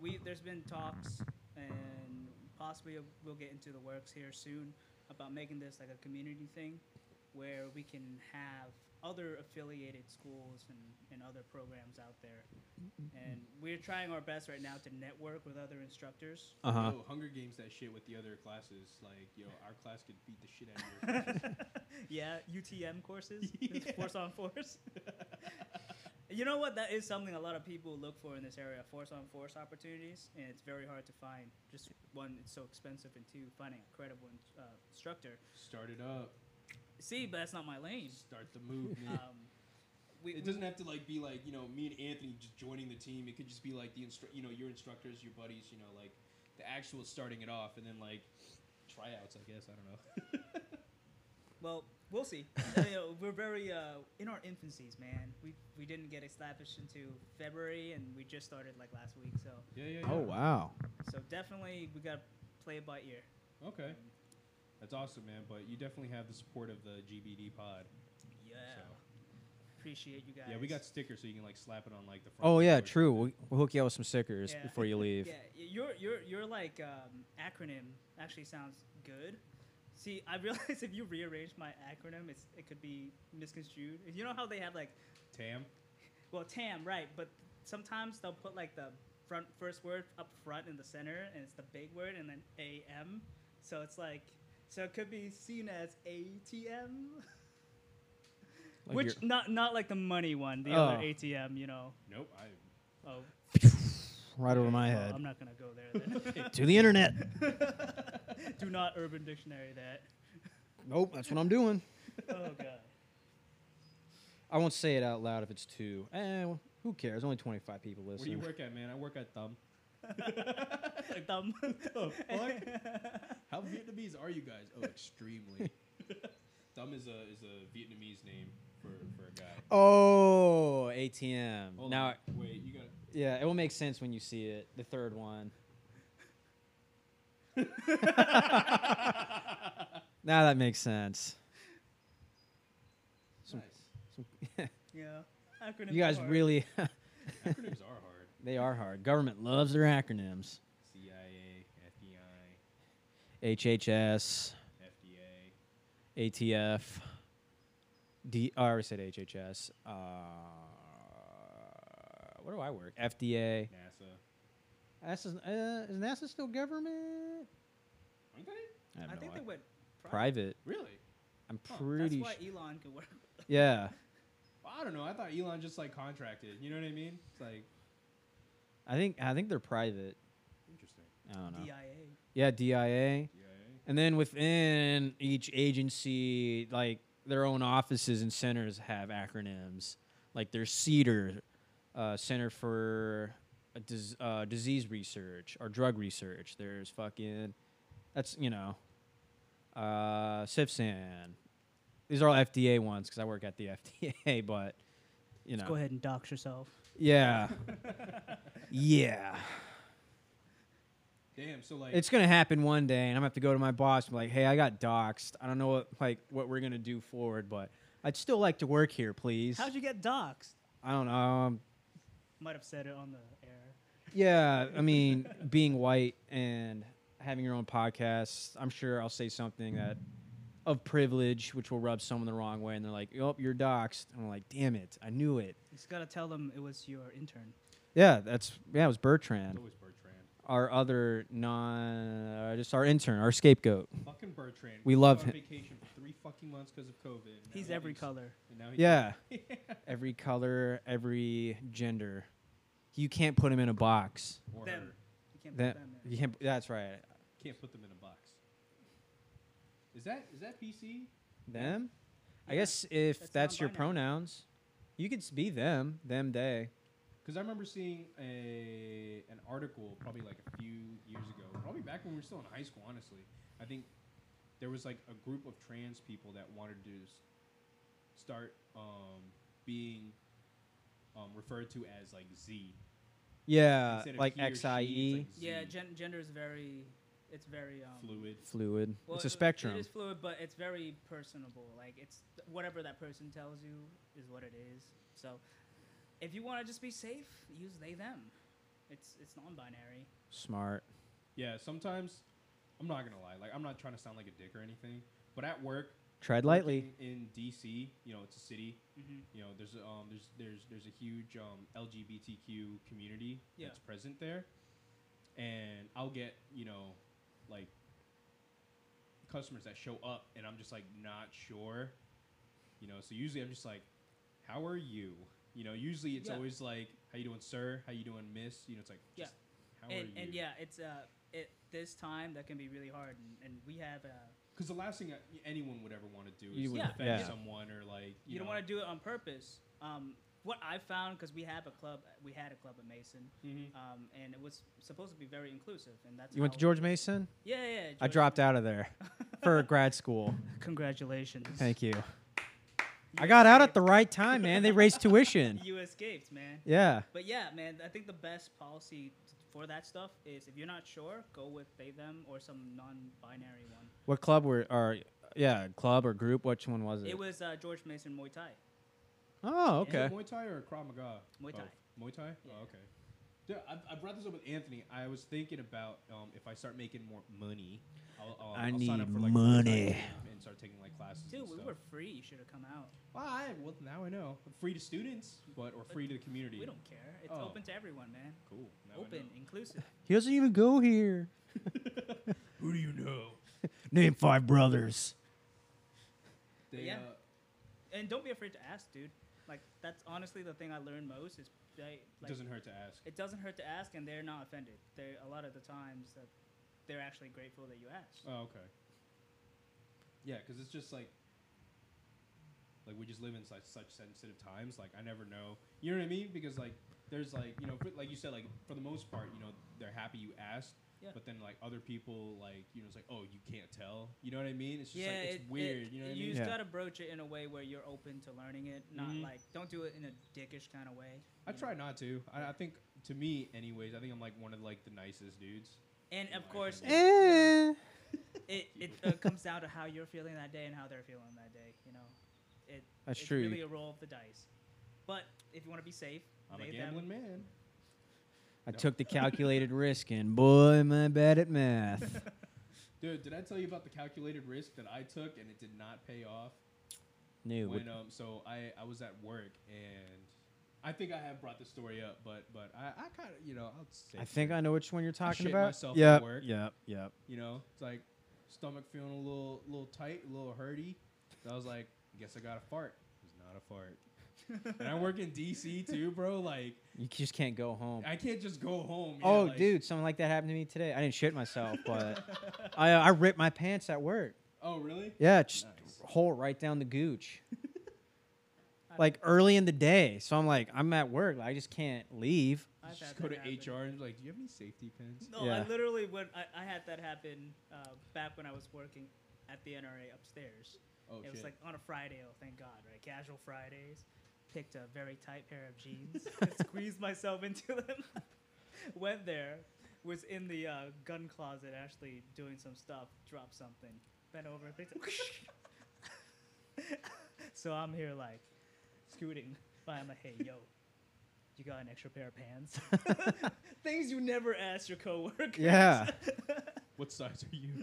D: we there's been talks, and possibly we'll get into the works here soon about making this like a community thing, where we can have other affiliated schools and, and other programs out there. And we're trying our best right now to network with other instructors.
A: Uh huh.
C: Yo, Hunger Games that shit with the other classes. Like, yo, our class could beat the shit out *laughs* of your classes.
D: *laughs* yeah, UTM courses,
C: Yeah.
D: force on force. *laughs* you know what? That is something a lot of people look for in this area: force on force opportunities, and it's very hard to find. Just one, it's so expensive, and two, finding a credible in- uh, instructor.
C: Start it up.
D: See, but that's not my lane.
C: Start the movement.
D: Um, we,
C: it doesn't have to like be like you know me and Anthony just joining the team. It could just be like the instru- you know your instructors, your buddies, you know like the actual starting it off, and then like tryouts. I guess I don't know.
D: Well,
C: *laughs*
D: we'll see. Uh, you know, we're very uh, in our infancies, man. We we didn't get established into February, and we just started like last week. So
C: Yeah, yeah, yeah.
A: Oh wow.
D: so definitely we gotta play it by ear.
C: Okay. That's awesome, man. But you definitely have the support of the GBD pod.
D: Yeah.
C: So.
D: Appreciate you guys.
C: Yeah, we got stickers, so you can like slap it on like the front.
A: Oh yeah,
C: door.
A: true. We'll, we'll hook you up with some stickers
D: Yeah.
A: before
C: *laughs*
A: you leave.
D: Yeah, y- your your your like um, acronym actually sounds good. See, I realize *laughs* if you rearrange my acronym, it's it could be misconstrued. You know how they have like
C: Tam.
D: well TAM right, but sometimes they'll put like the front first word up front in the center, and it's the big word, and then AM. So it's like so it could be seen as ATM,
A: Like
D: which
A: your-
D: not not like the money one, the
A: Oh.
D: other ATM, you know.
C: Nope. I
D: Oh,
A: right over my
D: well,
A: head.
D: I'm not gonna go
A: *laughs*
D: *laughs* there.
A: To the internet.
D: Then. Do not Urban Dictionary that.
A: nope, that's what I'm doing.
D: Oh god.
A: I won't say it out loud if it's too. Eh, well, who cares? Only 25 people
C: Where do you
A: listening.
C: work at, man? I work at
A: *laughs*
C: Thumb.
D: Dumb. *laughs*
C: Oh, fuck. How Vietnamese are you guys? Oh, extremely. *laughs* Thumb is a is a Vietnamese name for, for a guy.
A: Oh, ATM.
C: Hold
A: now,
C: on. wait, you got
A: *laughs* yeah, it will make sense when you see it. The third one. now that makes sense.
C: nice.
A: *laughs*
D: yeah. Acronyms
A: You guys
D: are-
A: really,
C: *laughs*
A: *laughs*
C: Acronyms are hard.
A: they are hard. Government loves their acronyms.
C: CIA, FBI,
A: HHS,
C: FDA.
A: ATF, D. oh, I already said HHS. Uh, where do I work? FDA.
C: NASA.
A: NASA's, uh, is NASA still government?
C: Aren't they?
A: I, have
D: I
A: no
D: think they
A: idea.
D: went private.
A: private.
C: Really?
A: I'm
C: Huh, that's E
A: pretty.
D: That's
A: sh-
D: why Elon could work.
A: yeah,
C: I don't know. I thought Elon just like contracted. You know what I mean? It's like
A: I think I think they're private.
C: interesting.
A: I don't know.
D: DIA.
A: yeah, DIA.
C: CIA.
A: And then within each agency, like their own offices and centers have acronyms. Like there's CEDAR, uh, Center for uh, Dis- uh, Disease Research or Drug Research. There's fucking, that's, you know, uh, CIFSAN. These are all FDA ones because I work at the *laughs* FDA, but, you know.
D: Go ahead and dox yourself.
A: Yeah. *laughs* yeah.
C: Damn. So like
A: It's gonna happen one day, and I'm gonna have to go to my boss and be like, "Hey, I got doxxed. I don't know what like what we're gonna do forward, but I'd still like to work here, please.
D: How'd you get doxxed?
A: I don't know. Um,
D: Might have said it on the air.
A: yeah, I mean, *laughs* being white and having your own podcast, I'm sure I'll say something that of privilege, which will rub someone the wrong way, and they're like, "Oh, you're doxxed," and I'm like, "Damn it, I knew it."
D: You just gotta tell them it was your intern.
A: Yeah, that's yeah. It was
C: it's
A: Bertrand,
C: always Bertrand.
A: our other non, uh, just our intern, our scapegoat.
C: Fucking Bertrand.
A: We
C: was
A: love
C: on
A: him.
C: Vacation for three fucking months because of COVID. and now
D: He's
C: he
D: every
C: thinks-
D: color.
C: and now he
A: Yeah.
C: thinks-
A: every color, every gender. You can't put them in a box.
C: or
D: Them.
C: her.
D: You can't
A: That
D: put them in.
A: you can't, that's right.
C: Can't put them in a box. Is that is that PC?
A: Them. I guess if
D: That's
A: that's, your
D: non-binary.
A: pronouns, you could s- be them, them, they.
C: Because I remember seeing a an article probably like a few years ago, probably back when we were still in high school. Honestly, I think there was like a group of trans people that wanted to s- start um, being um, referred to as like Z.
A: Yeah,
C: Instead of
A: Uh, like
C: he or she, it's,
A: X I E
C: like,
D: Yeah,
C: Z,
D: gen- gender is very, it's very um,
C: fluid.
A: fluid.
D: well,
A: it's
D: it-
A: a spectrum.
D: It is fluid, but it's very personable. Like it's th- whatever that person tells you is what it is. So, if you want to just be safe, use they them. It's it's non-binary.
A: Smart.
C: Yeah, sometimes I'm not gonna lie. Like I'm not trying to sound like a dick or anything, but at work,
A: Tread lightly.
C: working in DC, you know, it's a city.
D: hmm
C: you know there's um there's there's there's a huge um LGBTQ community
D: Yeah.
C: that's present there, and I'll get you know like customers that show up and I'm just like not sure, you know. So usually I'm just like, how are you? You know, usually it's
D: Yeah.
C: always like, how you doing, sir? How you doing, miss? You know, it's like,
D: Yeah.
C: just, how
D: And
C: are you?
D: and yeah, it's uh, it this time that can be really hard, and, and we have uh,
C: Because the last thing I, anyone would ever want to do is
A: You
C: to
D: wouldn't-
C: offend
A: yeah.
C: someone or like
D: you,
C: you,
D: don't
C: know.
D: want to do it on purpose. Um, what I found because we have a club, we had a club at Mason,
C: Mhm.
D: um, and it was supposed to be very inclusive, and that's
A: You went
D: how-
A: to George Mason?
D: Yeah, yeah.
A: I
D: George-
A: dropped out of there for grad school.
D: *laughs* Congratulations.
A: Thank you. I got out at the
D: escaped.
A: right time, man. They raised tuition.
D: You escaped, man.
A: Yeah.
D: But yeah, man, I think the best policy for that stuff is if you're not sure, go with they them or some non-binary one.
A: What club were or yeah, club or group? Which one was it?
D: It was uh, George Mason Muay Thai.
A: oh,
C: Is it
A: okay.
C: Muay Thai or Krav Maga?
D: Muay
C: Both.
D: Thai.
C: Muay Thai?
D: Yeah.
C: Oh, okay. Dude, I, I brought this up with Anthony. I was thinking about um, if I start making more money, I'll, um, I'll,
A: I
C: will sign up
A: need
C: for like a Muay Thai
A: money.
C: gym and start taking like classes. and
D: Dude, we
C: stuff.
D: were free. You should have come out.
C: Well, I, well, now I know. Free to students, but or free to the community.
D: We don't care. It's
C: Oh.
D: open to everyone, man.
C: Cool. Now I
D: Open,
C: know.
D: inclusive.
A: He doesn't even go *laughs* here.
C: Who do you know?
A: Name five brothers.
C: They,
D: yeah.
C: uh,
D: And don't be afraid to ask, dude. Like that's honestly the thing I learned most is they
C: It
D: like,
C: doesn't hurt to ask.
D: it doesn't hurt to ask, and they're not offended. They a lot of the times that they're actually grateful that you asked.
C: Oh, okay. Yeah, because it's just like, like we just live in such such sensitive times. Like I never know, you know what I mean? Because like there's like you know, for, like you said, like for the most part, you know, they're happy you asked.
D: Yeah.
C: But then like other people, like you know, it's like oh, you can't tell. You know what I mean? It's just
D: yeah,
C: like it's
D: it-
C: weird.
D: it-
C: you know what I
D: you
C: mean?
D: just
A: Yeah.
D: gotta broach it in a way where you're open to learning it, not
C: Mhm.
D: like don't do it in a dickish kind of way.
C: I
D: you
C: try
D: know?
C: not to. I, I think to me, anyways, I think I'm like one of like the nicest dudes.
D: And of
C: Like,
D: course,
C: you
D: it
A: Eh.
D: it,
C: Cute.
D: uh, comes down to how you're feeling that day and how they're feeling that day. You know, it
A: That's
D: it's
A: true.
D: Really, a roll of the dice. But if you want to be safe,
C: I'm
D: lay
C: a
D: it down-
C: gambling man.
A: I
C: No.
A: took the calculated risk, and boy, am I bad at *laughs* math.
C: Dude, did I tell you about the calculated risk that I took and it did not pay off?
A: New.
C: when um so I I was at work and I think I have brought the story up, but but I, I kind of you know I'll say
A: I think I know which one you're talking
C: shit
A: about.
C: myself at
A: yep,
C: work.
A: yep, yep.
C: you know it's like stomach feeling a little little tight, a little hurty. And I was like, guess I got a fart. It was not a fart. and I work in DC too, bro. Like
A: You just can't go home.
C: I can't just go home. yeah,
A: oh,
C: like-
A: dude, something like that happened to me today. I didn't shit *laughs* myself, but I, uh, I ripped my pants at work.
C: Oh really?
A: Yeah, just
C: Nice.
A: hole right down the *laughs* gooch. like early in the day, so I'm like, I'm at work. Like, I just can't leave.
D: I've
C: Just
D: had
C: go
D: that
C: to
D: happen.
C: HR and be like, do you have any safety pins?
D: No,
A: Yeah.
D: I literally went. I, I had that happen uh, back when I was working at the NRA upstairs.
C: Oh
D: it
C: shit.
D: was like on a Friday. Oh, thank God, right? Casual Fridays. Picked a very tight pair
C: *laughs*
D: of jeans, *laughs* and squeezed myself into them. *laughs* Went there, was in the uh, gun closet actually doing some stuff. Dropped something. Bent over, picked
A: *laughs*
D: it. *laughs* so I'm here like scooting by. I'm like, hey yo, you got an extra pair of pants? *laughs* Things you never ask your *laughs* coworkers.
A: Yeah.
C: what size are you?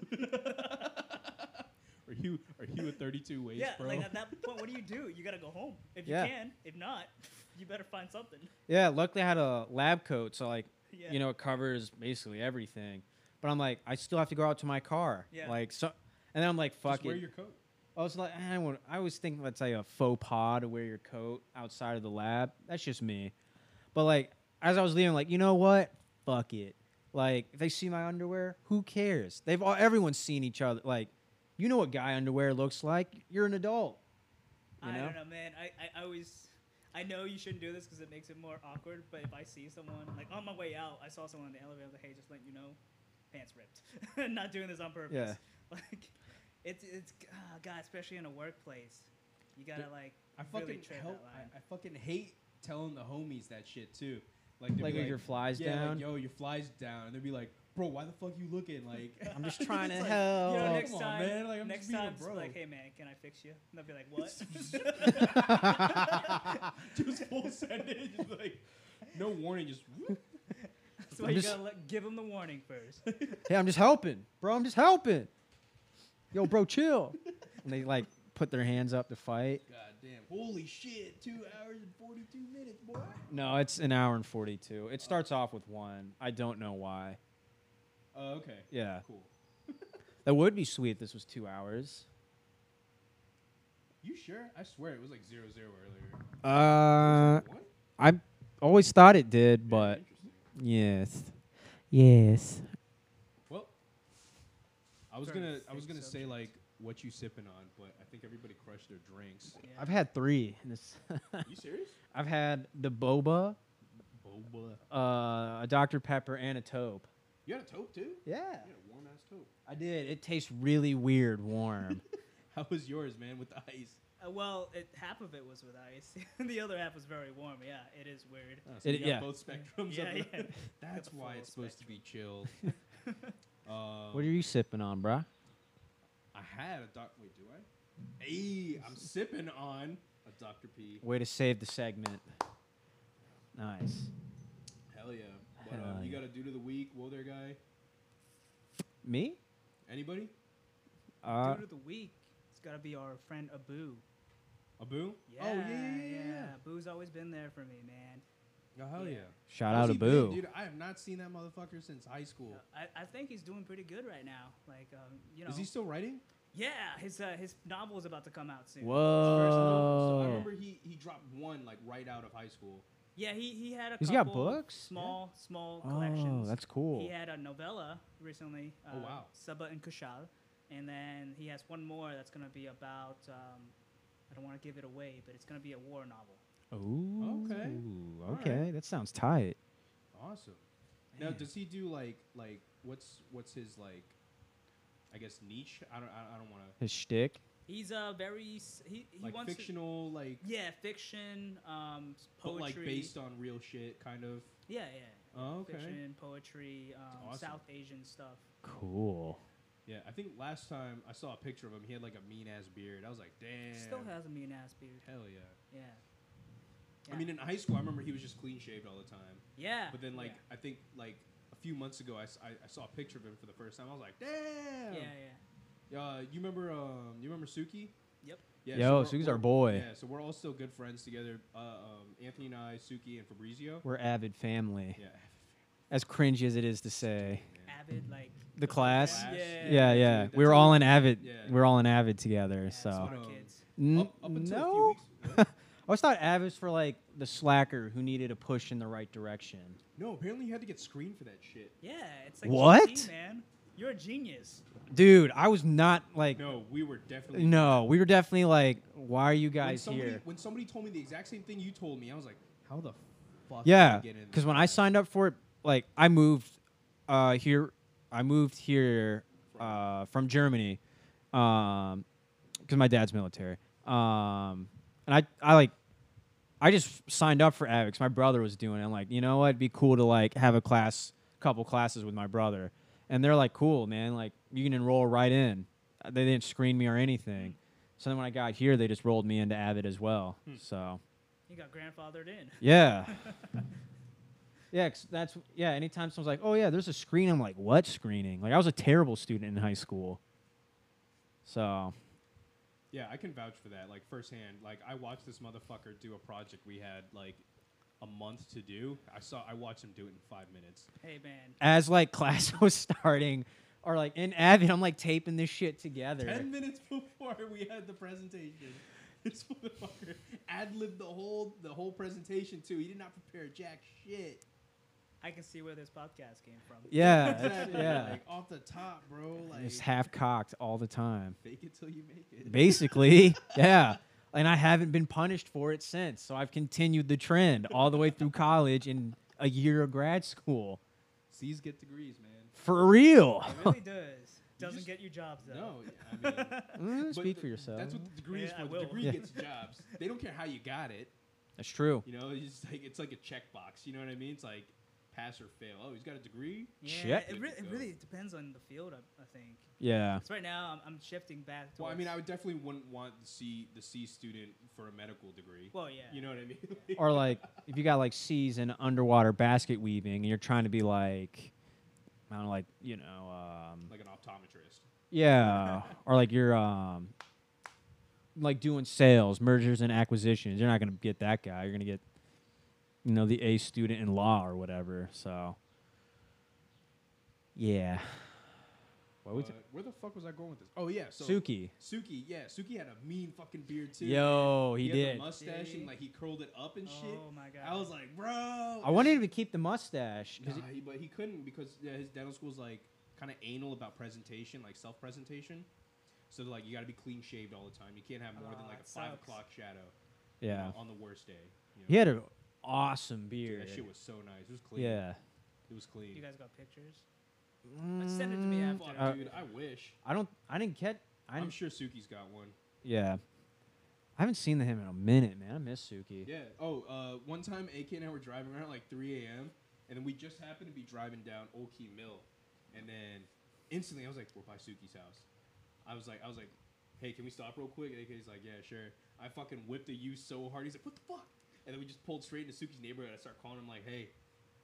C: are you are you a 32 waist,
D: yeah,
C: bro?
D: like at that point, what do you do? You gotta go home if you
A: Yeah.
D: can. If not, *laughs* you better find something. *laughs*
A: Yeah, luckily I had a lab coat, so like,
D: Yeah.
A: you know, it covers basically everything. But I'm like, I still have to go out to my car.
D: Yeah.
A: Like so, and then I'm like, fuck
C: Just wear
A: it.
C: your coat.
A: I was like, I, don't, I always think that's like a faux pas to wear your coat outside of the lab. That's just me. But like, as I was leaving, like, you know what? Fuck it. Like, if they see my underwear, who cares? They've all everyone's seen each other. Like, you know what guy underwear looks like. You're an adult. You
D: I
A: know?
D: don't know, man. I, I, I always, I know you shouldn't do this because it makes it more awkward. But if I see someone, like on my way out, I saw someone in the elevator. I was like, hey, just letting you know, pants ripped. *laughs* Not doing this on purpose.
A: Yeah.
D: *laughs* Like, it's it's uh, God, especially in a workplace, you gotta
C: Dude,
D: like
C: I
D: really
C: fucking
D: tread
C: help.
D: that line.
C: I, I fucking hate telling the homies that shit too. Like, they'll
A: Like,
C: be
A: if your flies
C: yeah,
A: down.
C: Like, Yo, your flies down. And they'd be like, bro, why the fuck you looking like? *laughs*
A: I'm just trying to
C: It's like,
A: help.
D: you know,
C: Oh,
D: next
C: come on,
D: time,
C: man, like, I'm
D: next
C: just being a
D: time, just be
C: bro.
D: like, hey man, can I fix you? And they'll be like,
C: *laughs*
D: what? *laughs*
C: just full send it. Just like, no warning. Just whoop.
D: That's why
A: I'm
D: you
A: just-
D: gotta let, give them the warning first.
C: *laughs*
A: hey, I'm just helping, bro. I'm just helping. Yo, bro, chill. and they like put their hands up to fight.
C: God damn. Holy shit. Two hours and 42 minutes, boy.
A: No, it's an hour and forty-two. It starts off with one. I don't know why.
C: Oh, okay.
A: Yeah,
C: Cool.
A: that would be sweet. if This was two hours.
C: You sure? I swear it was like zero zero earlier.
A: Uh,
C: What?
A: I always thought it did,
C: Very
A: but
C: interesting.
A: yes, yes.
C: Well, I was
D: Very
C: gonna I was
D: thick
C: gonna say
D: subject.
C: like what you sipping on, but I think everybody crushed their drinks.
D: Yeah.
A: I've had three. In this *laughs*
C: you serious?
A: I've had the boba,
C: Boba.
A: uh, a Dr Pepper, and a taupe.
C: You had a taupe too?
A: Yeah,
C: You had a warm ass taupe.
A: I did. It tastes really weird warm.
C: How was yours, man, with the ice?
D: Uh, well, it, half of it was with ice. *laughs* the other half was very warm. Yeah, it is weird.
A: It-
C: Oh, you got
A: yeah.
C: both *laughs* spectrums
D: Yeah,
C: of it.
D: yeah.
C: That's
D: The
C: why
D: full
C: it's supposed to be chilled.
D: *laughs*
C: um,
A: what are you sipping on, bruh?
C: I had a doc wait, do I? Hey, I'm sipping on a Dr. P.
A: Way to save the segment. Nice.
C: Hell yeah. What um,
A: Hell
C: you
A: yeah.
C: got a dude of the week, whoa there guy?
A: Me?
C: Anybody?
A: Uh,
D: Dude of the week, it's gotta be our friend Abu.
C: Abu?
D: Yeah,
C: oh yeah, yeah, yeah, yeah.
D: Abu's always been there for me, man.
C: Oh, hell
D: Yeah.
C: yeah.
A: shout
C: How's
A: out
C: he been,
A: Abu.
C: dude. I have not seen that motherfucker since high school.
D: Uh, I, I think he's doing pretty good right now. Like, um, you know,
C: Is he still writing?
D: yeah, his uh, his novel is about to come out soon.
C: His first novel. So I
A: Whoa.
C: remember he, he dropped one like right out of high school,
D: Yeah, he, he had a
A: He's got
D: couple
A: books? Yeah.
D: Small, small
A: Oh,
D: collections.
A: that's cool.
D: He had a novella recently. Uh,
C: Oh, wow.
D: Saba and Kushal, and then he has one more that's gonna be about. Um, I don't want to give it away, but it's gonna be a war novel.
A: Ooh,
C: Okay. All right.
A: Okay, that sounds tight.
C: Awesome. Now, does he do like like what's what's his like? I guess niche. I don't. I, I don't want to
A: His shtick.
D: He's a very s- he he
C: like
D: wants to-
C: fictional like,
D: yeah, fiction, um, s-
C: but
D: poetry.
C: like based on real shit, kind of.
D: Yeah, yeah.
C: Oh, okay.
D: Fiction, poetry, um,
C: awesome.
D: South Asian stuff.
A: Cool.
C: Yeah, I think last time I saw a picture of him, he had like a mean ass beard. I was like, damn.
D: Still has a mean ass beard.
C: Hell yeah.
D: Yeah.
C: I
D: Yeah.
C: mean, in high school, I remember he was just clean shaved all the time.
D: Yeah.
C: But then, like,
D: yeah.
C: I think like a few months ago, I, s- I- I saw a picture of him for the first time. I was like, damn.
D: Yeah, yeah.
C: Uh, you remember um, you remember Suki?
D: Yep.
C: Yeah,
A: Yo,
C: we're-
A: Suki's
C: we're-
A: our boy.
C: Yeah, so we're all still good friends together. Uh, um, Anthony and I, Suki and Fabrizio.
A: We're avid family.
C: Yeah.
A: As cringy as it is to say,
C: Yeah.
D: Avid, like.
A: the class.
C: Class.
D: Yeah.
A: Yeah, yeah.
C: Dude,
A: We
C: that's
A: were
C: what-
A: all in avid.
C: Yeah.
A: We were all in avid together.
D: yeah,
A: so
D: smart
C: Um,
D: kids.
A: N-
C: Up, up until a few
A: no,
C: weeks ago.
A: I was thought avid's for like the slacker who needed a push in the right direction.
C: no, apparently you had to get screened for that shit.
D: Yeah, it's like
A: What?
D: GT, man. You're a genius.
A: Dude, I was not like. No.
C: No, we were definitely
A: we were definitely like, why are you
C: when
A: guys
C: somebody,
A: here?
C: When somebody told me the exact same thing you told me, I was like, how the fuck?
A: Yeah,
C: did I get in
A: because
C: this
A: when I
C: class?
A: signed up for it, like I moved uh, here, I moved here uh, from Germany, because my dad's military, um, and I I like I just signed up for Avix. My brother was doing it. I'm like, you know what? It'd be cool to like have a class, couple classes with my brother. And they're like, cool, man. Like you can enroll right in. Uh, They didn't screen me or anything.
C: Hmm.
A: So then when I got here, they just rolled me into Avid as well. So
D: You got grandfathered in. *laughs*
A: yeah. *laughs* yeah, 'cause that's yeah. Anytime someone's like, "Oh yeah, there's a screen," I'm like, "What screening?" Like I was a terrible student in high school. So
C: Yeah, I can vouch for that, like firsthand. Like I watched this motherfucker do a project we had like a month to do. I saw I watched him do it in five minutes.
D: Hey, man.
A: as like *laughs* class was starting, or like in Avid, I'm like taping this shit together.
C: Ten minutes *laughs* before we had the presentation. *laughs* This motherfucker ad libbed the whole the whole presentation too. He did not prepare jack shit.
D: I can see where this podcast came from.
C: *laughs*
A: Yeah, that's-
C: Exactly,
A: yeah.
C: Like off the top, bro. Like
A: It's half cocked all the time.
C: fake it till you make it.
A: Basically, *laughs* yeah. And I haven't been punished for it since. So I've continued the trend all the way through college and a year of grad school.
C: C's get degrees, man. *laughs*
A: For real. *laughs*
D: It really does. Doesn't
C: just-
D: get you jobs, though.
C: No, I
D: *laughs*
C: mean
A: Mm,
C: but
A: Speak
C: th-
A: for yourself.
C: That's what the degrees
D: Yeah, I
C: for. The
D: will.
C: degree
A: Yeah.
C: gets you jobs. They don't care how you got it.
A: That's true.
C: You know, it's just like it's like a checkbox. You know what I mean? It's like pass or fail. Oh, he's got a degree.
D: Yeah,
A: Shit.
D: It, re- it really depends on the field, I, I think.
A: Yeah.
D: 'Cause right now, I'm, I'm shifting back to.
C: Well, I mean, I would definitely wouldn't want the C the C student for a medical degree.
D: Well, yeah.
C: you know what I mean? *laughs*
A: Or like if you got like C's in underwater basket weaving and you're trying to be like I don't know, like you know, um,
C: like an optometrist.
A: yeah, or like you're um, like doing sales, mergers and acquisitions. You're not gonna get that guy. You're gonna get, you know, the A student in law or whatever. So, yeah. What Oh, we
C: Uh, where the fuck was I going with this? Oh yeah, so
A: Suki?
C: Suki, yeah, Suki had a mean fucking beard too.
A: Yo,
C: man.
A: he,
C: he, had
A: did.
C: the mustache
D: Did he?
C: and like he curled it up and shit.
D: Oh, my God.
C: I was like, bro.
A: I wanted him to keep the mustache. 'cause
C: Nah, he, but he couldn't because yeah, his dental school's like kind of anal about presentation, like self presentation. So like you got to be clean shaved all the time. You can't have more than
D: Aw,
C: like a
D: that
C: five
D: sucks.
C: o'clock shadow.
A: he- yeah,
C: on the worst day. You know?
A: he had an awesome
C: Dude,
A: beard.
C: that shit was so nice. It was clean.
A: yeah.
C: it was clean.
D: You guys got pictures? Uh, Send it to me after.
C: Fuck,
A: Uh,
C: dude, I wish.
A: I don't. I didn't get. I
C: I'm
A: didn't,
C: sure Suki's got one.
A: yeah. I haven't seen him in a minute, man. I miss Suki.
C: Yeah. Oh, uh, one time AK and I were driving around at like 3 a.m. and then we just happened to be driving down Old Key Mill, and then instantly I was like, "We're by Suki's house." I was like, "I was like, hey, can we stop real quick?" And AK's like, "Yeah, sure." I fucking whipped the U so hard. He's like, "What the fuck?" And then we just pulled straight into Suki's neighborhood. I start calling him like, "Hey."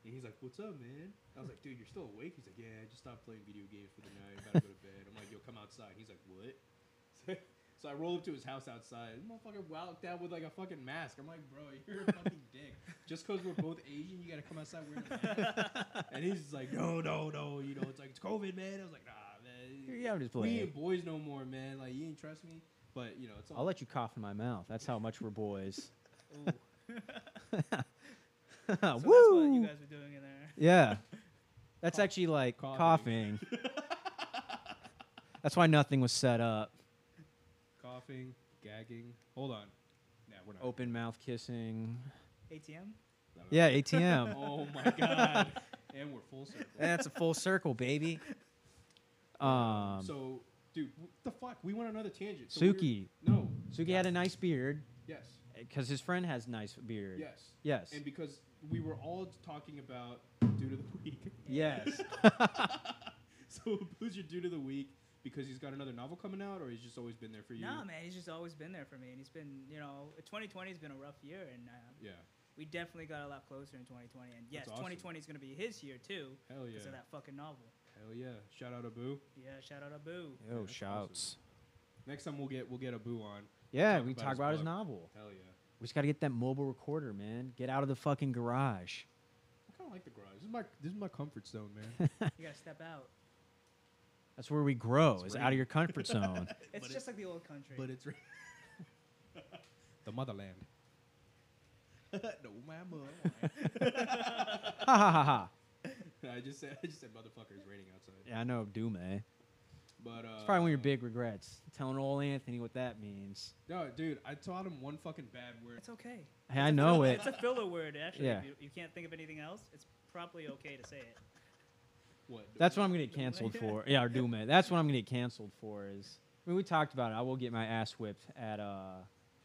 C: And he's like, "What's up, man?" I was like, "Dude, you're still awake?" He's like, "Yeah, I just stopped playing video games for the night. I'm about to go to bed." I'm like, "Yo, come outside." He's like, "What?" *laughs* So I rolled up to his house outside. This motherfucker walked out with like a fucking mask. I'm like, bro, you're a fucking *laughs* dick. Just because we're both Asian, you gotta come outside wearing a mask. and he's just like, no, no, no. You know, it's like it's COVID, man. I was like, nah, man.
A: *laughs* Yeah, I'm just
C: We
A: playing.
C: ain't boys no more, man. Like you ain't trust me. But you know, it's all.
A: *laughs* I'll let you cough in my mouth. That's how much we're boys.
D: So that's what
A: Woo!
D: you guys were doing in there.
A: yeah. That's actually like coughing.
C: Coughing.
A: That's why nothing was set up.
C: Coughing, gagging. Hold on. Nah, we're not.
A: Open mouth kissing.
D: ATM?
C: No, no, no.
A: Yeah, ATM.
C: Oh my god. and we're full circle.
A: That's a full circle, baby. Um,
C: so, dude, what the fuck? We went on another tangent. So we were-
A: Suki.
C: No.
A: Suki had a nice beard
C: Yes.
A: because his friend has nice beard.
C: Yes.
A: Yes.
C: And because we were all talking about dude of the week.
A: *laughs*
C: *laughs*
A: Yes.
C: so who's your dude of the week? Because he's got another novel coming out, or he's just always been there for you.
D: No, man, he's just always been there for me, and he's been, you know, 2020 has been a rough year, and uh,
C: Yeah.
D: we definitely got a lot closer in 2020. And yes,
C: awesome.
D: 2020 is going to be his year too,
C: Hell yeah.
D: because of that fucking novel.
C: Hell yeah. Shout out Abu.
D: Yeah, shout out Abu.
A: Oh,
C: that's
A: shouts.
C: Next time we'll get we'll get Abu on.
A: Yeah,
C: Talk
A: we
C: about
A: talk
C: his
A: about his
C: book.
A: novel.
C: Hell yeah.
A: We just got to get that mobile recorder, man. Get out of the fucking garage.
C: I kind of like the garage. This is my this is my comfort zone, man.
D: You got to step out.
A: That's where we grow.
C: It's
A: Is
C: where
A: out of
C: you-
A: your comfort zone.
D: It's
C: *laughs* But it-
D: just like the old country.
C: but it's re-
A: *laughs*
C: the motherland. *laughs* no, mama.
A: *laughs* ha ha ha ha.
C: I just said I just said motherfucker is raining outside.
A: Yeah, I know, Dume. It's
C: But uh,
A: probably one of your big regrets. Telling old Anthony what that means.
C: No, dude, I taught him one fucking bad word.
D: it's okay.
A: Hey, I know it.
D: It's a filler word, actually.
A: Yeah.
D: If you, you can't think of anything else, it's probably okay to say it.
C: *laughs* What?
A: That's what I'm gonna get canceled
C: *laughs*
A: for. Yeah, or Dume. That's what I'm gonna get canceled for. Is I mean, we talked about it. I will get my ass whipped at uh,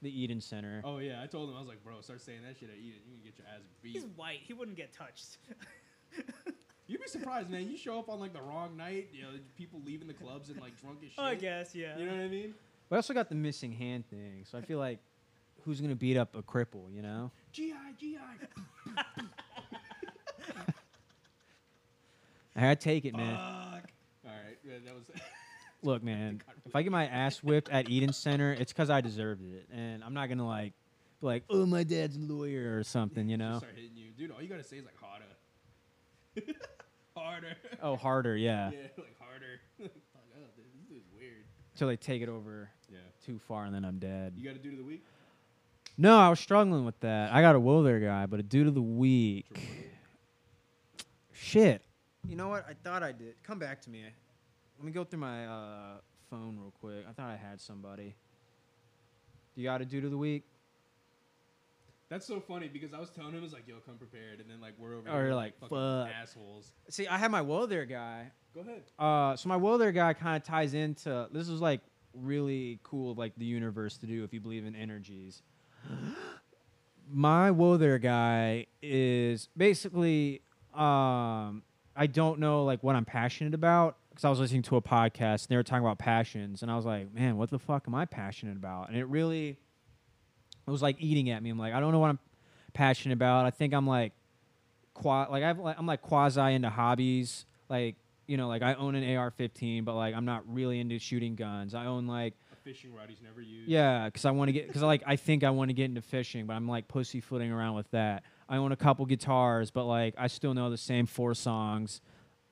A: the Eden Center.
C: Oh yeah, I told him I was like, bro, start saying that shit at Eden. You can get your ass beat.
D: He's white. He wouldn't
C: *laughs*
D: get touched.
C: You'd be surprised, man. You show up on like the wrong night. You know, people leaving the clubs and like drunk as shit.
D: I guess, Oh, yeah.
C: You know what I mean?
A: We also got the missing hand thing, so I feel like who's gonna beat up a cripple? You know.
C: Gi gi.
A: Hey, I take it, man.
C: Fuck. All right, yeah, that was.
A: Look, man. If I get my ass whipped at Eden Center, it's because I deserved it, and I'm not gonna like, be like, oh, my dad's a lawyer or something. You
C: Just
A: know.
C: start hitting you, dude. All you gotta say is like harder, *laughs* harder.
A: Oh, harder, yeah.
C: *laughs* Yeah, like harder. Fuck up, dude. This dude's weird.
A: Till they take it over
C: Yeah.
A: too far, and then I'm dead.
C: You got to do to the week.
A: No, I was struggling with that. I got a will there guy, but a dude of the week. Shit. You know what? I thought I did. Come back to me. Let me go through my uh, phone real quick. I thought I had somebody. You got a dude of the week?
C: That's so funny because I was telling him, it's like, yo, come prepared. And then, like, we're over
A: Or
C: here
A: you're like,
C: fucking
A: fuck.
C: assholes.
A: See, I had my will there guy.
C: Go ahead.
A: Uh, so my will there guy kind of ties into this is like really cool, like the universe to do if you believe in energies. *gasps* my woe there guy is basically um I don't know like what I'm passionate about because I was listening to a podcast and they were talking about passions and I was like, man, what the fuck am I passionate about? And it really it was like eating at me. I'm like, I don't know what I'm passionate about. I think I'm like qua like I've, like I'm like quasi into hobbies. Like you know, like I own an AR-15, but like I'm not really into shooting guns. I own like
C: A fishing rod he's never used.
A: yeah, because I want to get because like I think I want to get into fishing, but I'm like pussyfooting around with that. I own a couple guitars, but like I still know the same four songs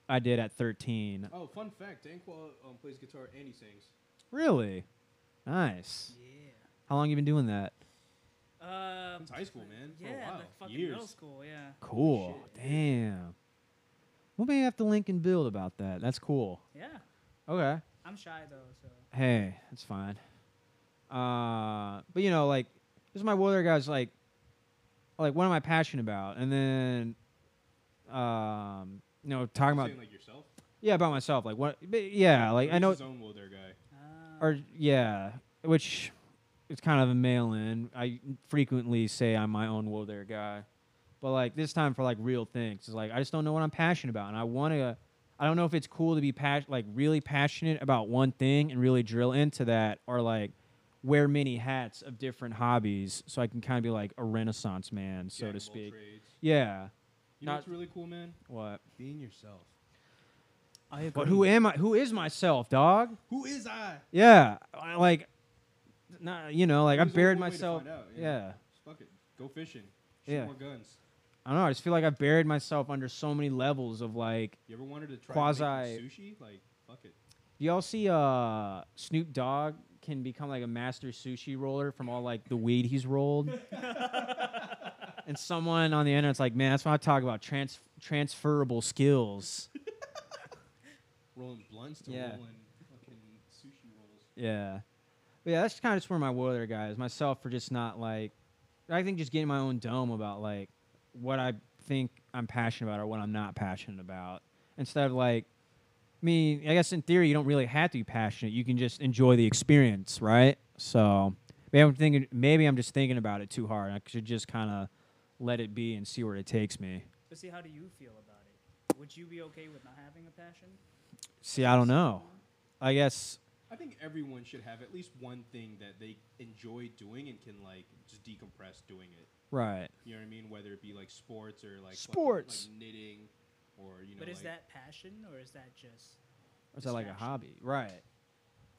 A: I did at 13.
C: Oh, fun fact Danquil um, plays guitar and he sings.
A: Really, nice.
D: Yeah.
A: How long you been doing that?
D: Uh,
C: Since high school,
B: Oh,
C: man. For a
D: yeah, like
C: while.
D: fucking middle
C: Years.
D: school, yeah.
A: Cool.
C: shit, dude.
A: Damn. We may have to link and build about that. That's cool.
D: Yeah.
A: Okay.
D: I'm shy, though, so.
A: hey, that's fine. Uh, but you know, like, this is my water guys. Like, like, what am I passionate about? And then, um, you know, talking
C: You're
A: about
C: saying, like, yourself?
A: yeah, about myself. Like, what? but yeah, like I
C: He's
A: know,
C: his own will there guy.
D: Uh,
A: or yeah, which it's kind of a mail in. I frequently say I'm my own will there guy, but like this time for like real things. It's like I just don't know what I'm passionate about, and I want to. I don't know if it's cool to be pas- like really passionate about one thing and really drill into that, or like wear many hats of different hobbies, so I can kind of be like a renaissance man,
C: Jack
A: so to
C: of all
A: speak.
C: trades.
A: Yeah.
C: You know
A: Not-
C: what's really cool, man?
A: What?
C: Being yourself.
D: I agree.
A: But who am I? Who is myself, dog?
C: Who is I?
A: Yeah, I, like, nah, you know, like I
C: There's only
A: buried
C: one way to
A: myself.
C: find out,
A: yeah.
C: yeah. Just fuck it. Go fishing. Shoot
A: Yeah.
C: more guns.
A: I don't know. I just feel like I've buried myself under so many levels of like.
C: You ever wanted to try
A: Quasi-
C: making sushi? Like, fuck it.
A: Do y'all see uh Snoop Dogg can become like a master sushi roller from all like the weed he's rolled? and and someone on the internet's like, man, that's why I talk about trans- transferable skills.
B: rolling blunts to
A: Yeah.
B: rolling fucking sushi rolls.
A: Yeah. But yeah, that's kind of just where my weather guy is. Myself for just not like, I think just getting my own dome about like what I think I'm passionate about or what I'm not passionate about. Instead of like, I mean, I guess in theory, you don't really have to be passionate. You can just enjoy the experience, right? So maybe I'm thinking, maybe I'm just thinking about it too hard. I should just kind of let it be and see where it takes me.
D: But see, how do you feel about it? Would you be okay with not having a passion?
A: See, I don't know. I guess
B: I think everyone should have at least one thing that they enjoy doing and can like just decompress doing it.
A: right.
B: You know what I mean? Whether it be like sports or like fucking,
A: Sports.
B: like knitting, or you know.
D: but is
B: like-
D: that passion or is that just?
A: Or is that like a
D: Distraction.
A: hobby? Right.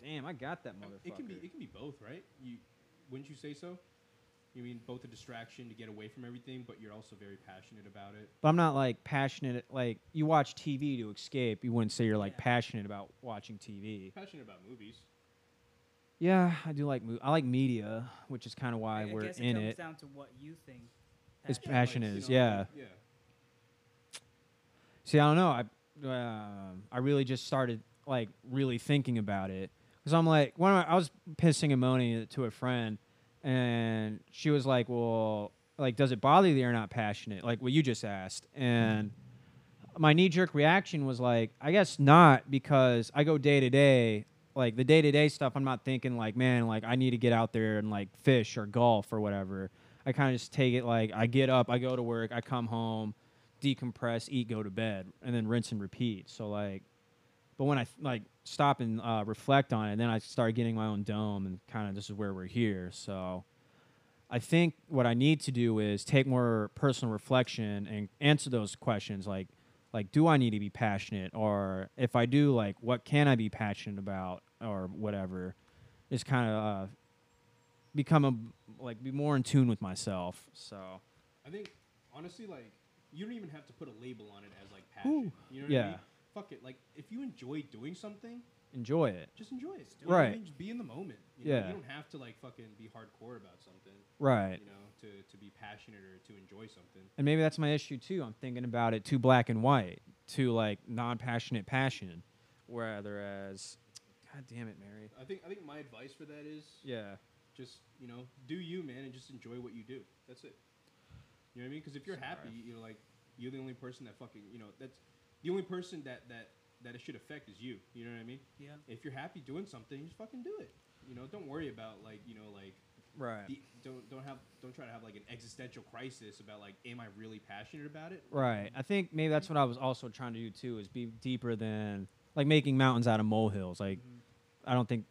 A: Damn, I got that
B: I mean,
A: motherfucker.
B: It can be. It can be both, right? You wouldn't you say so? You mean both a distraction to get away from everything, but you're also very passionate about it.
A: But I'm not like passionate. Like you watch TV to escape. You wouldn't say you're like
D: Yeah.
A: passionate about watching TV.
B: Passionate about movies.
A: Yeah, I do like. Mo- I like media, which is kind of
D: I,
A: why
D: I
A: we're
D: guess
A: in
D: it comes
A: it.
D: down to what you think.
A: It's
D: passion
A: passion.
D: is.
A: is,
B: you know,
A: yeah.
B: like, yeah.
A: See, I don't know. I um I really just started like really thinking about it because I'm like, when I, I was pissing and moaning to a friend, and she was like, "Well, like, does it bother you that you're not passionate? Like what you just asked?" And my knee jerk reaction was like, I guess not because I go day to day. Like the day to day stuff, I'm not thinking like, man, like I need to get out there and like fish or golf or whatever. I kind of just take it like I get up, I go to work, I come home, decompress, eat, go to bed, and then rinse and repeat. So like, but when I like stop and uh, reflect on it, then I start getting my own dome and kind of this is where we're here. So I think what I need to do is take more personal reflection and answer those questions like like do I need to be passionate or if I do like what can I be passionate about or whatever just kind of uh, become a like be more in tune with myself so
B: I think honestly, like you don't even have to put a label on it as like passion. You know what I
A: Yeah.
B: mean? Fuck it. Like if you enjoy doing something,
A: enjoy it
B: just enjoy it. You know what I
A: Right.
B: mean? Just be in the moment. you know?
A: Yeah.
B: You don't have to like fucking be hardcore about something.
A: right
B: You know, to to be passionate or to enjoy something.
A: and maybe that's my issue too I'm thinking about it too black and white too like non-passionate passion rather as god damn it Mary
B: I think I think my advice for that is
A: yeah
B: just you know do you man and just enjoy what you do. That's it. You know what I mean? Because if you're happy, you're like you're the only person that fucking you know that's the only person that that that it should affect is you. You know what I mean?
D: Yeah.
B: if you're happy doing something, just fucking do it. You know, don't worry about like you know like
A: right
B: the, don't don't have don't try to have like an existential crisis about like am I really passionate about it?
A: Right. I think maybe that's what I was also trying to do too is be deeper than like making mountains out of molehills. Like I don't think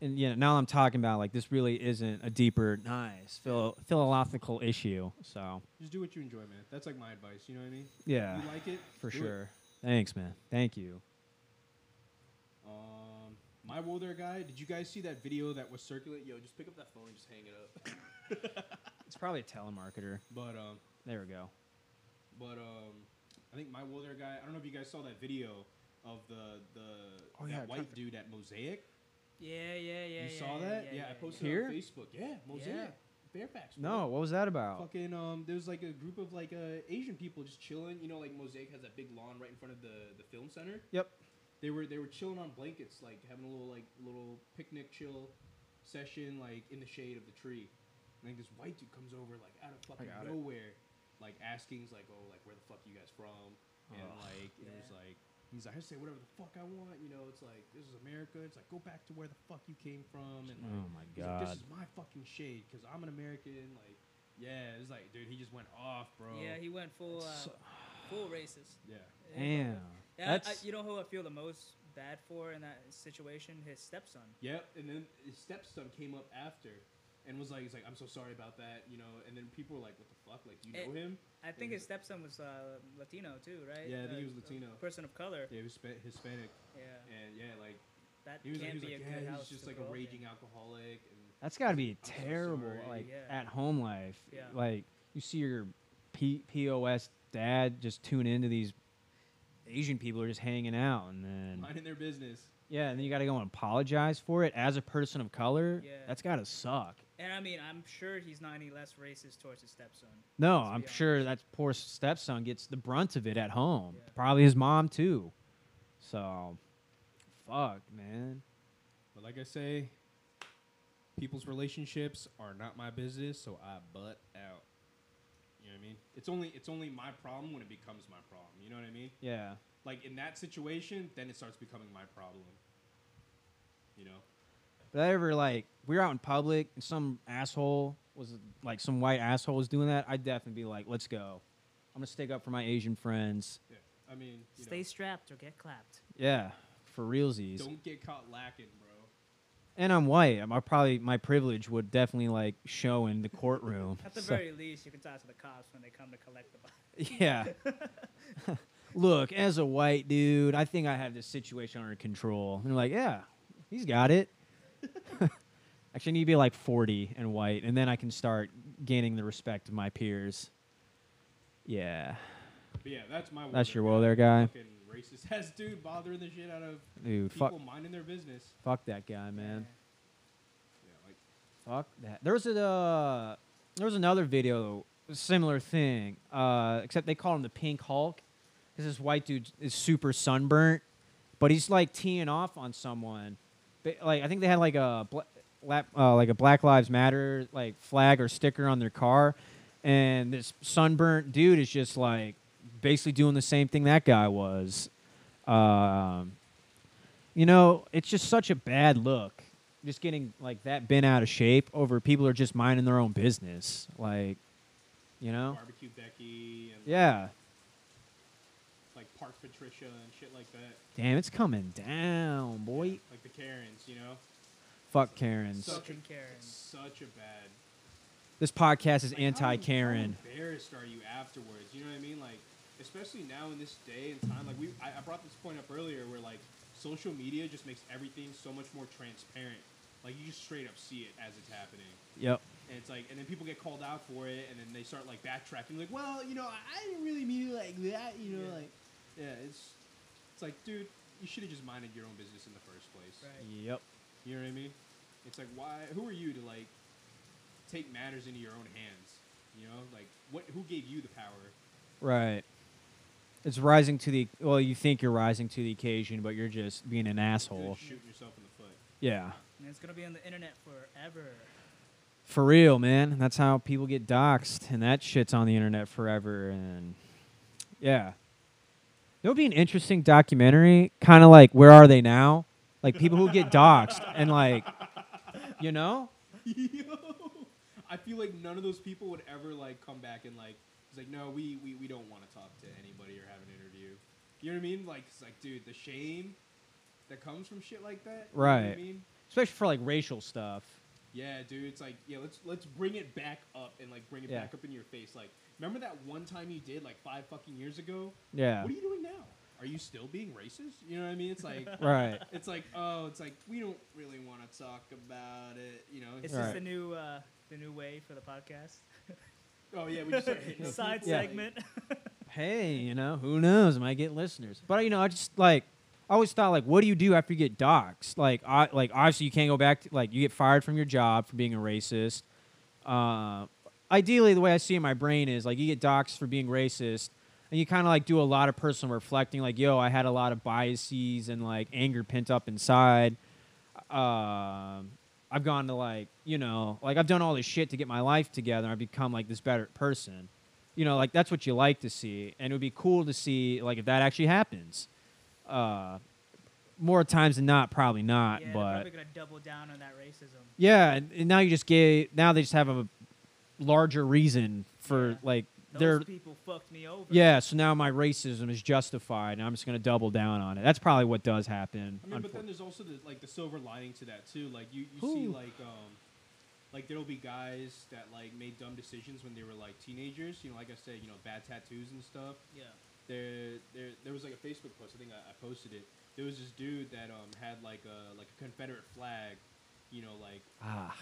A: and yeah, now I'm talking about like this really isn't a deeper nice philo- philosophical issue. So,
B: Just do what you enjoy, man. That's like my advice. You know what I mean?
A: yeah.
B: you like it
A: for
B: do it.
A: sure. Thanks, man. Thank you.
B: Um, my Wilder guy. Did you guys see that video that was circulating? Yo, just pick up that phone and just hang it up.
A: It's probably a telemarketer.
B: but um,
A: There we go.
B: but um, I think my Wilder guy. I don't know if you guys saw that video of the the
A: Oh,
B: that
A: yeah, I
B: white
A: tried-
B: dude at Mosaic.
D: Yeah, yeah, yeah.
B: you
D: yeah,
B: saw
D: yeah,
B: that?
D: Yeah,
B: Yeah, I posted
A: Here?
B: it on Facebook. Yeah, Mosaic. Fairfax. bro.
A: No, what was that about?
B: Fucking um, there was like a group of like uh, Asian people just chilling. You know, like Mosaic has that big lawn right in front of the, the film center.
A: Yep.
B: They were they were chilling on blankets, like having a little like little picnic chill session, like in the shade of the tree. And like this white dude comes over like out of fucking
A: got it.
B: nowhere, like asking like, oh, like where the fuck you guys from? And
A: Oh.
B: like it was
D: Yeah.
B: like he's like I say whatever the fuck I want. You know, it's like this is America. It's like go back to where the fuck you came from. And like,
A: Oh my
B: He's like,
A: god.
B: this is my fucking shade because I'm an American. Like, yeah, it's like, dude, he just went off, bro.
D: Yeah, he went full, uh,
A: So-
D: full racist.
B: yeah.
D: Yeah,
A: Damn.
D: Yeah, I- I-
A: That's-
D: you know who I feel the most bad for in that situation? His stepson.
B: Yep. And then his stepson came up after and was like, he's like, I'm so sorry about that, you know. And then people were like, what the fuck? Like, you
D: Eh.
B: know him?
D: I think
B: Yeah.
D: his stepson was uh, Latino too, right?
B: Yeah, I think he
D: Uh,
B: was Latino.
D: a person of color.
B: Yeah, he was spa- Hispanic.
D: Yeah,
B: And yeah, like,
D: that
B: he was, like,
D: can't
B: he was
D: be
B: like,
D: a good
B: yeah,
D: house
B: he's just
D: to
B: like
D: grow
B: a
D: up in.
B: raging alcoholic. And
A: That's got to be
B: I'm so
A: terrible,
B: sorry.
A: like
D: Yeah.
A: at home life.
D: Yeah.
A: Like you see your P- POS dad just tune into these Asian people who are just hanging out, and then
B: minding their business.
A: yeah, and then you got to go and apologize for it as a person of color.
D: Yeah.
A: That's got to suck.
D: And I mean, I'm sure he's not any less racist towards his stepson.
A: No,
D: Let's
A: I'm
D: be
A: sure that poor stepson gets the brunt of it at home.
D: Yeah.
A: Probably his mom too. So, fuck, man.
B: But like I say, people's relationships are not my business, so I butt out. You know what I mean? It's only it's only my problem when it becomes my problem. You know what I mean?
A: Yeah.
B: Like in that situation, then it starts becoming my problem. You know?
A: But I ever like we were out in public and some asshole was like some white asshole was doing that, I'd definitely be like, let's go. I'm gonna stick up for my Asian friends.
B: Yeah. I mean, you
D: Stay strapped or get clapped.
A: Yeah, for realsies.
B: know, don't get caught lacking, bro.
A: And I'm white. I'm I probably my privilege would definitely like show in the courtroom.
D: At the
A: So-
D: very least, you can talk to the cops when they come to collect
B: *laughs*
D: the body.
A: yeah. *laughs* Look, as a white dude, I think I have this situation under control. And they're like, yeah, he's got it. *laughs* Actually, I need to be like 40 and white, and then I can start gaining the respect of my peers. Yeah.
B: But yeah, that's my.
A: That's your
B: world
A: world there, guy.
B: Fucking racist *laughs* ass dude bothering the shit out of
A: Dude,
B: people
A: fuck,
B: minding their business.
A: fuck that guy, man.
B: Yeah, like
A: Fuck that. There was a uh, there was another video, a similar thing. Uh, except they call him the Pink Hulk, because this white dude is super sunburnt, but he's like teeing off on someone. Ba- like I think they had like a bla- lap, uh, like a Black Lives Matter like flag or sticker on their car, and this sunburnt dude is just like basically doing the same thing that guy was. Um, you know, it's just such a bad look. Just getting like that bent out of shape over people are just minding their own business. Like, you know?
B: barbecue Becky and
A: Yeah.
B: like Park Patricia and shit like that.
A: Damn, it's coming down, boy.
B: Like the Karens, you know.
A: Fuck Karens.
B: Such
D: Fucking Karen.
B: Such a bad.
A: This podcast is
B: like, how
A: anti Karen.
B: em- how Embarrassed are you afterwards? You know what I mean? Like, especially now in this day and time. Like we, I, I brought this point up earlier, where like social media just makes everything so much more transparent. Like you just straight up see it as it's happening.
A: Yep.
B: And it's like, and then people get called out for it, and then they start like backtracking, like, well, you know, I I didn't really mean it like that, you know,
D: Yeah.
B: like, yeah, it's, it's like, dude, you should have just minded your own business in the first place.
D: Right.
A: Yep.
B: You know what I mean? It's like, why? Who are you to like take matters into your own hands? You know, like, what? Who gave you the power?
A: Right. It's rising to the well, you think you're rising to the occasion, but you're just being an
B: You're
A: asshole.
B: just shooting yourself in the foot.
A: Yeah.
D: And it's gonna be on the internet forever.
A: For real, man. That's how people get doxxed, and that shit's on the internet forever. And yeah, there would be an interesting documentary, kind of like "Where Are They Now?" Like people who get doxxed, and like, you know,
B: *laughs* Yo, I feel like none of those people would ever like come back and like, it's like, no, we we, we don't want to talk to anybody or have an interview. You know what I mean? Like, it's like, dude, the shame that comes from shit like that. You know what I
A: Right.
B: mean?
A: especially for like racial stuff.
B: Yeah, dude, it's like yeah, let's let's bring it back up and like bring it
A: Yeah.
B: back up in your face. Like, remember that one time you did like five fucking years ago?
A: Yeah,
B: What are you doing now? Are you still being racist? You know what I mean? It's
A: *laughs*
B: like
A: right.
B: it's like oh, it's like we don't really want to talk about it. You know?
D: Is
A: Right.
D: this the new uh, the new way for the podcast?
B: Oh yeah, *laughs* we just start
D: *laughs*
B: hitting up
D: Side
B: people, like-
D: segment. *laughs*
A: Hey, you know, who knows? Might get listeners. But you know, I just like. I always thought like, what do you do after you get doxxed? Like, I, like obviously you can't go back. To, like, you get fired from your job for being a racist. uh, ideally the way I see it in my brain is like you get doxxed for being racist and you kind of like do a lot of personal reflecting like yo I had a lot of biases and like anger pent up inside um, I've gone to like you know like I've done all this shit to get my life together and I've become like this better person you know like that's what you like to see and it would be cool to see like if that actually happens uh, more times than not probably not
D: yeah, they're
A: but
D: probably gonna double down on that racism.
A: yeah, and, and now you just get now they just have a larger reason for
D: Yeah.
A: like
D: Those
A: they're
D: people fucked me over.
A: yeah. So now my racism is justified, and I'm just gonna double down on it. That's probably what does happen.
B: I mean, but
A: unfor-
B: then there's also the like the silver lining to that too. Like you, you see
A: Ooh.
B: like um, like there'll be guys that like made dumb decisions when they were like teenagers. You know, like I said, you know, bad tattoos and stuff.
D: Yeah.
B: there, there, there was like a Facebook post. I think I, I posted it. There was this dude that um had like a like a Confederate flag, you know, like
A: ah,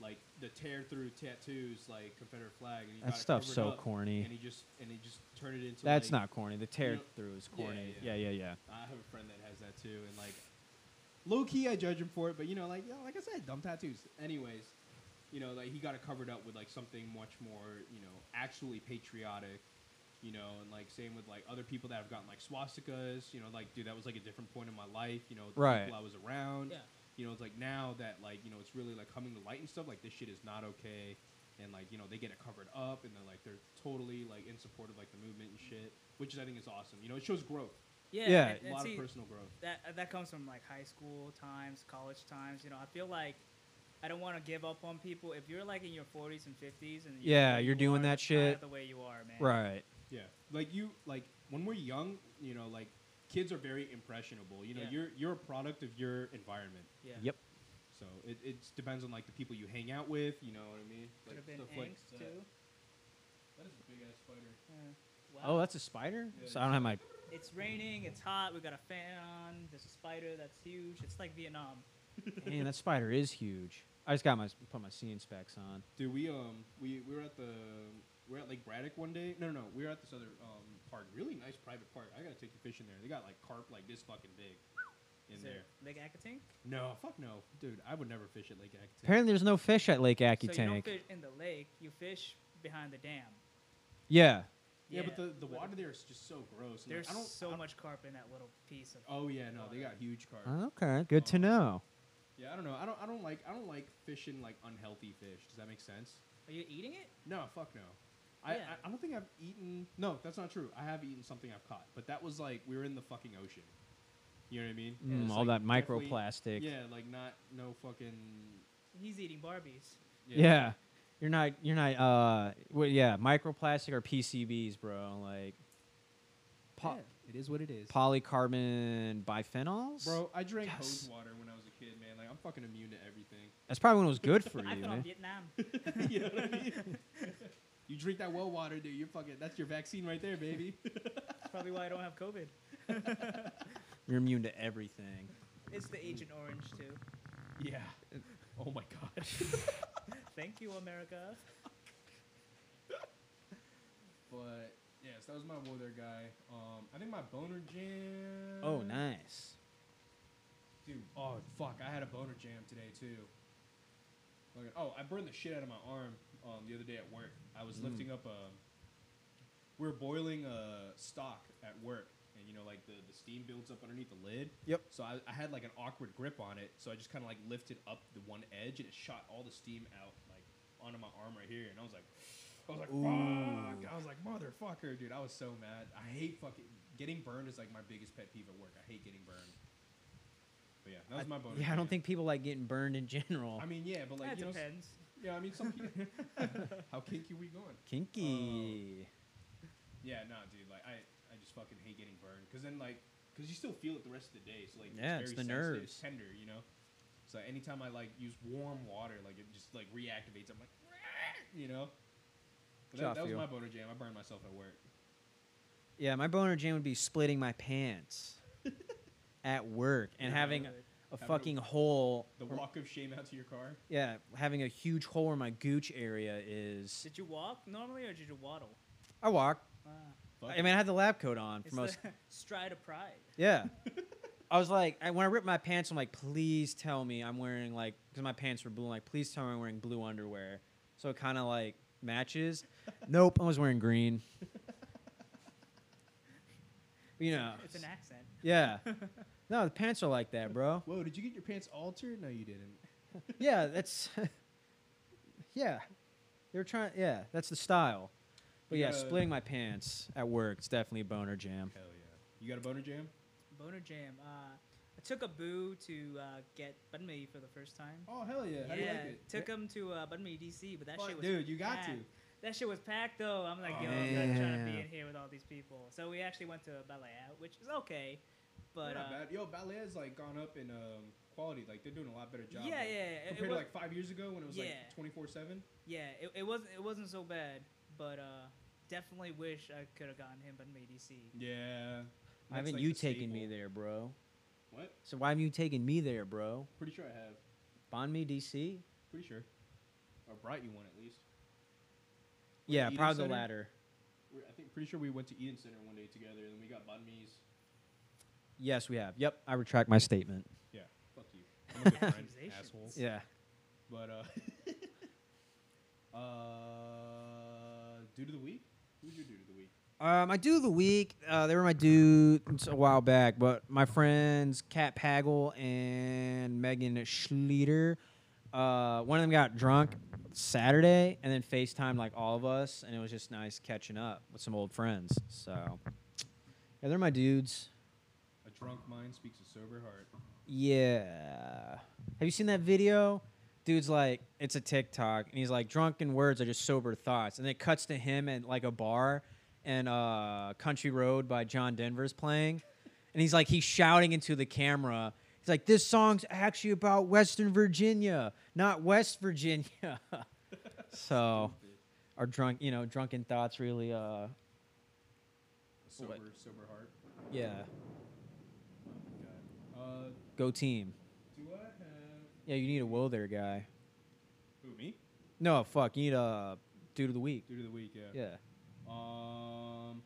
B: like the tear through tattoos, like Confederate flag. And he
A: that
B: got it
A: stuff's so
B: covered up, And
A: corny.
B: he just and he just turned it into.
A: That's
B: like-
A: not corny. The tear
B: know-
A: through is
B: Yeah,
A: corny.
B: yeah.
A: Yeah, yeah, yeah.
B: I have a friend that has that too, and like low key I judge him for it, but you know, like you know, like I said, dumb tattoos. Anyways,
C: You know, like he got it covered up with like something much more, you know, actually patriotic. You know, and like same with like other people that have gotten like swastikas. You know, like dude, that was like a different point in my life. You know, the
A: Right.
C: people I was around.
D: Yeah.
C: You know, it's like now that like you know it's really like coming to light and stuff. Like this shit is not okay, and like you know they get it covered up, and they're like they're totally like in support of like the movement and shit, which is I think is awesome. You know, it shows growth,
D: Yeah,
A: Yeah,
D: and-
C: a
D: and
C: lot of
D: see,
C: personal growth.
D: that uh, that comes from like high school times, college times. You know, I feel like I don't want to give up on people. If you're like in your 40s and 50s,
A: Yeah,
D: and you're the way
A: you're
D: you
A: doing
D: are,
A: that
D: that's
A: shit.
D: not The way you are, man.
A: Right.
C: Yeah, like you, like when we're young, you know, like kids are very impressionable. You know,
D: Yeah.
C: you're you're a product of your environment,
D: Yeah.
A: Yep.
C: so it, it depends on like the people you hang out with. You know what I mean? Like,
D: Could have been
C: stuff like
D: angst
C: that.
D: too.
C: That is a big ass spider.
D: Yeah. Wow.
A: Oh, that's a spider.
C: Yeah.
A: So I don't have my.
D: it's raining. It's hot. We got a fan on. There's a spider that's huge. It's like Vietnam.
A: Man, that spider is huge. I just got my put my seeing specs on.
C: Dude, we um we, we were at the we were at Lake Braddock one day. No, no, no, we were at this other um park, really nice private park. I gotta take you fishing there. They got like carp like this fucking big in
D: Is
C: there.
D: there Lake Akating?
C: No, fuck no, dude. I would never fish at Lake Acton.
A: Apparently, there's no fish at Lake
D: So you don't
A: Akitank.
D: fish in the lake. You fish behind the dam.
A: yeah.
C: yeah, but
D: Yeah,
C: the, the
D: but-
C: water there is just so gross. and, like,
D: There's
C: I don't,
D: so
C: I don't-
D: much carp in that little piece of.
C: Oh yeah, no, they got huge carp.
A: Okay. Good to
C: Um,
A: know.
C: Yeah, I don't know. I don't. I don't like. I don't like fishing like unhealthy fish. Does that make sense?
D: Are you eating it?
C: No, fuck no. I,
D: Yeah.
C: I, I don't think I've eaten. No, that's not true. I have eaten something I've caught, but that was like we were in the fucking ocean. You know what I mean?
A: Mm,
C: It's,
A: all
C: like,
A: that
C: definitely-
A: microplastic.
C: Yeah, like not no fucking.
D: He's eating Barbies.
A: Yeah. You're not. You're not. Uh. Well, yeah. Microplastic or PCBs, bro. Like. Po-
C: It is what it is.
A: Polycarbon biphenyls.
C: Bro, I drank hose
A: Yes.
C: water when I was a kid, man. Like I'm fucking immune to everything.
A: That's probably when it was good for
D: *laughs* I
A: you,
D: thought
A: man.
C: *laughs*
D: Vietnam.
C: you know what I mean? you drink that well water, dude. You're fucking. That's your vaccine right there, baby. *laughs*
D: That's probably why I don't have COVID.
A: You're immune to everything.
D: It's the Agent Orange too.
C: yeah. Oh my god.
D: Thank you, America.
C: But yes, that was my weather guy. Um, I think my boner jam.
B: *laughs*
A: Oh, nice.
C: Dude, oh fuck, I had a boner jam today too. Fucking- oh, I burned the shit out of my arm um, the other day at work. I was
A: Mm.
C: lifting up a. We were boiling a stock at work, and you know, like the, the steam builds up underneath the lid.
A: Yep.
C: So I, I had like an awkward grip on it, so I just kind of like lifted up the one edge, and it shot all the steam out like onto my arm right here, and I was like, I was like, fuck, I was like, motherfucker, dude, I was so mad. I hate fucking getting burned is like my biggest pet peeve at work. I hate getting burned. But Oh, yeah, that was my bonus.
A: Yeah, I don't
C: rant.
A: think people like getting burned in general.
C: I mean, yeah, but like
D: that
C: you know, s-
D: depends.
C: yeah, I mean, some
D: *laughs*
C: people. how kinky we going?
A: Kinky.
C: Yeah, nah, dude. Like, I, I just fucking hate getting burned because then like, because you still feel it the rest of the day. So like,
A: Yeah, it's
C: very
A: the
C: sensitive,
A: nerves.
C: tender, you know. So anytime I like use warm water, like it just like reactivates. I'm like, you know. But
A: Sure, I
C: that, that was
A: feel.
C: my boner jam. I burned myself at work.
A: Yeah, my boner jam would be splitting my pants at work and
C: Yeah.
A: having
D: Good.
A: a
C: Having a-
A: fucking hole.
C: The
A: where-
C: walk of shame out to your car.
A: yeah, having a huge hole where my gooch area is.
D: Did you walk normally or did you waddle?
A: I walk.
D: Ah,
C: Fuck
A: I
C: it.
A: mean, I had the lab coat on for
D: it's
A: most.
D: the *laughs* stride of pride.
A: Yeah. *laughs* I was like, I, when I ripped my pants, I'm like, please tell me I'm wearing like, because my pants were blue. I'm like, please tell me I'm wearing blue underwear. So it kind of like
D: *laughs*
A: matches. nope, I was wearing green. you know.
C: Ah.
D: It's an accent. *laughs*
A: Yeah. No, the pants are like that, bro.
C: Whoa, did you get your pants altered? No, you didn't.
A: Yeah, that's. *laughs* yeah. They're trying. Yeah, that's the style. But
C: You
A: yeah,
C: gotta-
A: splitting my pants at work, it's definitely a boner jam.
C: Hell yeah. You got a boner jam?
D: Boner jam. Uh, I took a boo to uh, get bun mi for the first time.
C: Oh hell yeah. How do you
D: yeah,
C: like it?
D: took him to uh, bun mi DC, but that
C: Fuck,
D: shit was
C: dude, you got
D: packed.
C: to.
D: That shit was packed though. I'm like,
C: Oh,
D: yo, I'm not trying to be
A: damn.
D: in here with all these people. So we actually went to Balaya, which is okay, but
C: Not
D: uh,
C: bad. Yo, ballet has like gone up in um, quality. Like they're doing a lot better job.
D: yeah, yeah,
C: like,
D: yeah, it- it,
C: Compared
D: was,
C: to like five years ago when it was
D: Yeah.
C: like twenty four seven.
D: yeah, it, it wasn't it wasn't so bad, but uh, definitely wish I could have gotten him, but made DC.
C: Yeah.
A: Why haven't you taken me there, bro?
C: What?
A: So why haven't you taken me there, bro?
C: Pretty sure I have.
A: Bond me DC?
C: Pretty sure. Or brought you one at least.
A: yeah,
C: Eden
A: probably
C: Center?
A: the latter.
C: We're, I think pretty sure we went to Eden Center one day together, and then we got banh mi's.
A: Yes, we have. Yep, I retract my statement.
D: *laughs*
C: Yeah. Fuck you. I'm a good friend,
D: Accusations.
C: asshole.
A: Yeah.
C: But uh,
B: *laughs* Uh, dude of the week. Who's your dude of the week?
A: Um, I do the week. Uh, they were my dudes a while back, but my friends Kat Pagel and Megan Schleter. Uh, one of them got drunk Saturday and then FaceTimed like all of us, and it was just nice catching up with some old friends. So, yeah, they're my dudes.
B: A drunk mind speaks a sober heart.
A: Yeah. Have you seen that video? Dude's like, it's a TikTok, and he's like, drunken words are just sober thoughts. And it cuts to him at like a bar, and uh, Country Road by John Denver's playing, and he's like, he's shouting into the camera. He's like, this song's actually about Western Virginia, not West Virginia. *laughs* so, our drunk, you know, drunken thoughts really, uh,
B: A sober,
A: What?
B: sober heart.
A: yeah,
B: Oh my god. Uh,
A: go team.
B: do I have
A: Yeah, you need a whoa there guy.
B: who me?
A: No, fuck, you need a dude of the week.
B: Dude of the week. Yeah.
A: Yeah.
B: Um.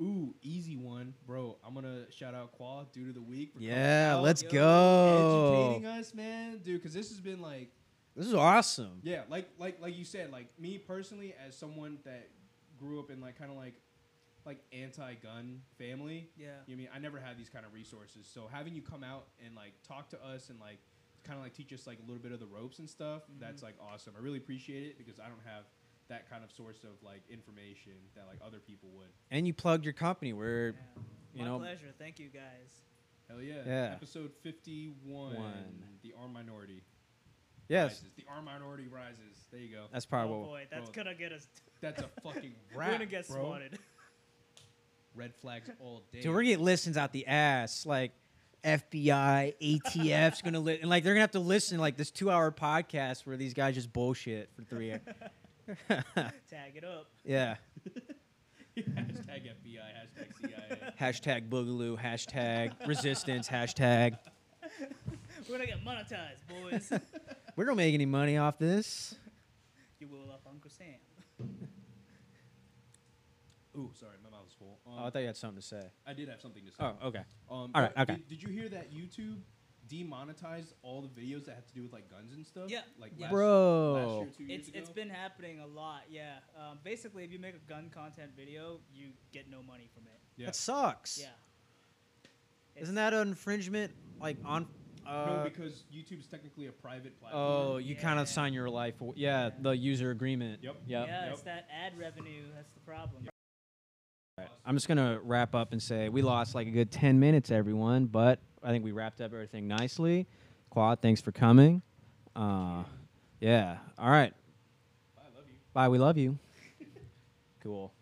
B: Ooh, easy one, bro. I'm gonna shout out Qual, dude of the week. for coming
A: Yeah,
B: out,
A: let's
B: yo,
A: go.
B: Educating us, man, dude, because this has been like,
A: This is awesome.
B: yeah, like, like, like you said, like me personally, as someone that grew up in like kind of like, like anti-gun family.
D: Yeah.
B: You know what I mean I never had these kind of resources, so having you come out and like talk to us and like kind of like teach us like a little bit of the ropes and stuff,
A: Mm-hmm.
B: that's like awesome. I really appreciate it because I don't have that kind of source of like information that like other people would.
A: And you plugged your company where
D: yeah.
A: you
D: My
A: know-
D: pleasure. Thank you guys.
B: Hell yeah!
A: Yeah.
B: Episode fifty-one,
A: One.
B: the armed minority.
A: yes,
B: rises. the armed minority rises. There you go.
A: that's probably
D: oh
A: what.
D: boy, that's
B: bro.
D: gonna get us.
B: That's a
A: *laughs*
B: fucking
D: We're
B: wrap,
D: gonna get
B: bro.
D: swatted.
B: Red flags all day.
A: Dude, we're getting listens out the ass. Like FBI, ATF's gonna li- and like they're gonna have to listen to, like this two-hour podcast where these guys just bullshit for three.
D: *laughs* Tag it up.
A: *laughs* yeah.
B: hashtag FBI, hashtag
A: *laughs*
B: CIA.
A: Hashtag boogaloo. Hashtag resistance. Hashtag.
D: We're gonna get monetized, boys.
A: We don't make any money off this.
D: you will up Uncle Sam.
B: Ooh, sorry, my mouth is full. Um,
A: Oh, I thought you had something to say.
B: I did have something to say.
A: Oh, okay.
B: Um,
A: All right,
B: but
A: okay.
B: Did, did you hear that YouTube demonetized all the videos that have to do with like guns and stuff?
D: Yeah,
B: like
D: yeah.
B: last, last
A: Bro.
B: year, two years
D: It's
B: ago.
D: it's been happening a lot. Yeah. Um, basically, if you make a gun content video, you get no money from it.
B: yeah.
A: That sucks.
D: Yeah.
A: Isn't that an infringement? Like on.
B: no
A: Uh,
B: because YouTube's technically a private
A: Oh,
B: platform.
A: you kind
D: Yeah.
A: of sign your life. aw- Yeah,
D: Yeah.
A: the user agreement.
B: Yep.
A: Yep.
D: Yeah, it's
B: Yep.
D: that ad revenue. That's the problem.
A: I'm just gonna wrap up and say we lost like a good ten minutes, everyone. But I think we wrapped up everything nicely. Quad, thanks for coming. Uh, yeah. All right.
B: I love you.
A: Bye. We love you. *laughs* cool.